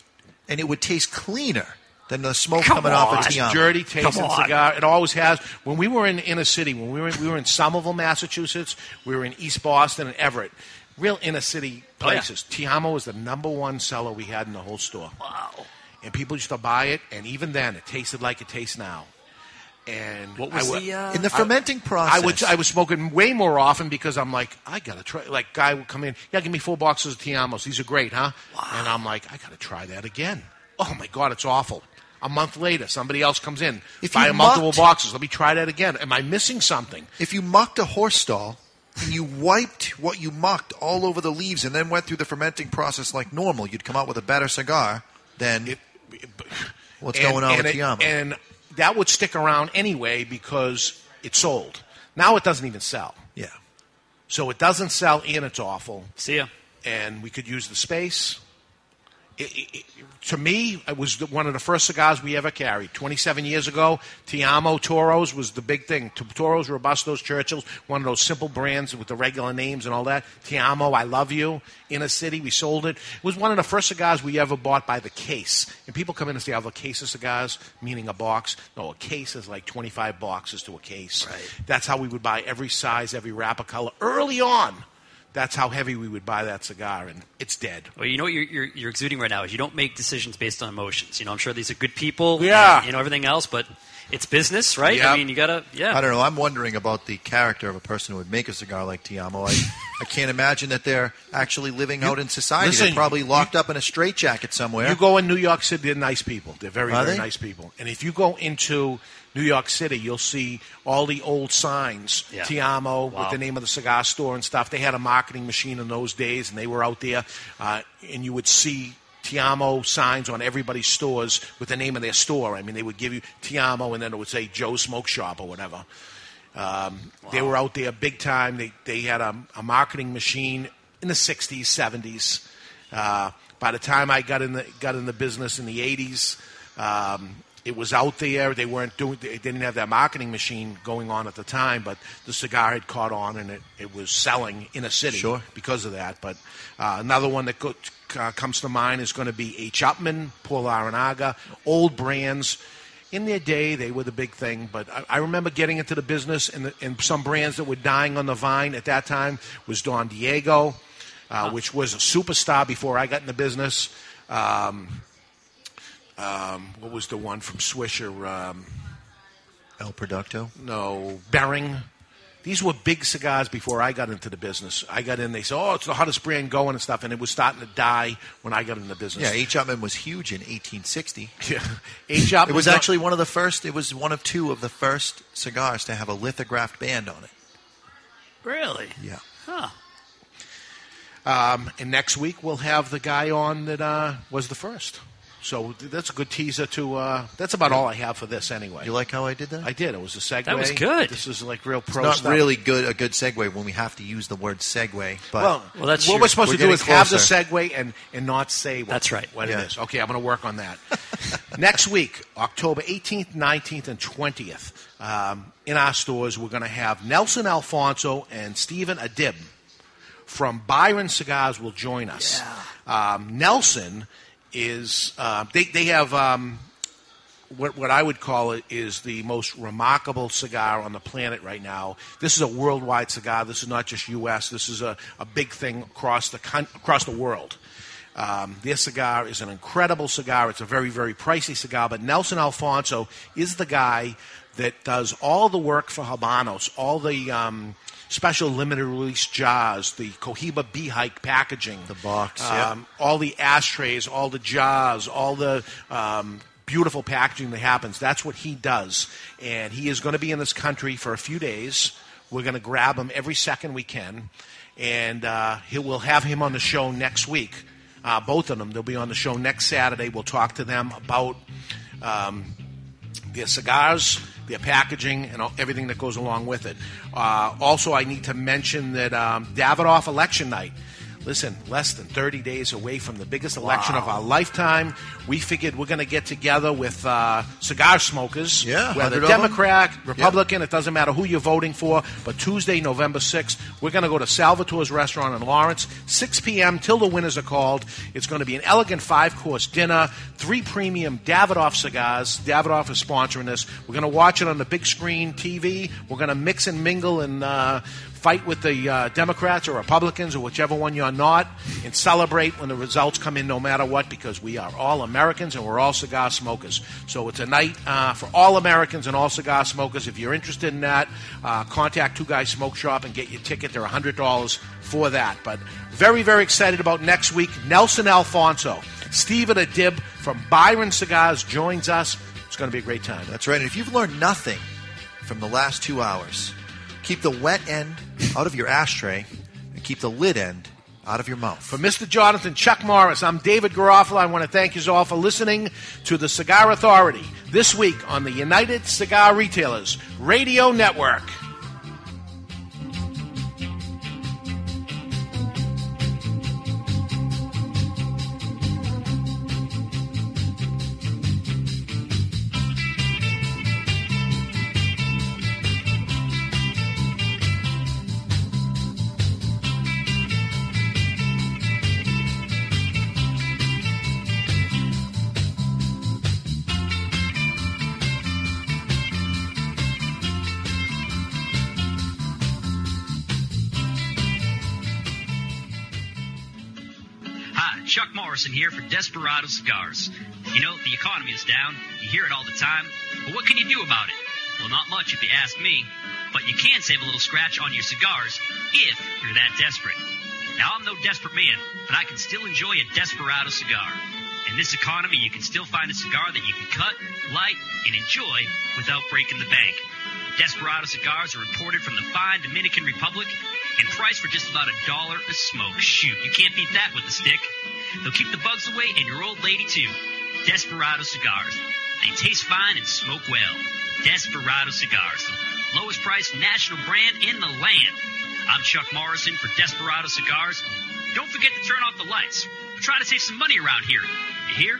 and it would taste cleaner than the smoke coming off a It's Tiamo. dirty Come tasting on. cigar. It always has. When we were in inner city, when we were we were in Somerville, Massachusetts, we were in East Boston and Everett, real inner city Oh, yeah. places. Tiamo was the number one seller we had in the whole store. Wow. And people used to buy it, and even then, it tasted like it tastes now. And What was I wa- the, uh, In the I- fermenting I was process. I was smoking way more often because I'm like I gotta try. Like guy would come in, yeah, give me four boxes of Tiamos. These are great, huh? And I'm like I gotta try that again. Oh my god, it's awful. A month later, somebody else comes in, If buy you a multiple mucked- boxes. Let me try that again. Am I missing something? If you mucked a horse stall and you wiped what you mucked all over the leaves and then went through the fermenting process like normal, you'd come out with a better cigar than what's And- going on and with it- Tiamo. And that would stick around anyway because it sold. Now it doesn't even sell. Yeah. So it doesn't sell and it's awful. See ya. And we could use the space. It- it- it- to me, it was the, one of the first cigars we ever carried. 27 years ago, Tiamo Toros was the big thing. T- Toros, Robustos, Churchill's, one of those simple brands with the regular names and all that. Tiamo, I love you. Inner City, we sold it. It was one of the first cigars we ever bought by the case. And people come in and say, I have a case of cigars, meaning a box. No, a case is like 25 boxes to a case. That's how we would buy every size, every wrapper color early on. That's how heavy we would buy that cigar, and it's dead. Well, you know what you're, you're, you're exuding right now is you don't make decisions based on emotions. You know, I'm sure these are good people. Yeah. and, You know everything else, but it's business, right? Yeah. I mean, you gotta. Yeah. I don't know. I'm wondering about the character of a person who would make a cigar like Tiamo. I, I can't imagine that they're actually living out in society. listen, they're probably locked up in a straitjacket somewhere. You go in New York City, they're nice people. They're very, Are very they? nice people. And if you go into New York City, you'll see all the old signs, Yeah. Tiamo, Wow. with the name of the cigar store and stuff. They had a marketing machine in those days, and they were out there, uh, and you would see. Tiamo signs on everybody's stores with the name of their store. I mean, they would give you Tiamo, and then it would say Joe Smoke Shop or whatever. Um, They were out there big time. They they had a, a marketing machine in the '60s, '70s. Uh, by the time I got in the got in the business in the '80s, um, It was out there. They weren't doing. They didn't have that marketing machine going on at the time, but the cigar had caught on and it, it was selling in a city Sure. because of that. But uh, another one that go, uh, comes to mind is going to be H. Upman, Paul Arenaga, old brands. In their day, they were the big thing, but I, I remember getting into the business, and, the, and some brands that were dying on the vine at that time was Don Diego, uh, which was a superstar before I got in the business. Um, um, what was the one from Swisher? Um, El Producto. no, Bering. These were big cigars before I got into the business. I got in, they said, oh, it's the hottest brand going and stuff, and it was starting to die when I got in the business. Yeah, H. Upman was huge in 1860. Yeah, H. Upman. It was actually one of the first. It was one of two of the first cigars to have a lithographed band on it. Really? Yeah. Huh. Um, and next week we'll have the guy on that uh, was the first. So th- that's a good teaser to. Uh, that's about all I have for this anyway. You like how I did that? I did. It was a segue. That was good. This is like real It's pro. not stuff. really good a good segue when we have to use the word segue. But well, what we're supposed to do is have the segue and, and not say what, That's right. what Yeah. it is. Okay, I'm going to work on that. Next week, October 18th, 19th, and 20th, um, in our stores, we're going to have Nelson Alfonso and Stephen Adib from Byron Cigars will join us. Um, Nelson is, uh, they, they have. Um, what, what I would call it is the most remarkable cigar on the planet right now. This is a worldwide cigar. This is not just U.S. This is a, a big thing across the con- across the world. Um, this cigar is an incredible cigar. It's a very very pricey cigar, but Nelson Alfonso is the guy that does all the work for Habanos, all the um, special limited release jars, the Cohiba Beehike packaging, the box, yeah. um, all the ashtrays, all the jars, all the um, beautiful packaging that happens. That's what he does, and he is going to be in this country for a few days. We're going to grab him every second we can, and uh, he, we'll have him on the show next week. Uh, both of them, they'll be on the show next Saturday. We'll talk to them about um, their cigars, their packaging, and all, everything that goes along with it. Uh, also, I need to mention that um, Davidoff election night. Listen, less than 30 days away from the biggest election of our lifetime, we figured we're going to get together with uh, cigar smokers, yeah, 100 whether of 'em. Democrat, Republican, it doesn't matter who you're voting for. But Tuesday, November 6th, we're going to go to Salvatore's Restaurant in Lawrence, 6 p.m. till the winners are called. It's going to be an elegant five course dinner, three premium Davidoff cigars. Davidoff is sponsoring this. We're going to watch it on the big screen TV. We're going to mix and mingle and uh, fight with the uh, Democrats or Republicans or whichever one you're not, and celebrate when the results come in, no matter what, because we are all Americans and we're all cigar smokers. So it's a night uh, for all Americans and all cigar smokers. If you're interested in that, uh, contact Two Guys Smoke Shop and get your ticket. They're hundred dollars for that. But very, very excited about next week. Nelson Alfonso, Stephen Adib from Byron Cigars joins us. It's going to be a great time. That's right. And if you've learned nothing from the last two hours, keep the wet end out of your ashtray and keep the lid end out of your mouth. For Mr. Jonathan Chuck Morris, I'm David Garofalo. I want to thank you all for listening to the Cigar Authority this week on the United Cigar Retailers Radio Network. Hi, Chuck Morrison here for Desperado Cigars. You know, the economy is down. You hear it all the time. But what can you do about it? Well, not much if you ask me. But you can save a little scratch on your cigars if you're that desperate. Now, I'm no desperate man, but I can still enjoy a Desperado cigar. In this economy, you can still find a cigar that you can cut, light, and enjoy without breaking the bank. Desperado cigars are imported from the fine Dominican Republic and priced for just about a dollar a smoke. Shoot, you can't beat that with a stick. They'll keep the bugs away and your old lady too. Desperado cigars. They taste fine and smoke well. Desperado cigars. the Lowest priced national brand in the land. I'm Chuck Morrison for Desperado Cigars. Don't forget to turn off the lights. We're trying to save some money around here. You hear?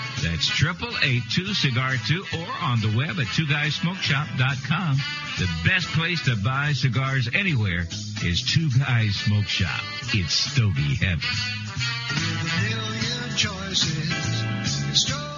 That's triple eight two cigar two, or on the web at two guysmokeshop.com. The best place to buy cigars anywhere is Two Guys Smoke Shop. It's Stogie Heaven. Million choices. It's